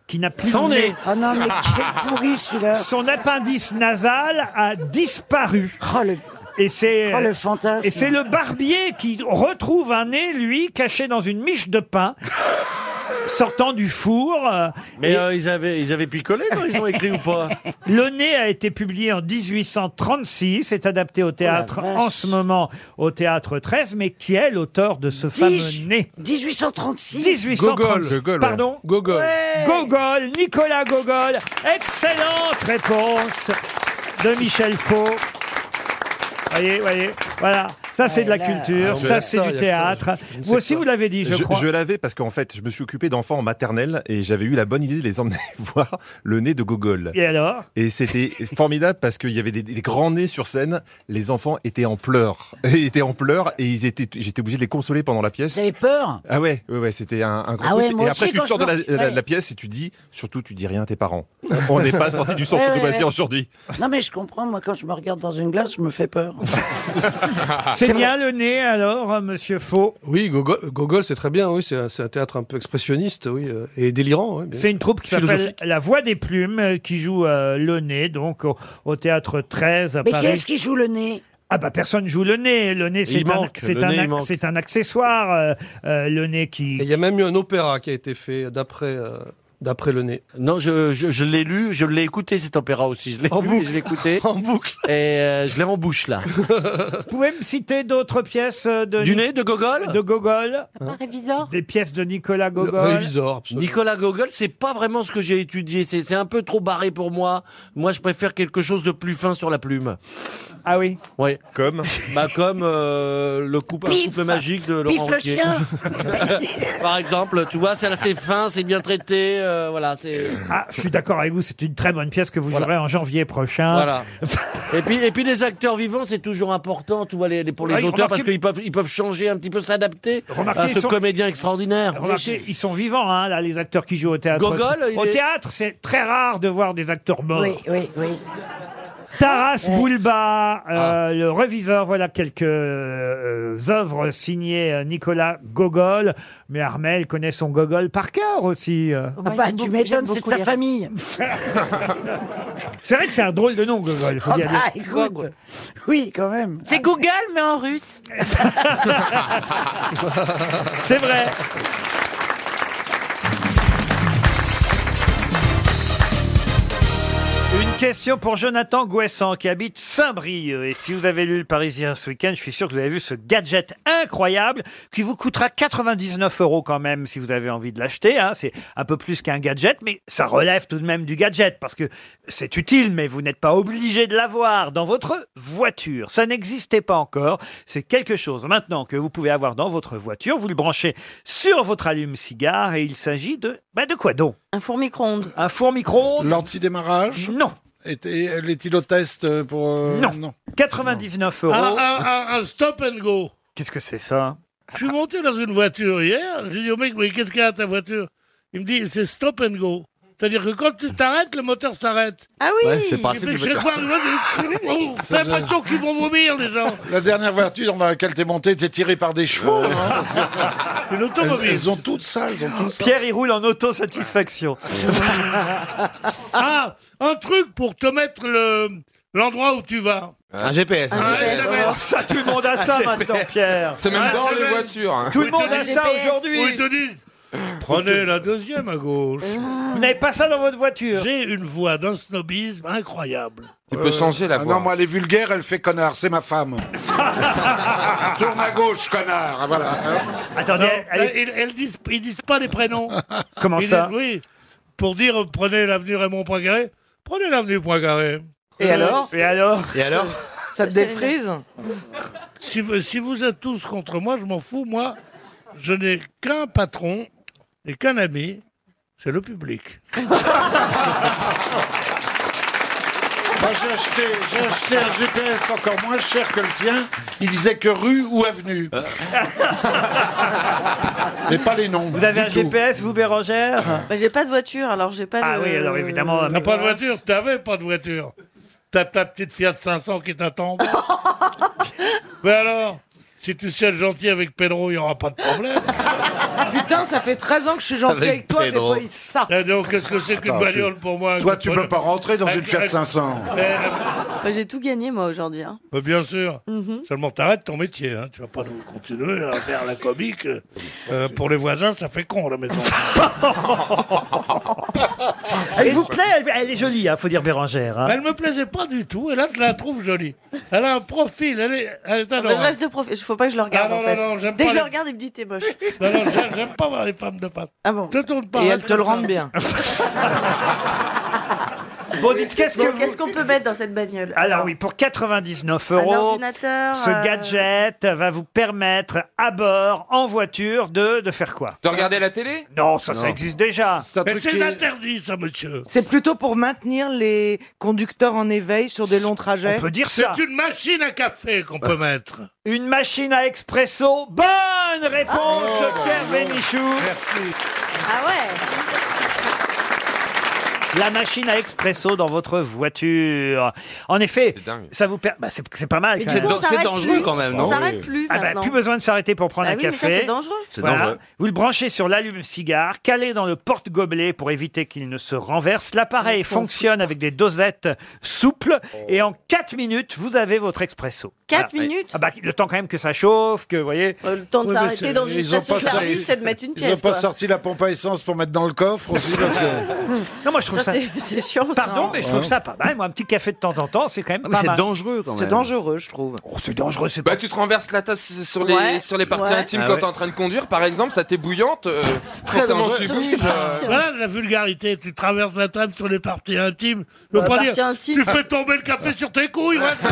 qui n'a plus
Sans
de nez.
nez. Ah non, mais quel pourri, celui-là.
Son appendice nasal a disparu. Et c'est
Oh, le fantasme.
Et c'est le barbier qui retrouve un nez, lui, caché dans une miche de pain, sortant du four.
Mais euh, ils, avaient, ils avaient picolé quand ils ont écrit ou pas
Le nez a été publié en 1836, est adapté au théâtre
Oh la vache.
en ce moment au théâtre 13, mais qui est l'auteur de ce fameux nez
1836.
1836.
Gogol.
Pardon Gogol. Gogol, Nicolas Gogol. Excellente réponse de Michel Faux. Voyez, voyez, voilà. Ça, c'est
Ah,
de la
Ah,
culture, Ah, ça, c'est du théâtre. Vous aussi, vous l'avez dit, je, crois.
Je l'avais parce qu'en fait, je me suis occupé d'enfants en maternelle et j'avais eu la bonne idée de les emmener voir le nez de Gogol.
Et alors
Et c'était formidable parce qu'il y avait des, des grands nez sur scène. Les enfants étaient en pleurs. Ils étaient en pleurs et ils étaient, j'étais obligé de les consoler pendant la pièce.
Vous avez peur
Ah ouais, ouais, ouais, c'était un, un grand
Ah ouais,
truc.
moi
Et après,
aussi,
tu
quand
sors de la,
je me-
de la- de la
ouais.
pièce et tu dis, surtout, tu dis rien à tes parents. On n'est pas sorti du centre
Ouais,
de
ouais,
loisirs
ouais.
aujourd'hui.
Non, mais je comprends, moi, quand je me regarde dans une glace, je me fais peur.
C'est bien le nez, alors, euh, monsieur Faux
Oui, Gogol, Gogol, c'est très bien, oui, c'est un, c'est un théâtre un peu expressionniste, oui, euh, et délirant.
C'est une troupe qui s'appelle La Voix des Plumes, euh, qui joue euh, le nez, donc au, au théâtre 13 à
mais
Paris.
qu'est-ce qui joue le nez
Ah bah personne joue le nez. Le nez c'est
Il
un
manque.
c'est
Le
un
nez, il
ac-
manque.
c'est un accessoire. euh, euh, le nez
Et
qui
il y a même eu un opéra qui a été fait d'après euh, d'après le nez.
Non, je, je, je l'ai lu, je l'ai écouté cet opéra aussi. Je l'ai lu, et je l'ai écouté.
en boucle.
Et euh, je l'ai en bouche, là.
Vous pouvez me citer d'autres pièces euh, de
Du
Ni-
nez de Gogol
de Gogol
Hein
Des pièces de Nicolas Gogol.
Nicolas Gogol, c'est pas vraiment ce que j'ai étudié. C'est c'est un peu trop barré pour moi. Moi, je préfère quelque chose de plus fin sur la plume.
Ah oui
Ouais.
Comme
Bah, comme euh, le couple, un
Pif
couple magique de
Pif
Laurent
le
Ruquier.
chien
Par exemple, tu vois, c'est assez fin, c'est bien traité. euh, voilà, c'est.
Ah, je suis d'accord avec vous, c'est une très bonne pièce que vous jouerez en janvier prochain.
Voilà. Et puis, et puis les acteurs vivants, c'est toujours important, tu vois, les, les- pour les
Ah Oui,
auteurs,
remarquez-
parce qu'ils peuvent, ils peuvent changer un petit peu, s'adapter
Remarquez,
à
ils
ce
sont-
comédien extraordinaire.
Remarquez, ils sont vivants, hein, là, les acteurs qui jouent au théâtre.
Ah, Gogol, il
au
est-
théâtre, c'est très rare de voir des acteurs morts.
Oui, oui, oui.
Taras Boulba, euh,
Ah.
le reviseur, voilà quelques euh, œuvres signées euh, Nicolas Gogol. Mais Armel connaît son Gogol par cœur aussi. euh.
Ah bah, tu m'étonnes, c'est de sa famille.
C'est vrai que c'est un drôle de nom, Gogol. Faut
Ah
dire.
bah, écoute. Oui, quand même.
C'est Google, mais en russe.
Ah, C'est vrai. Une question pour Jonathan Gouessant qui habite Saint-Brieuc. Et si vous avez lu le Parisien ce week-end, je suis sûr que vous avez vu ce gadget incroyable qui vous coûtera 99 euros quand même si vous avez envie de l'acheter. hein. C'est un peu plus qu'un gadget, mais ça relève tout de même du gadget parce que c'est utile, mais vous n'êtes pas obligé de l'avoir dans votre voiture. Ça n'existait pas encore. C'est quelque chose maintenant que vous pouvez avoir dans votre voiture. Vous le branchez sur votre allume-cigare et il s'agit de... Bah de quoi donc
Un four micro-ondes.
Un four micro-ondes
L'antidémarrage
Non.
Est-il au test pour... euh, Ah,
Non. 99 euros.
Un, un- un- un stop and go.
Qu'est-ce que c'est ça
Je suis monté dans une voiture hier. J'ai dit au mec, mais qu'est-ce qu'il y a à ta voiture Il me dit, c'est stop and go. C'est-à-dire que quand tu t'arrêtes, le moteur s'arrête.
Ah
oui. Ouais, c'est pas
J'ai
assez
fait
du
que chaque
moteur.
fois, le moteur- Oh,
Ça
T'as
me-
l'impression qu'ils vont vomir, les gens.
La dernière voiture dans laquelle t'es monté était tirée par des chevaux.
Euh,
hein, parce que-
Ah, Une automobile.
Elles, elles ont toutes ça, elles ont toutes ça.
Pierre, il roule en autosatisfaction.
Ah, un truc pour te mettre le l'endroit où tu vas.
Un GPS.
Un GPS.
Oh, ça, tout le monde a ça
Un
maintenant,
GPS.
Pierre. Ah,
C'est même dans les voitures. hein. Tout le
monde a ça aujourd'hui.
Où ils te disent Prenez la deuxième à gauche.
Vous n'avez Eh, pas ça dans votre voiture
J'ai une voix d'un snobisme incroyable.
Tu peux changer la voix. Euh, non, moi, elle est vulgaire, elle fait connard, c'est ma femme. Tourne à gauche, connard, ah, voilà.
Attendez,
Ah, hein. Non, euh, ils, elles disent, ils disent pas les prénoms.
Comment
Ils
ça
disent- Oui, pour dire euh, prenez l'avenue Raymond Poincaré, prenez l'avenue Poincaré.
Et alors Euh, Et alors
Et alors
Ça te défrise
si vous, si vous êtes tous contre moi, je m'en fous. Moi, je n'ai qu'un patron et qu'un ami, c'est le public.
Moi, j'ai acheté, j'ai acheté un GPS encore moins cher que le tien. Il disait que rue ou avenue. Mais pas les noms.
Vous avez un GPS, vous, Bérangère
Bah, j'ai pas de voiture, alors j'ai pas
Ah
de... Bah,
oui, alors évidemment.
T'as pas de voiture T'avais pas de voiture. T'as ta petite Fiat 500 qui t'attend. Mais alors, si tu sais être gentil avec Pedro, il n'y aura pas de problème.
ah,
Putain, ça fait 13 ans que je suis
Ah,
gentil avec, toi, j'ai pas eu ça.
Et donc, qu'est-ce que c'est qu'une
Attends,
bagnole
tu-
pour moi
toi,
un coup
tu
de
peux
pneu
pas rentrer dans
Un-
une Fiat
un-
500.
Eh, eh,
Bah, j'ai tout gagné, moi, aujourd'hui. hein.
mais bien sûr.
Mhm.
Seulement, t'arrêtes ton métier. Hein. Tu vas pas nous continuer à faire la comique. Euh, pour les voisins, ça fait con à la maison.
Elle vous plaît, elle, elle est jolie, hein, faut dire Bérangère. hein.
Elle me plaisait pas du tout. Et là, je la trouve jolie. Elle a un profil. Elle est, elle est
Bah,
adorable.
je reste de profil, faut pas que je le regarde,
Ah, non,
en fait.
non, non, j'aime
Dès
pas
que je le
les-
regarde, il me dit « t'es moche
Non, non, j'aime- j'aime pas voir les femmes de face.
Ah bon
Te tourne pas.
Et
reste
elles te le
comme ça.
rendent bien.
Bon, dites, qu'est-ce que
Bon,
vous-
Bah, qu'est-ce qu'on peut mettre dans cette bagnole
Alors oui, pour 99
Un
euros,
ordinateur,
ce
euh,
gadget va vous permettre à bord, en voiture, de, de faire quoi
De regarder la télé
Non, ça, ça
Non.
existe déjà.
Mais c'est interdit, ça, monsieur.
C'est plutôt pour maintenir les conducteurs en éveil sur des longs trajets.
C'est une machine à café qu'on peut mettre.
Une machine à expresso. Bonne réponse
Oh.
de Pierre Bénichou. Merci.
Ah ouais
La machine à expresso dans votre voiture. En effet, ça vous per- bah, c'est c'est pas mal.
Mais
quand
du
même.
coup, on C'est dan- c'est s'arrête dangereux plus. quand même, On non s'arrête plus
Ah bah,
maintenant.
plus besoin de s'arrêter pour prendre
Bah
un
oui, mais ça,
café.
c'est dangereux. C'est
Voilà.
dangereux.
Vous le branchez sur l'allume-cigare, calé dans le porte-gobelet pour éviter qu'il ne se renverse. L'appareil fonctionne avec des dosettes souples et en 4 minutes, vous avez votre expresso.
Quatre
Voilà.
minutes Euh,
Ah bah, Le temps quand même que ça chauffe, que vous voyez.
Le temps de
Ouais, mais
s'arrêter
c'est-
dans une
ils ont
station
pas sorti-
service et de mettre une
Ils ont
pièce,
pas
quoi.
sorti la pompe à essence pour mettre dans le coffre aussi parce que...
Non, moi je trouve
Ça,
ça.
c'est- c'est chiant, ça. hein.
Pardon, mais je trouve
Ouais. Ah,
ça pas mal. Moi, un petit café de temps en temps, c'est quand même
mais
pas
c'est
mal.
dangereux, quand C'est même.
dangereux, je trouve.
Oh, c'est dangereux, c'est
Bah, tu te renverses la tasse sur les,
Ouais,
sur les parties
ouais.
intimes
Ah
quand
ouais.
t'es en train de conduire, par exemple, ça t'est bouillante. euh, forcément, tu bouges. euh,
Voilà de la vulgarité. Tu traverses la table sur les parties intimes. Je veux
Bah,
pas
partie
dire.
intime.
Tu fais tomber le café sur tes couilles. ouais.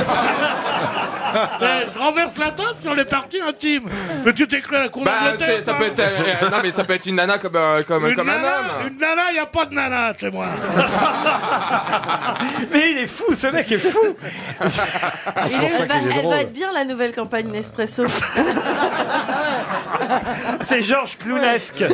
Mais je renverse la table sur les parties intimes. Mais tu t'es cru à la hein. cour
Bah,
d'Angleterre,
c'est- ça
toi.
peut être, euh, euh, non, mais ça peut être une nana comme, euh, comme,
Une
comme
nana,
un homme.
une nana, y a pas de nana chez moi.
Mais il est fou, ce mec est fou.
Ah,
Ah,
Il est- elle va, elle va être bien, la nouvelle campagne Nespresso.
C'est Georges Clounesque.